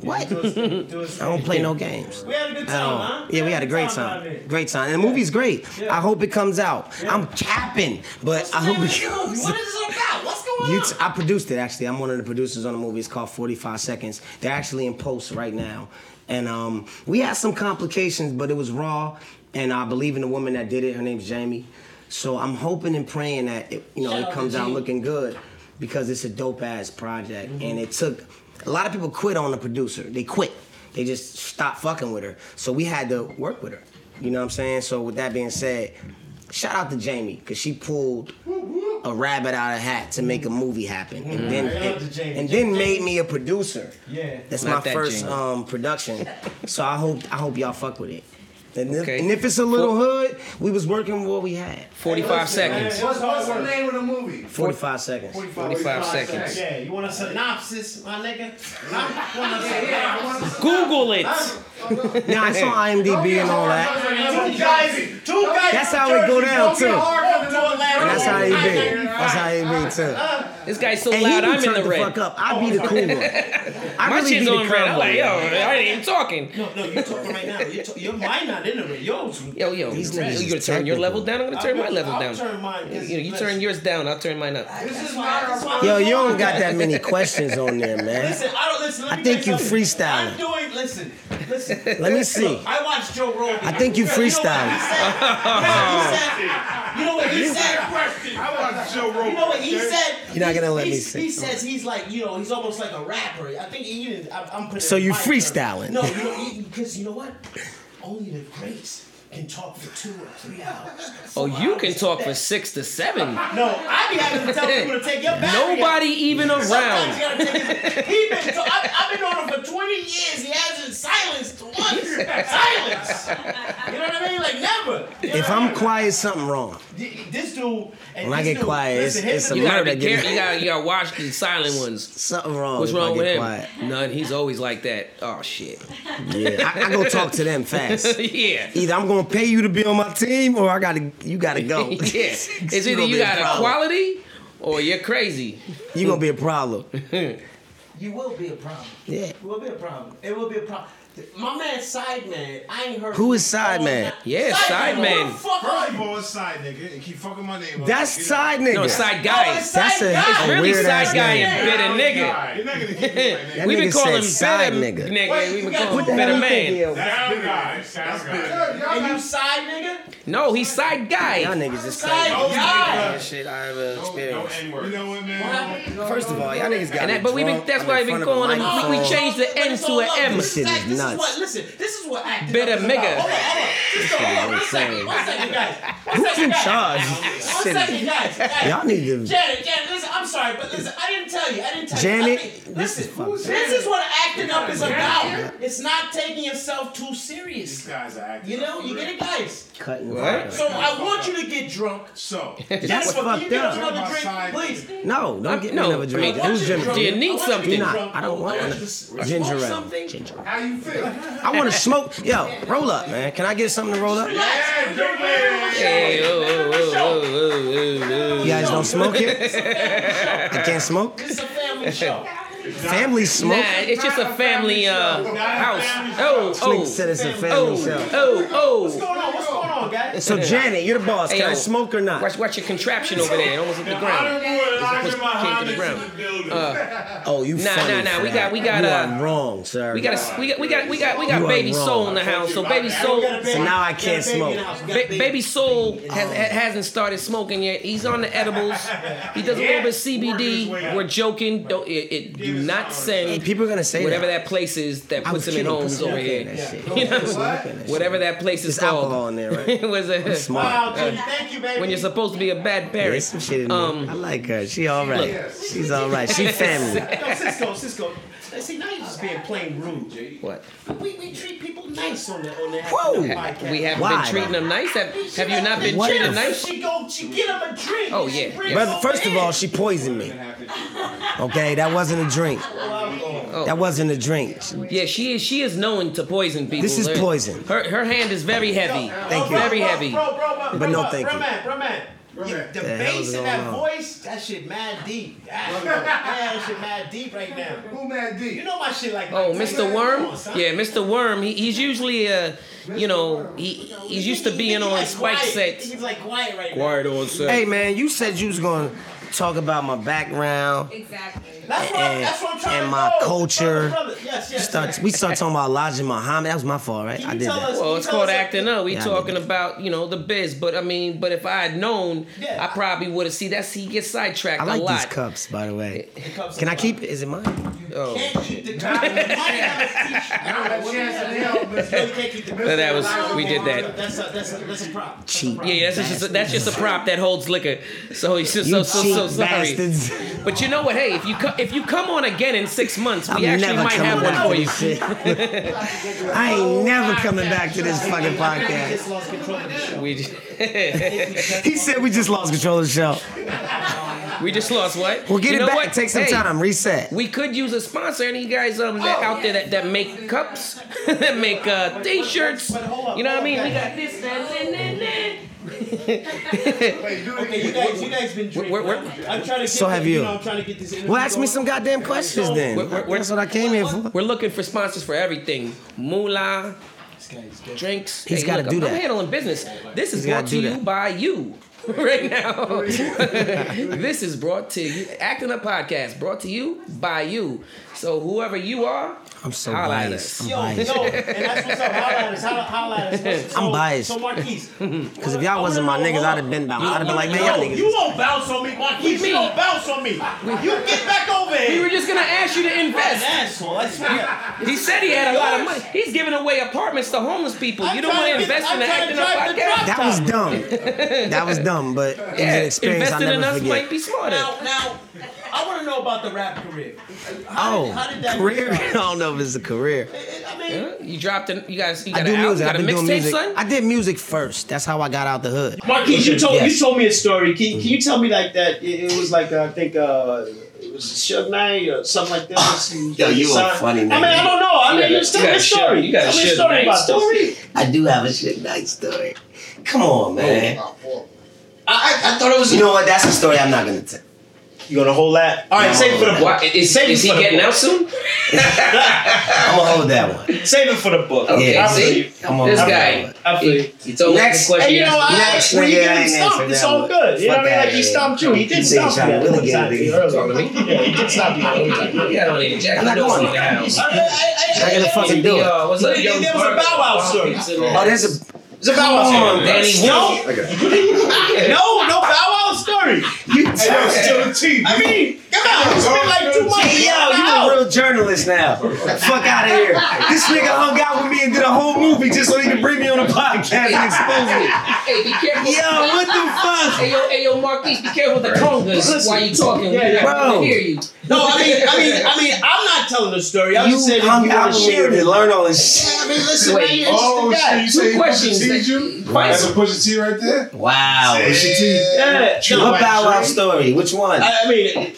G: What? I don't play no games.
B: We had a good
G: At all.
B: time, huh?
G: Yeah, we had a great
B: down
G: time.
B: there.
G: Great time. And the movie's great. I hope it comes out. I'm capping, but I hope it
B: What
G: comes
B: is it about? What's going going
G: You
B: on?
G: t- I produced it actually. I'm one of the producers on the movie. It's called 45 Seconds. They're actually in post right now, and um, we had some complications, but it was raw. And I believe in the woman that did it. Her name's Jamie. So I'm hoping and praying that it, you know
H: Shout out
G: it
H: to
G: comes out
H: Jamie.
G: looking good because it's a dope ass project. And it took a lot of people quit on the producer. They quit. They just stopped fucking with her. So we had to work with her. You know what I'm saying? So with that being said, shout out to Jamie because she pulled a rabbit out of a hat to make a movie happen, and then
E: Shout out to
G: and,
E: Jamie.
G: and then made me a producer.
E: Yeah.
G: that's
F: Not
G: my
F: that
G: first
F: Jamie.
G: um, production. So I hope I hope y'all fuck with it. And,
F: Okay.
G: if, and if it's a little hood, we was working with what we had.
F: 45 seconds.
E: What's, what's the name of the movie?
G: 45 seconds.
F: 45 seconds.
B: Yeah, you want a synopsis, my nigga?
F: Google it.
G: Now it's on IMDb and all that.
B: Two guys, two guys.
G: That's how it go down too. And
B: That's
G: that's how it be. That's how it be too.
F: This guy's so
G: And
F: loud,
G: he
F: I'm
G: be
F: in
G: turned
F: the
G: the fuck
F: red.
G: up. I be the cool one. I
F: My
G: really be
F: shit's
G: the
F: on red.
G: crown
F: I'm
G: one.
F: like, yo, I ain't even talking.
B: No, no, you talking right now. You're, you're mine not in the ring. Yo,
F: Yo, yo,
G: These
F: you-
G: niggas
F: you
G: is
F: gonna turn your
G: technical.
F: level down? I'm gonna turn my
B: I'll-
F: level
B: I'll
F: down.
B: turn mine.
F: You, know, you turn yours down, I'll turn mine up.
B: This is not
G: Yo, you don't got that many questions on there, man.
B: Listen, I don't listen. Let
G: I
B: me
G: think
B: tell
G: you
B: something.
G: freestyling.
B: I'm doing. Listen, listen.
G: *laughs* Let me see.
B: Look, I watched Joe Rogan.
G: I think you
B: know what he said?
H: You
G: *laughs*
H: know what he said?
I: I watched Joe Rogan.
H: You know what he said?
G: You're not gonna let me
H: He-
G: say-
H: He says he's like, you know, he's almost like a rapper. I think he even. I'm, I'm putting.
G: So
H: it in
G: you
H: my term.
G: freestyling. *laughs*
H: No, you know, because you know what? Only the greats can talk for two or three hours.
F: Oh, you can talk for
H: that.
F: six to seven.
H: No, I be having to tell people to take your battery.
F: Nobody even
H: Sometimes
F: around.
H: you gotta take his, he been to, I've, I've been on him for 20 years. He hasn't silenced
F: *laughs*
H: once. Silence. You know what I mean? Like never. You know
G: If
H: what I
G: I'm
H: mean?
G: quiet, something wrong.
B: Y- This dude. And
G: When I
B: this
G: get
B: dude,
G: quiet, it's-
B: listen, here's
G: it's
B: the
G: a
F: You
B: thing.
F: gotta
G: Murder
F: be
G: give
F: careful.
G: me-
F: You gotta, you gotta watch the silent
G: *laughs*
F: ones.
G: Something wrong.
F: What's
G: if I
F: wrong
G: get
F: with him?
G: Quiet.
F: None. He's always like that. Oh shit.
G: Yeah, I, I go talk
F: *laughs*
G: to them fast.
F: yeah.
G: Either I'm gonna pay you to be on my team, or I gotta you gotta go.
F: *laughs*
G: *laughs*
F: Yeah. It's either
G: gonna
F: you
G: be a
F: got a
G: problem.
F: quality or you're crazy.
G: You gonna be a problem.
H: You will be a problem.
G: Yeah.
H: It will be a problem. It will be a problem. My man Sideman, I ain't heard.
G: Who is
H: from him all
G: Sideman?
H: night.
F: Yeah, Sideman.
H: Fuck
I: First of
H: up.
I: all, it's side nigga. And keep fucking my name up.
G: That's
I: You know.
G: side nigga.
F: No, side
H: Oh,
F: guy.
H: it's
G: That's a,
H: Side guy.
G: a
F: Really
G: weird
F: side
G: ass
F: guy
G: name.
F: and bitter nigga.
I: You're not gonna keep my name.
F: We've been
G: nigga
F: calling him
G: said
F: side
G: side
F: nigga.
G: nigga.
F: We've been
H: got-
F: calling him better man.
G: Y'all
I: Sound guy. Sound guy.
E: Y'all
H: And you
E: got
H: side nigga?
F: No, he's side guy.
G: niggas is
H: Side
G: crazy.
I: Don't
H: guy.
I: make
G: Shit, I ever
I: up. Don't
G: experienced.
I: N word. You know what, man?
H: What?
G: First of all, y'all niggas got
F: And
G: me
F: that, but we've been,
G: drunk.
F: that's
G: I'm
F: why
G: in
F: we've been
G: front of a
F: calling him. We, we
G: microphone.
F: changed the
H: But
F: N
H: it's
F: to
H: all
F: an
H: love.
F: M.
G: This shit is
H: Zach, this
G: nuts.
H: what, listen, this is what acting
F: Bitter
H: up is about.
F: nigga.
H: Hold on, hold on. Just hold on. One second, one second, guys. One
G: Who's in
H: second, guys.
G: charge?
H: One
G: Shit.
H: second, guys. guys.
G: Y'all need to-
H: Janet, Janet, listen, I'm sorry, but listen, I didn't tell you. I didn't tell you.
G: Janet,
H: nothing.
G: this is
H: Listen,
G: fucked
H: this, is what acting up is about. It's not taking yourself too
I: These
H: serious.
I: guys are acting.
H: You know,
I: up for
H: you
I: real.
H: get it, guys.
G: Cutting
F: What?
H: So I want you to get drunk.
I: So,
G: That's
H: Can
G: fucked
H: you get us
G: up.
H: another drink,
I: Outside.
H: please?
G: No, don't get me
F: no,
G: another
F: I
G: drink.
F: mean,
G: Who's
H: What's your
G: Jimmy?
H: drunk?
F: Do you need
H: I want
F: something?
H: to get
G: Nah,
H: drunk.
G: I don't want
H: want
G: none
H: you
G: of-
H: to smoke
G: Ginger ale.
H: something.
G: Ginger ale.
E: how you feel?
G: I
F: *laughs*
G: want to smoke. Yo, roll up, man. Can I get something to roll up? You
I: yeah, don't
F: Hey, oh, oh, oh, oh, oh, oh.
G: guys don't smoke here? I can't smoke?
H: This is a
G: *laughs*
H: family show.
G: Family
F: Nah,
G: smoke?
F: it's just a family uh, house. Oh,
G: This nigga said
F: oh,
G: it's a family
F: oh,
G: show.
F: oh,
B: What's
F: oh.
B: going on? What's going on, guys?
G: So, Janet, you're the boss.
F: Hey,
G: Can I
F: yo.
G: smoke or not?
F: Watch, watch your contraption over there. It almost hit the ground.
I: Elijah
F: Came to the
I: Muhammad
F: ground.
I: in the building.
G: Oh, you
F: Nah,
G: funny
F: nah, nah,
G: for
F: we
G: that.
F: got- we got,
G: You
F: uh,
G: are wrong, sir.
F: We got a, we got we got we got we
G: You
F: got
G: are
F: baby
G: wrong.
F: soul in the house. So baby soul, ba-
G: So now I can't smoke.
F: baby soul has, ha- hasn't started smoking yet. He's on the edibles. He does a little bit of CBD. We're joking. Don't it, it do not
G: Hey,
F: send
G: people are gonna say
F: whatever
G: that.
F: that place is that
G: I was
F: puts him in
G: kidding. Put
F: homes
G: some
F: over
G: milk in
F: here.
G: that
F: *laughs*
G: shit.
F: You know,
G: Put some milk in that shit.
F: whatever that place is
G: There's
F: called.
G: alcohol in there,
F: *laughs*
G: right?
F: It was a
G: Smart.
B: Thank you, baby.
F: when you're supposed to be a bad
G: Yeah,
F: parent.
G: there's some shit in there.
F: Um,
G: I like her. She all right. She's all right.
F: *laughs*
G: She family.
B: No, Cisco, Cisco. Now, See, now you're just being plain rude, Jay.
F: What?
B: We, we treat people nice on the on the
G: Whoa.
B: podcast.
F: We haven't
G: Why?
F: been treating them nice. Have, have you not been
G: What
F: treating
G: the
F: them nice?
B: She go, she get him a drink.
F: Oh,
B: She
F: yeah,
B: brings
F: yeah.
G: Brother,
B: him
G: first of
B: in.
G: all, she poisoned me. Okay, that wasn't a drink.
F: Oh.
G: That wasn't a drink.
F: Yeah, she is. She is known to poison people.
G: This is
F: Her-
G: poison.
F: Her her hand is very heavy.
G: Thank you.
F: Very
B: Oh, bro,
F: heavy.
B: Bro, bro, bro,
G: But no
B: bro,
G: thank
B: bro,
G: you.
B: Man, bro, man. You- the
G: The hell
B: bass
G: is
B: in that
G: going on?
B: voice, that shit mad deep. That shit, yeah,
G: *laughs*
B: that shit mad deep right now.
E: Who Mad D?
B: You know my shit like
F: Oh,
B: like-
F: Mr.
B: Come
F: Worm.
B: on, son.
F: Yeah, Mr. Worm. He, he's usually uh, you know, he he's used to being
B: He's
F: on
B: like
F: Spike
B: quiet.
F: sets.
B: He's like quiet right now.
F: Quiet on set.
G: Hey man, you said you was going. to talk about my background
M: Exactly.
B: That's what, I'm-
G: and,
B: that's what I'm trying
G: and
B: to
G: my
B: know.
G: culture.
B: Brother, brother, Yes, yes.
G: Start, we start talking about Elijah Muhammad. That was my fault, right?
B: Can
G: I
B: you
G: did
B: tell
G: that.
B: us-
F: Well,
B: You
F: it's
B: tell
F: called
B: us
F: acting up. We
G: Yeah, I know
F: talking about you know the biz, but I mean, but if I had known,
B: Yeah.
F: I probably would have. See, that's he gets sidetracked
G: I like
F: a
G: these
F: lot.
G: cups, by the way.
B: cups
G: Can
B: are
G: I keep it? Is it mine?
F: Oh.
B: Can't keep the guy. You might
G: *laughs*
B: have a
N: Now,
B: t-shirt.
N: she has to help, Mr.
B: Really can't keep the
F: No, that was- we did that.
B: That's a that's a, that's a prop. That's a
G: Cheat.
B: prop.
F: Yeah, that's just a, that's just a prop that holds liquor. So he's just so
G: You
F: so,
G: cheap
F: so sorry.
G: bastards.
F: But you know what? Hey, if you co- if you come on again in six months, we
G: I'm
F: actually
G: never
F: might have
G: coming
F: one
G: back
F: for
G: to
F: you. Oh,
G: this
F: *laughs*
G: shit. I ain't never coming back to this fucking podcast.
B: Lost control of the show.
F: We just, *laughs*
G: He said we just lost control of the show.
F: we just lost what?
G: We'll get
F: You
G: it
F: know
G: back.
F: what?
G: Take some
F: Hey,
G: time. Reset.
F: We could use a sponsor. Any guys um, that out there that, that make cups, *laughs* that make uh, t-shirts. you know what I mean? We got this. That, that, that, that.
N: Wait, do it
B: Okay, you
N: again.
B: guys, you guys been drinking.
F: We're- we're-
B: I'm- I'm trying to.
G: So
B: get
G: have
B: the-
G: you.
B: know, I'm trying to get this. interview
G: Well, ask me
B: going.
G: some goddamn questions then.
F: We're- we're- we're-
G: That's what I came here for.
F: We're looking for sponsors for everything. Moolah,
B: This guy's good.
F: drinks.
G: He's gotta
F: look,
G: do
F: I'm- I'm
G: that.
F: handling business. This is
G: He's
F: brought
G: gotta
F: to
G: do
F: you
G: that.
F: by you *laughs* right now. *laughs* this is brought to you. Acting Up Podcast brought to you by you. So whoever you are,
G: I'm so
F: holla at us.
G: biased. I'm
B: Yo, yo, and
G: biased.
B: that's what's up. Holla at us. Holla, holla at us. What's-
G: *laughs* I'm
B: so-
G: biased.
B: So
G: *laughs*
B: Marquise,
G: Because if y'all wasn't my niggas, I'd have been bounced. I'd have been like, man, y'all
B: no,
G: niggas.
B: you won't bounce on me, Marquise.
F: What do you
B: You won't
F: mean?
B: bounce on me. You get back over here.
F: We were just gonna ask you to
B: an
F: invest.
B: asshole. I swear.
F: He said he had a lot of money. He's giving away apartments to homeless people.
B: I'm
F: you don't
B: trying
F: want
B: to
F: to
B: get-
F: invest
B: I'm
F: in the
B: trying to
F: Acting Up
B: drive the truck.
F: Podcast.
G: That was dumb. That was dumb, but it was an experience I'll
F: investing in
G: never
F: us
G: forget.
F: might be smarter.
B: Now, now, I want to know about the rap career. How did- how
G: Oh,
B: did that
G: career. *laughs* I
B: start?
G: don't know if it's a career.
B: I mean,
F: Huh? You dropped it. You guys, you
G: I
F: got,
G: do
F: an album,
G: music.
F: got
G: I've
F: a
G: been doing
F: mixtape,
G: music.
F: son?
G: I did music first. That's how I got out the hood.
B: Marquise, you told
G: Yes.
B: you told me a story. Can, can you tell me like that? It, it was like uh, I think uh, it was Suge Knight or something like that.
G: Ah, Yo, you a
B: Son-
G: funny
B: I mean,
G: nigga.
B: I don't know. I mean,
F: You
B: just
F: got
B: tell
F: a-
B: me a
F: you got a
B: story. tell me a
F: Suge- you got a Suge
B: story
F: Knight
B: about this.
G: I do have a shit night story. Come on, man.
N: Oh, boy.
G: I, I, I thought it was. You know what? That's a story I'm not gonna tell.
B: You gonna hold that? All right, save it for the book.
F: Why, is,
B: Save it
F: is he
B: for the
F: getting
B: book.
F: out soon?
G: I'm gonna hold that one.
B: Save it for the book.
F: Okay,
G: Yeah,
B: I feel
F: see?
B: you.
G: Come on,
F: This
G: I'm
F: guy.
B: I feel you.
F: He, he told
G: Next.
F: Next, the question.
B: And you know,
F: he asked.
B: I,
G: Next
B: when you
G: nigga,
B: get
G: I
B: him
G: ain't
B: stomped,
G: answering
B: it's
G: that
B: all
G: one.
B: good. You know
G: Fuck
B: what I mean?
G: that
B: Like, he
G: nigga.
B: stomped you. He did
G: Nigga
B: stop you.
G: trying to
B: at
G: really
B: one
G: get
B: time,
G: niggas.
B: you heard him. Yeah, he did stop you. at one time.
F: You got on it, Jack.
G: I'm not
F: You know
G: going
F: it's in the house.
B: I- I- I-
G: not
B: I-
G: gonna fucking do
F: The,
G: it.
F: uh, what's up,
B: There-
F: yo,
B: there was a
F: Burger?
B: Bow Wow story.
G: Oh, there's a.
B: It's a Bow Wow
G: Come on,
B: story.
F: Danny
B: No, *laughs* Oh, no, no Bow Wow story.
G: You
B: I mean, come on, it's been like two months.
G: Hey, yo, you a real journalist now. Fuck out of here. This nigga hung out with me and did a whole movie just so he could bring me on a podcast and expose me.
F: Hey, be careful.
G: Yo, what the fuck?
F: Hey, yo, hey, yo, Marquise, be careful with the congas while you talking. Yeah, yeah.
G: Bro.
F: hear you.
B: No, I
F: *laughs*
B: mean, I mean, I mean, I'm not telling the story. I'm just
G: You
B: saying if
G: hung
B: you
G: out
B: want to
G: with me
B: share
G: and
B: it.
G: did learn all this shit.
B: I mean, listen, man, you're
E: Oh,
B: just a guy.
E: shit, you say
F: questions
E: Pusha T,
F: that-
E: you?
F: Fight.
E: That's a Pusha T right there?
G: Wow.
E: Pusha T.
B: Yeah, no,
G: What Bow Wow story? Which one?
B: I I mean,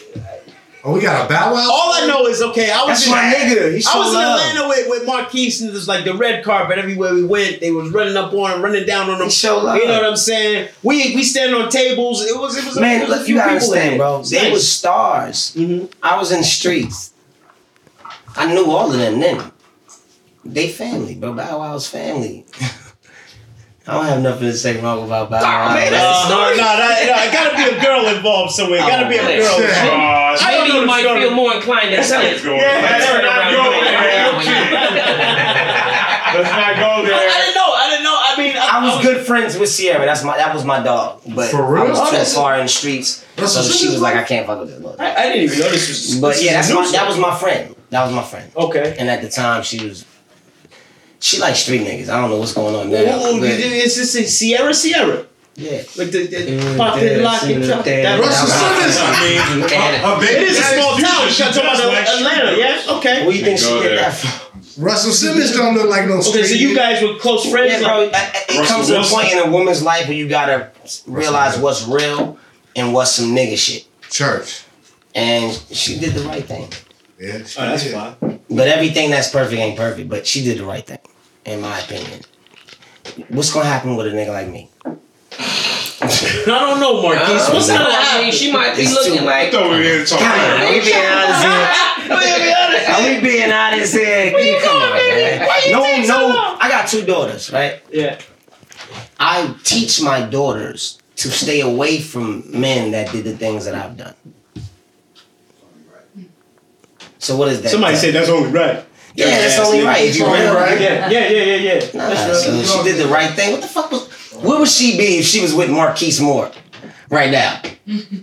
E: Oh, we got a Bow Wow?
B: all I know is okay. I was
G: That's
B: in,
G: my nigga. He
B: I
G: show
B: was in
G: love.
B: Atlanta with, with Marquise, and it was like the red carpet everywhere we went. They was running up on him, running down on him.
G: He show love.
B: You know what I'm saying? We we standing on tables. It was it was. it
G: Man,
B: was a
G: look,
B: few
G: you gotta
B: people
G: understand,
B: there.
G: bro.
B: It's
G: They
B: nice.
G: was stars. I was in the streets. I knew all of them then. They family, bro. Bow Wow's family. *laughs* I don't have nothing to say wrong about Bow Wow.
F: man,
G: bro.
F: that's-
B: Uh, no, no, no, no, it gotta be a girl involved somewhere. It gotta be a
G: *laughs*
B: girl. involved.
E: Aw,
B: I don't
F: Maybe
B: know
F: you
B: the
F: might
B: story.
F: feel more inclined to tell it.
E: going
B: Yeah,
E: there.
B: turn around, turn around.
F: *laughs*
E: Let's not
B: I, I
E: go
B: didn't know. I didn't know. I mean,
G: I was good friends with Sierra. That's my that was my dog. But
E: For real?
G: I was
B: Oh,
G: too
B: that's-
G: far in the streets, so she was like, I can't fuck with this look.
B: I, I didn't even know this was.
G: But
B: this
G: yeah, that's
B: was
G: my,
B: news.
G: that was my friend. That was my friend.
B: Okay.
G: And at the time, she was she like street niggas. I don't know what's going on
B: Ooh,
G: now.
B: ooh,
G: but-
B: is this a Sierra Sierra?
G: yeah.
B: Like the,
G: Mm,
B: the pocket lock and chop. That
E: Russell Simmons, I mean,
G: And-
E: her
B: It
E: baby
B: is a
E: daddy's
B: small
E: future,
B: town.
E: she
B: You're talking
E: just
B: about
E: like-
B: Atlanta, yeah? Okay.
G: Where you think she
E: Go
G: get
E: there.
G: that from?
N: Russell Simmons don't look like no street.
B: Okay, so you
N: nigga.
B: guys were close friends.
G: Yeah, bro.
B: like-
G: It, it
E: Russell
G: comes to a
E: Wilson.
G: point in a woman's life where you gotta realize what's real and what's some nigga shit.
N: church.
G: And she did the right thing.
N: Yeah, she
B: Oh, that's
N: did.
B: fine.
G: But everything that's perfect ain't perfect. But she did the right thing, in my opinion. What's gonna happen with a nigga like me?
B: No, I don't know, Marquise. What's
F: No,
B: gonna
F: I mean,
B: happen?
F: she might be
G: It's
F: looking
G: too
E: I
F: like.
E: thought we were here talking
G: Come on,
E: about
G: are we being honest here? Are we being honest here? Come on, man. No, no. I got two daughters, right?
B: Yeah.
G: I teach my daughters to stay away from men that did the things that I've done. So what is that?
J: Somebody said that's only right.
G: Yeah, that's only
J: nigga.
G: right. If you
J: Only
G: real,
J: right. Yeah, yeah, yeah, yeah. yeah.
G: Nah, so she did the right thing. What the fuck was? Where would she be if she was with Marquise Moore right now?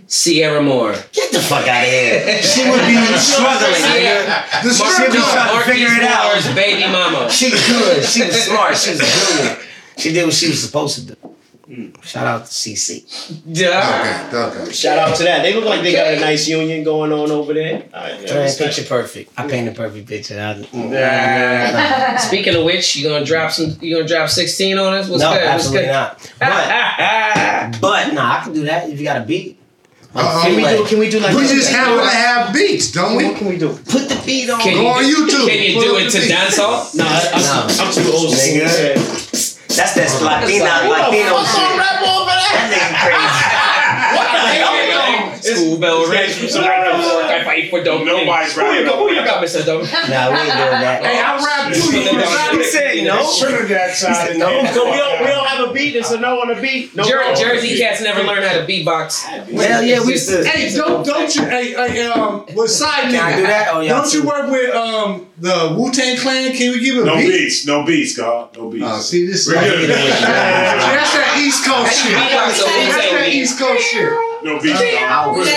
F: Sierra Moore.
G: Get the fuck out of here. She would be
J: *laughs*
G: struggling. nigga.
I: This
G: Mark-
I: should be
G: Mark-
I: something.
G: Mark- figure it out.
F: Moore's baby mama.
G: She was good. She was smart. She was brilliant. She did what she was supposed to do.
F: Hmm.
G: Shout out to CC.
F: Duh.
I: Okay, okay.
J: Shout out to that. They look like they got a nice union going on over there. All right, yeah,
G: Trans
J: respect.
G: picture perfect. I painted a perfect picture. I,
F: Hmm. Speaking of which, you gonna drop some? You gonna drop sixteen on us? What's
G: no,
F: good? What's
G: absolutely
F: good?
G: not.
F: *laughs*
G: But but nah, I can do that if you got a beat.
I: Uh-oh.
J: Can we do? Can we do like?
I: We just happen to have beats, don't we?
J: What can we do?
G: Put the beat on.
F: Can
I: Go on YouTube.
F: Can you
I: Put
F: do
I: up
F: it
I: the
F: to
I: beat.
F: dance off?
J: Nah, I, I,
G: Nah.
J: I'm too old.
G: Nigga.
J: Yeah.
G: That's that's Latino
F: Who the
G: Latino
B: What's on
G: shit.
B: rap over there?
G: That
F: School bell rings from somebody from work. I fight for dope.
J: Nobody's
F: Who you
J: rapping
F: got? Who
J: over
F: you got, Mister Dope?
G: nigga crazy. Nah, we ain't doing that.
J: Hey, I rap too. You rap.
G: He said no.
J: Trinidad side.
G: no.
J: of the-
G: So we
J: don't we don't have a beat. It's a no on a beat. No.
F: Jer- Jersey cats never learn how to beatbox.
G: Hell yeah, we used to.
E: Hey, don't don't you hey, hey um with side
G: Can I
E: nigga,
G: do that? Oh, y'all
E: Don't you
G: too.
E: work with um the Wu Tang Clan? Can we give it a
O: No
E: beat?
O: beats, no beats, God, no beats.
E: Oh, see this.
O: We're good.
E: That's that East Coast shit.
F: I got
E: That's
F: some Wu-Tang
E: that
F: beat.
E: East Coast shit.
O: No beats,
G: I
O: God.
G: was-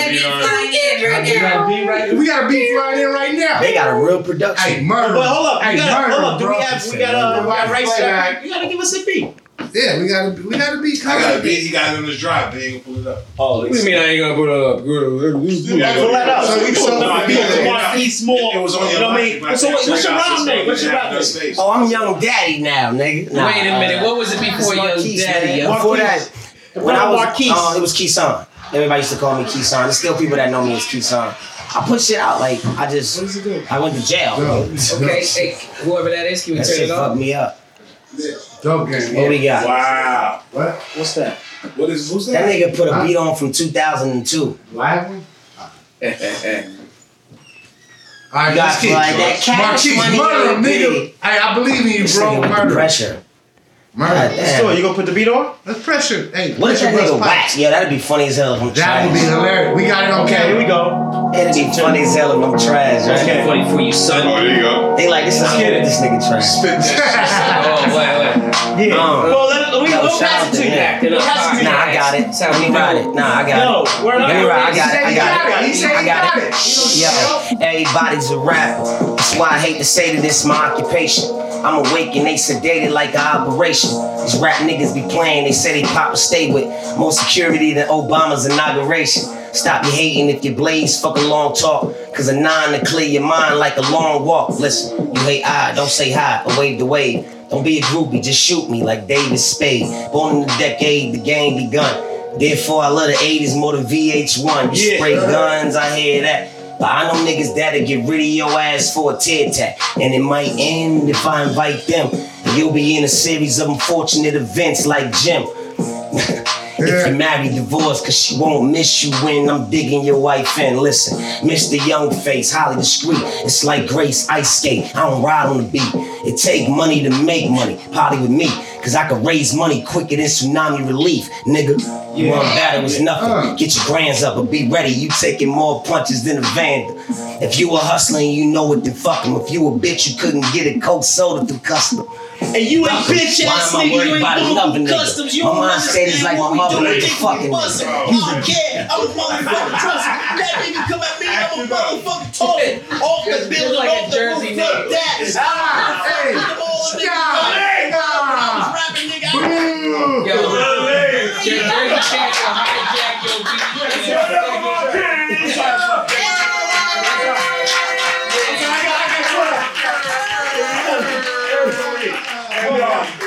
E: We got a beat right in right now.
G: They got a real
E: Hey,
G: production.
E: murder.
J: But hold up,
E: Hey,
J: we gotta,
E: murder,
J: hold up. Do
E: bro.
J: we have we got uh, we got rights?
E: Playback.
J: You gotta give us a beat.
E: Yeah, we got a we got a beat
I: I
E: coming.
I: got a beat. You guys on this drive. They ain't gonna pull it up.
J: Oh,
F: What do you mean I ain't gonna put it
I: You
J: Yeah,
I: gotta
J: pull
I: pull
J: that up.
E: So
J: So we
E: you
J: pull
E: sold
J: up
E: the
J: people
E: beat.
J: to want East more.
O: It was on
J: You
O: your
J: know what I mean?
O: mind.
J: So what, what's your rap name? What's your rap name?
G: Oh, I'm Young Daddy now, nigga. Nah, uh,
F: Wait a minute. What was it before
G: It's
F: Young
G: Marquise,
F: Daddy?
G: man.
F: Young-
G: Before that, when I
J: brother
G: was,
J: Marquise.
G: uh, it was Keyson. Everybody used to call me Keyson. There's still people that know me as Keyson. I put shit out like I just, I went to jail.
E: Dope.
F: Okay, hey, whoever that is, can we
G: That
F: turn
G: shit
F: it
G: fucked
F: off?
G: me up.
E: Dope game.
G: What we got?
O: Wow.
E: What?
J: What's that?
I: What is who's
G: That
I: that?
G: nigga put a beat on from 2002.
J: *laughs*
E: Live one?
F: That's
E: All right,
G: You got
E: let's keep
G: like that
E: it.
G: cash
E: Marquise,
G: money,
E: murder,
G: little
E: nigga.
G: bitty.
E: Hey, I believe in you,
G: This
E: bro.
G: nigga with the
E: Murder.
G: pressure. God
E: Murder.
G: damn.
J: So you gonna put the beat on?
E: Let's pressure. Hey,
G: What if
E: pressure
G: that nigga
E: West Pike.
G: whack? Yo, that'd be funny as hell if I'm
E: That would be
G: trash.
E: hilarious. We got it on
J: Okay, here
E: camera.
J: we
O: uh,
J: go.
G: It'd be funny as hell if I'm trash, right?
J: Okay.
F: Funny for you, son.
G: *laughs*
O: Oh, there you go.
G: They like this is
J: get it.
G: this nigga trash.
O: Spit that.
F: Oh, wait, wait.
J: Yeah.
G: Um,
J: well, let, we,
G: no,
J: we'll
G: shout out
J: pass it
G: to
J: to you.
G: him.
J: We'll pass it to you.
G: Nah, I got it.
F: That's how we
G: We got
F: do
G: it. Nah, I got it.
J: No, we're not.
G: You're right, I got
J: He
G: it.
J: said
G: I
J: he
G: got
E: He
G: it.
E: said
G: I
E: he
G: got
E: got
G: it.
E: it.
G: Yo, everybody's a rap. That's why I hate to say that this my occupation. I'm awake and they sedated like an operation. These rap niggas be playing, they say they papa stay with more security than Obama's inauguration. Stop your hating if you blaze, fuck a long talk. Cause a nine to clear your mind like a long walk. Listen, you hate I, don't say hi or wave the wave. Don't be a groupie, just shoot me like David Spade. Born in the decade, the game begun. Therefore, I love the 80s more than VH1. You
J: Yeah.
G: spray guns, I hear that. But I know niggas that'll get rid of your ass for a tear tat. And it might end if I invite them. You'll be in a series of unfortunate events like Jim. *laughs* If you marry, divorce, cause she won't miss you when I'm digging your wife in. Listen, Mr. Young Face, highly discreet. It's like Grace Ice Skate. I don't ride on the beat. It take money to make money, party with me. Cause I can raise money quicker than tsunami relief, nigga. You run battle is nothing. Get your grands up and be ready. You taking more punches than a van. If you a hustler and you know it, then fuck 'em. If you a bitch, you couldn't get a Coke soda through custom.
J: And you ain't
G: Why
J: bitch ass
G: am
J: nigga.
G: I
J: You
G: worried
J: ain't
G: about
J: going
G: another
J: through
G: nigga?
J: customs. You
G: My
J: don't
G: mind state is
J: understand
G: like
J: what
G: my
J: we
G: mother
J: doing.
G: with the
J: Nigga,
G: fucking
J: you buzzing.
G: nigga.
J: You don't care. I'm a motherfucking trust. That nigga come at me. I'm a motherfucking toilet. Off the building,
F: like a
J: off the roof,
F: Jersey
J: fuck
F: nigga.
J: that.
E: Ah, hey,
J: I'm all a nigga.
E: Nah,
J: I
E: Ah, nah.
J: was rapping, nigga.
E: Ooh.
F: Yo, Jer- Jersey cats will hijack your beat.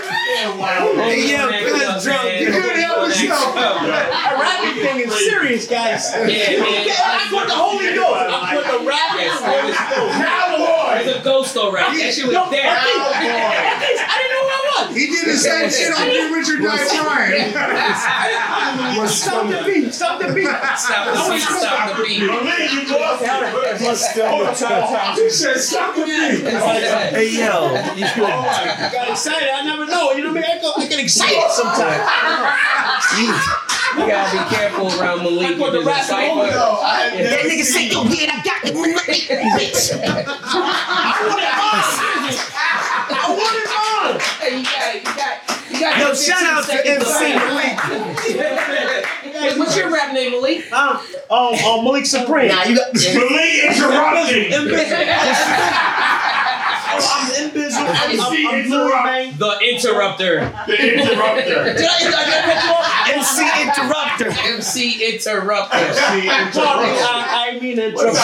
B: Hey, yo, cuz drunk, you
E: couldn't help yourself.
B: That rapping thing is serious, guys.
F: Yeah, man.
B: *laughs* Okay, I put the Holy Ghost. I put the rapping
F: Yes,
B: Holy
F: yes.
B: Ghost.
F: There's a ghost all right. That shit was
B: Yo, I think-
P: Oh,
F: there.
B: I think- I didn't know who I was.
E: He did the same shit on Big Richard Dice Ryan.
B: Stop the beat. Stop the beat.
F: Stop the beat. Stop the beat.
G: Hey yo,
B: *laughs* I got excited. I never know. You know what I mean? I, go, I get excited sometimes.
F: You gotta be careful around Malik.
Q: Like with the
F: because
Q: rap
F: Cypher-
Q: over,
P: "Oh,
Q: though, I had
F: Yeah.
Q: never That nigga
G: said, yo, yeah, I got the bitch.
P: *laughs*
Q: I want it on.
F: Hey, you got it. You got it. You got
Q: Yo,
F: your
Q: shout out to
F: 15
Q: MC
F: seconds. Hey, What's your rap name, *laughs* Malik?
P: Um, um, um, *laughs* Malik Supreme.
Q: Nah, you got- Malik
B: *laughs*
Q: Enterology.
P: I'm in business. I'm, I'm, I'm Lil Bang.
F: The Interrupter.
P: The Interrupter.
Q: Did I- did I get that wrong?
F: MC Interrupter. MC Interrupter.
Q: MC Interrupter.
P: Sorry, I, I mean to interrupt.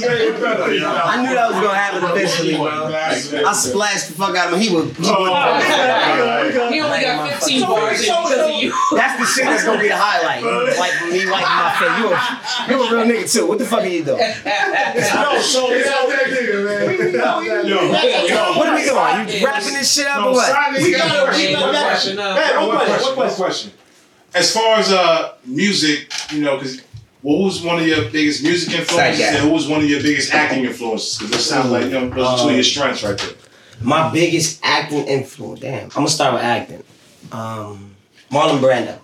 G: I knew that was gonna happen eventually, bro. I splashed the fuck out of him. He was. He, was
Q: He only got 15 bars in because of you.
G: That's the shit that's gonna be the highlight. Like me wiping my face. You a, you a real nigga too. What the fuck are you doing?
Q: No, so-
E: Yo, yo.
G: what are we doing? You wrapping this shit up or what?
E: Sonic, got a question. Hey, one question, one question. As far as uh, music, you know, because well, who's one of your biggest music influences,
G: Sorry,
E: and
G: guys.
E: who was one of your biggest acting influences? Because it sounds like you know, those are two of your strengths right there.
G: My biggest acting influence. Damn, I'm gonna start with acting. Um, Marlon Brando.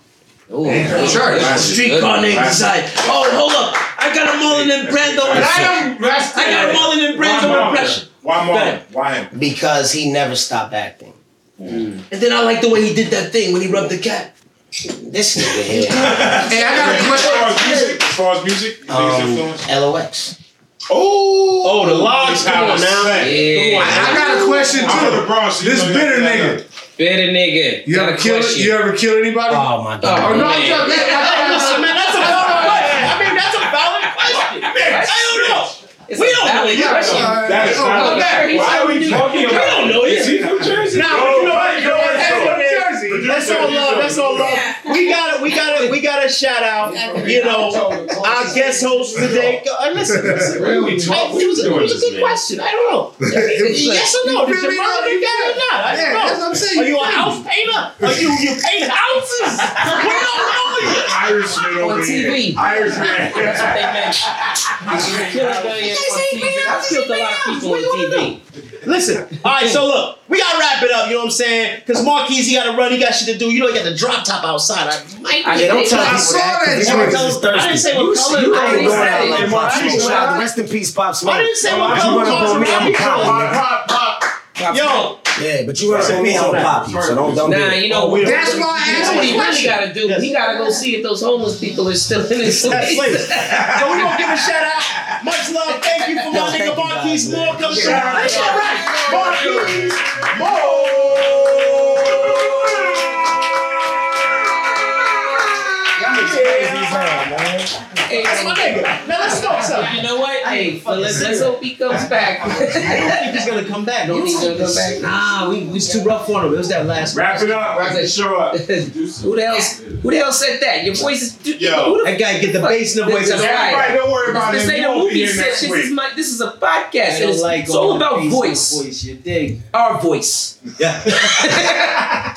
Q: Damn, sure. Streetcar niggas inside. Oh, hold up. I got a Mullen and Brando impression. I got a Mullen and Brando impression.
E: Why
Q: Go
E: Marlon?
Q: ahead.
E: Why him?
G: Because he never stopped acting.
Q: And then I like the way he did that thing when he rubbed the cat.
G: This nigga here.
E: Hey, I got a question. As far as music, as far as music, biggest
G: Um,
E: influence.
G: LOX.
E: Oh,
P: Oh, the logs
E: Come
P: come
E: on
P: on now.
E: Yeah.
P: Come on
E: I- I
P: now.
E: got a question,
P: I'm
E: too.
P: from the Bronx, you
E: This
P: know
E: bitter
P: that.
E: nigga.
F: Bitter nigga.
E: You
F: got a
E: ever kill?
F: question.
E: You ever kill anybody?
G: Oh my god.
F: Oh,
E: no,
F: man.
E: I'm joking.
Q: Listen, man, that's a valid question. I mean, that's a valid question. I don't know.
F: It's
Q: We
F: a
Q: don't know
F: valid
Q: yet.
F: question.
E: That is
B: Oh,
E: not.
Q: Okay.
E: Why are we talking
Q: We
E: about?
Q: don't know
E: Is
Q: yet.
E: he from Jersey?
B: Nah,
E: Oh,
B: you know
E: my
B: what? You know
E: God.
B: what? That's from Jersey. That's all love. That's all love. We got to We got to We got to shout out. You know, our guest host today. Go- uh, Listen, listen.
E: Really talk.
B: Hey, It was, it was a good question. I don't know. yes or no?
Q: You
B: Did your
Q: really
B: mother
Q: know?
B: get that or not? I
Q: Yeah,
B: don't know.
Q: that's what I'm saying.
B: Are you
Q: You
B: a
Q: think.
B: house painter? Are you you paint houses? *laughs* we don't know yet.
E: Irishman
F: On
E: over here.
F: TV.
E: Irishman.
B: *laughs*
F: That's what they meant. You killed a million on TV. I killed a lot of people on TV.
B: Listen, all right, so look, we gotta wrap it up, you know what I'm saying? Because Marquise, he gotta run, he got shit to do. You know, he got the drop top outside. I might
F: I-
G: Yeah, don't tell
B: I
E: *laughs*
G: people
B: saw
G: that. 'cause
B: that
G: these
B: joint.
G: niggas is thirsty.
B: I didn't say what color.
G: You
B: I
G: ain't
B: didn't
G: going
B: say
G: out
B: it.
G: like Pop Smoke. Shout out to Rest in Peace, Pop Smoke.
B: I didn't say what
G: If you
B: color
G: run up on me, I'm
B: Maserati
G: popping.
B: was.
E: Pop, pop, pop.
B: Yo,
G: Yeah, but you run up on me, I'm gonna pop you. So don't don't do
F: Nah,
G: it.
F: you know what?
B: That's why I
F: you
B: asked
F: know what
B: the
F: he really
B: question.
F: gotta do? He gotta go see if those homeless people are still in his
B: that's late.
F: place.
G: *laughs*
B: So we gonna give a shout out. Much love. Thank you for my nigga Marquise Moore coming through.
G: Shout out.
B: That's all right. Marquise
F: *laughs* Hey,
B: That's my nigga. Now let's talk something.
F: You know what? Hey, but let's, let's hope he comes back.
B: I don't think
F: *laughs*
B: he's gonna come back.
F: You think he's gonna come
B: *laughs*
F: back?
B: Nah, we we was too rough on him. It was that last.
E: Wrap it up. Wrap the show up.
F: who the else? Who the hell said that? Your voice is. Dude,
E: Yo.
F: Who the
B: That guy get the bass in the voice.
F: That's
B: That's
F: right.
E: Everybody, don't worry about
F: this
E: it.
F: ain't
E: You
F: a
E: won't be
F: movie
E: here
F: set.
E: next
F: This is
E: week.
F: my. This is a podcast.
B: I
F: and
B: don't
F: It's,
B: like
F: it's all
B: on
F: about
B: Facebook
F: voice.
B: voice. You dig?
F: Our voice.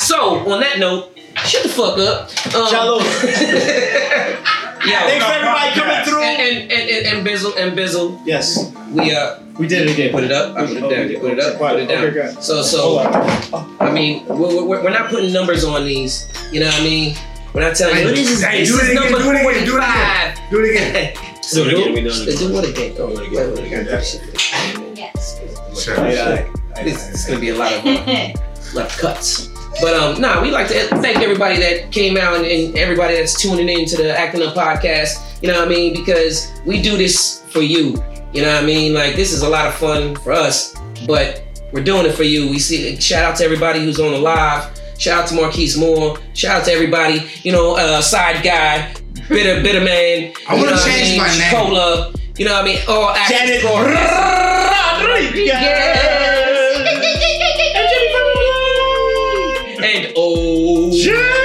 F: so on that note, shut the fuck up.
B: *laughs*
F: Um,
B: Shalom.
F: *laughs* Yeah.
B: Thanks for everybody coming through.
F: And and and and Bizzle and Bizzle,
B: Yes,
F: we uh
B: we did it again.
F: put it up. I put it down. You put it up. Put it
B: Okay,
F: down.
B: good.
F: So so.
B: Hold on.
F: I mean, we're, we're, we're not putting numbers on these. You know what I mean? We're not telling you.
E: Hey,
F: this is,
E: hey,
F: this
E: do
F: is
E: it again,
F: number
E: do it again, do it again.
F: 45.
E: Do it again.
F: *laughs* So
R: it again, we doing it.
F: Do it again. Oh, wait, wait, wait, I got this shit. This this is gonna be a lot of uh, lot of cuts. But um, nah, we like to thank everybody that came out and, and everybody that's tuning in to the Acting Up podcast. You know what I mean? Because we do this for you. You know what I mean? Like this is a lot of fun for us, but we're doing it for you. We see. Shout out to everybody who's on the live. Shout out to Marquise Moore. Shout out to everybody. You know, uh, side guy, bitter bitter man.
E: I
F: you
E: wanna
F: know what
E: change
F: mean?
E: my name.
F: Cola. You know what I mean? All actors.
B: Janet
F: Rodriguez.
B: Rodriguez.
F: And oh,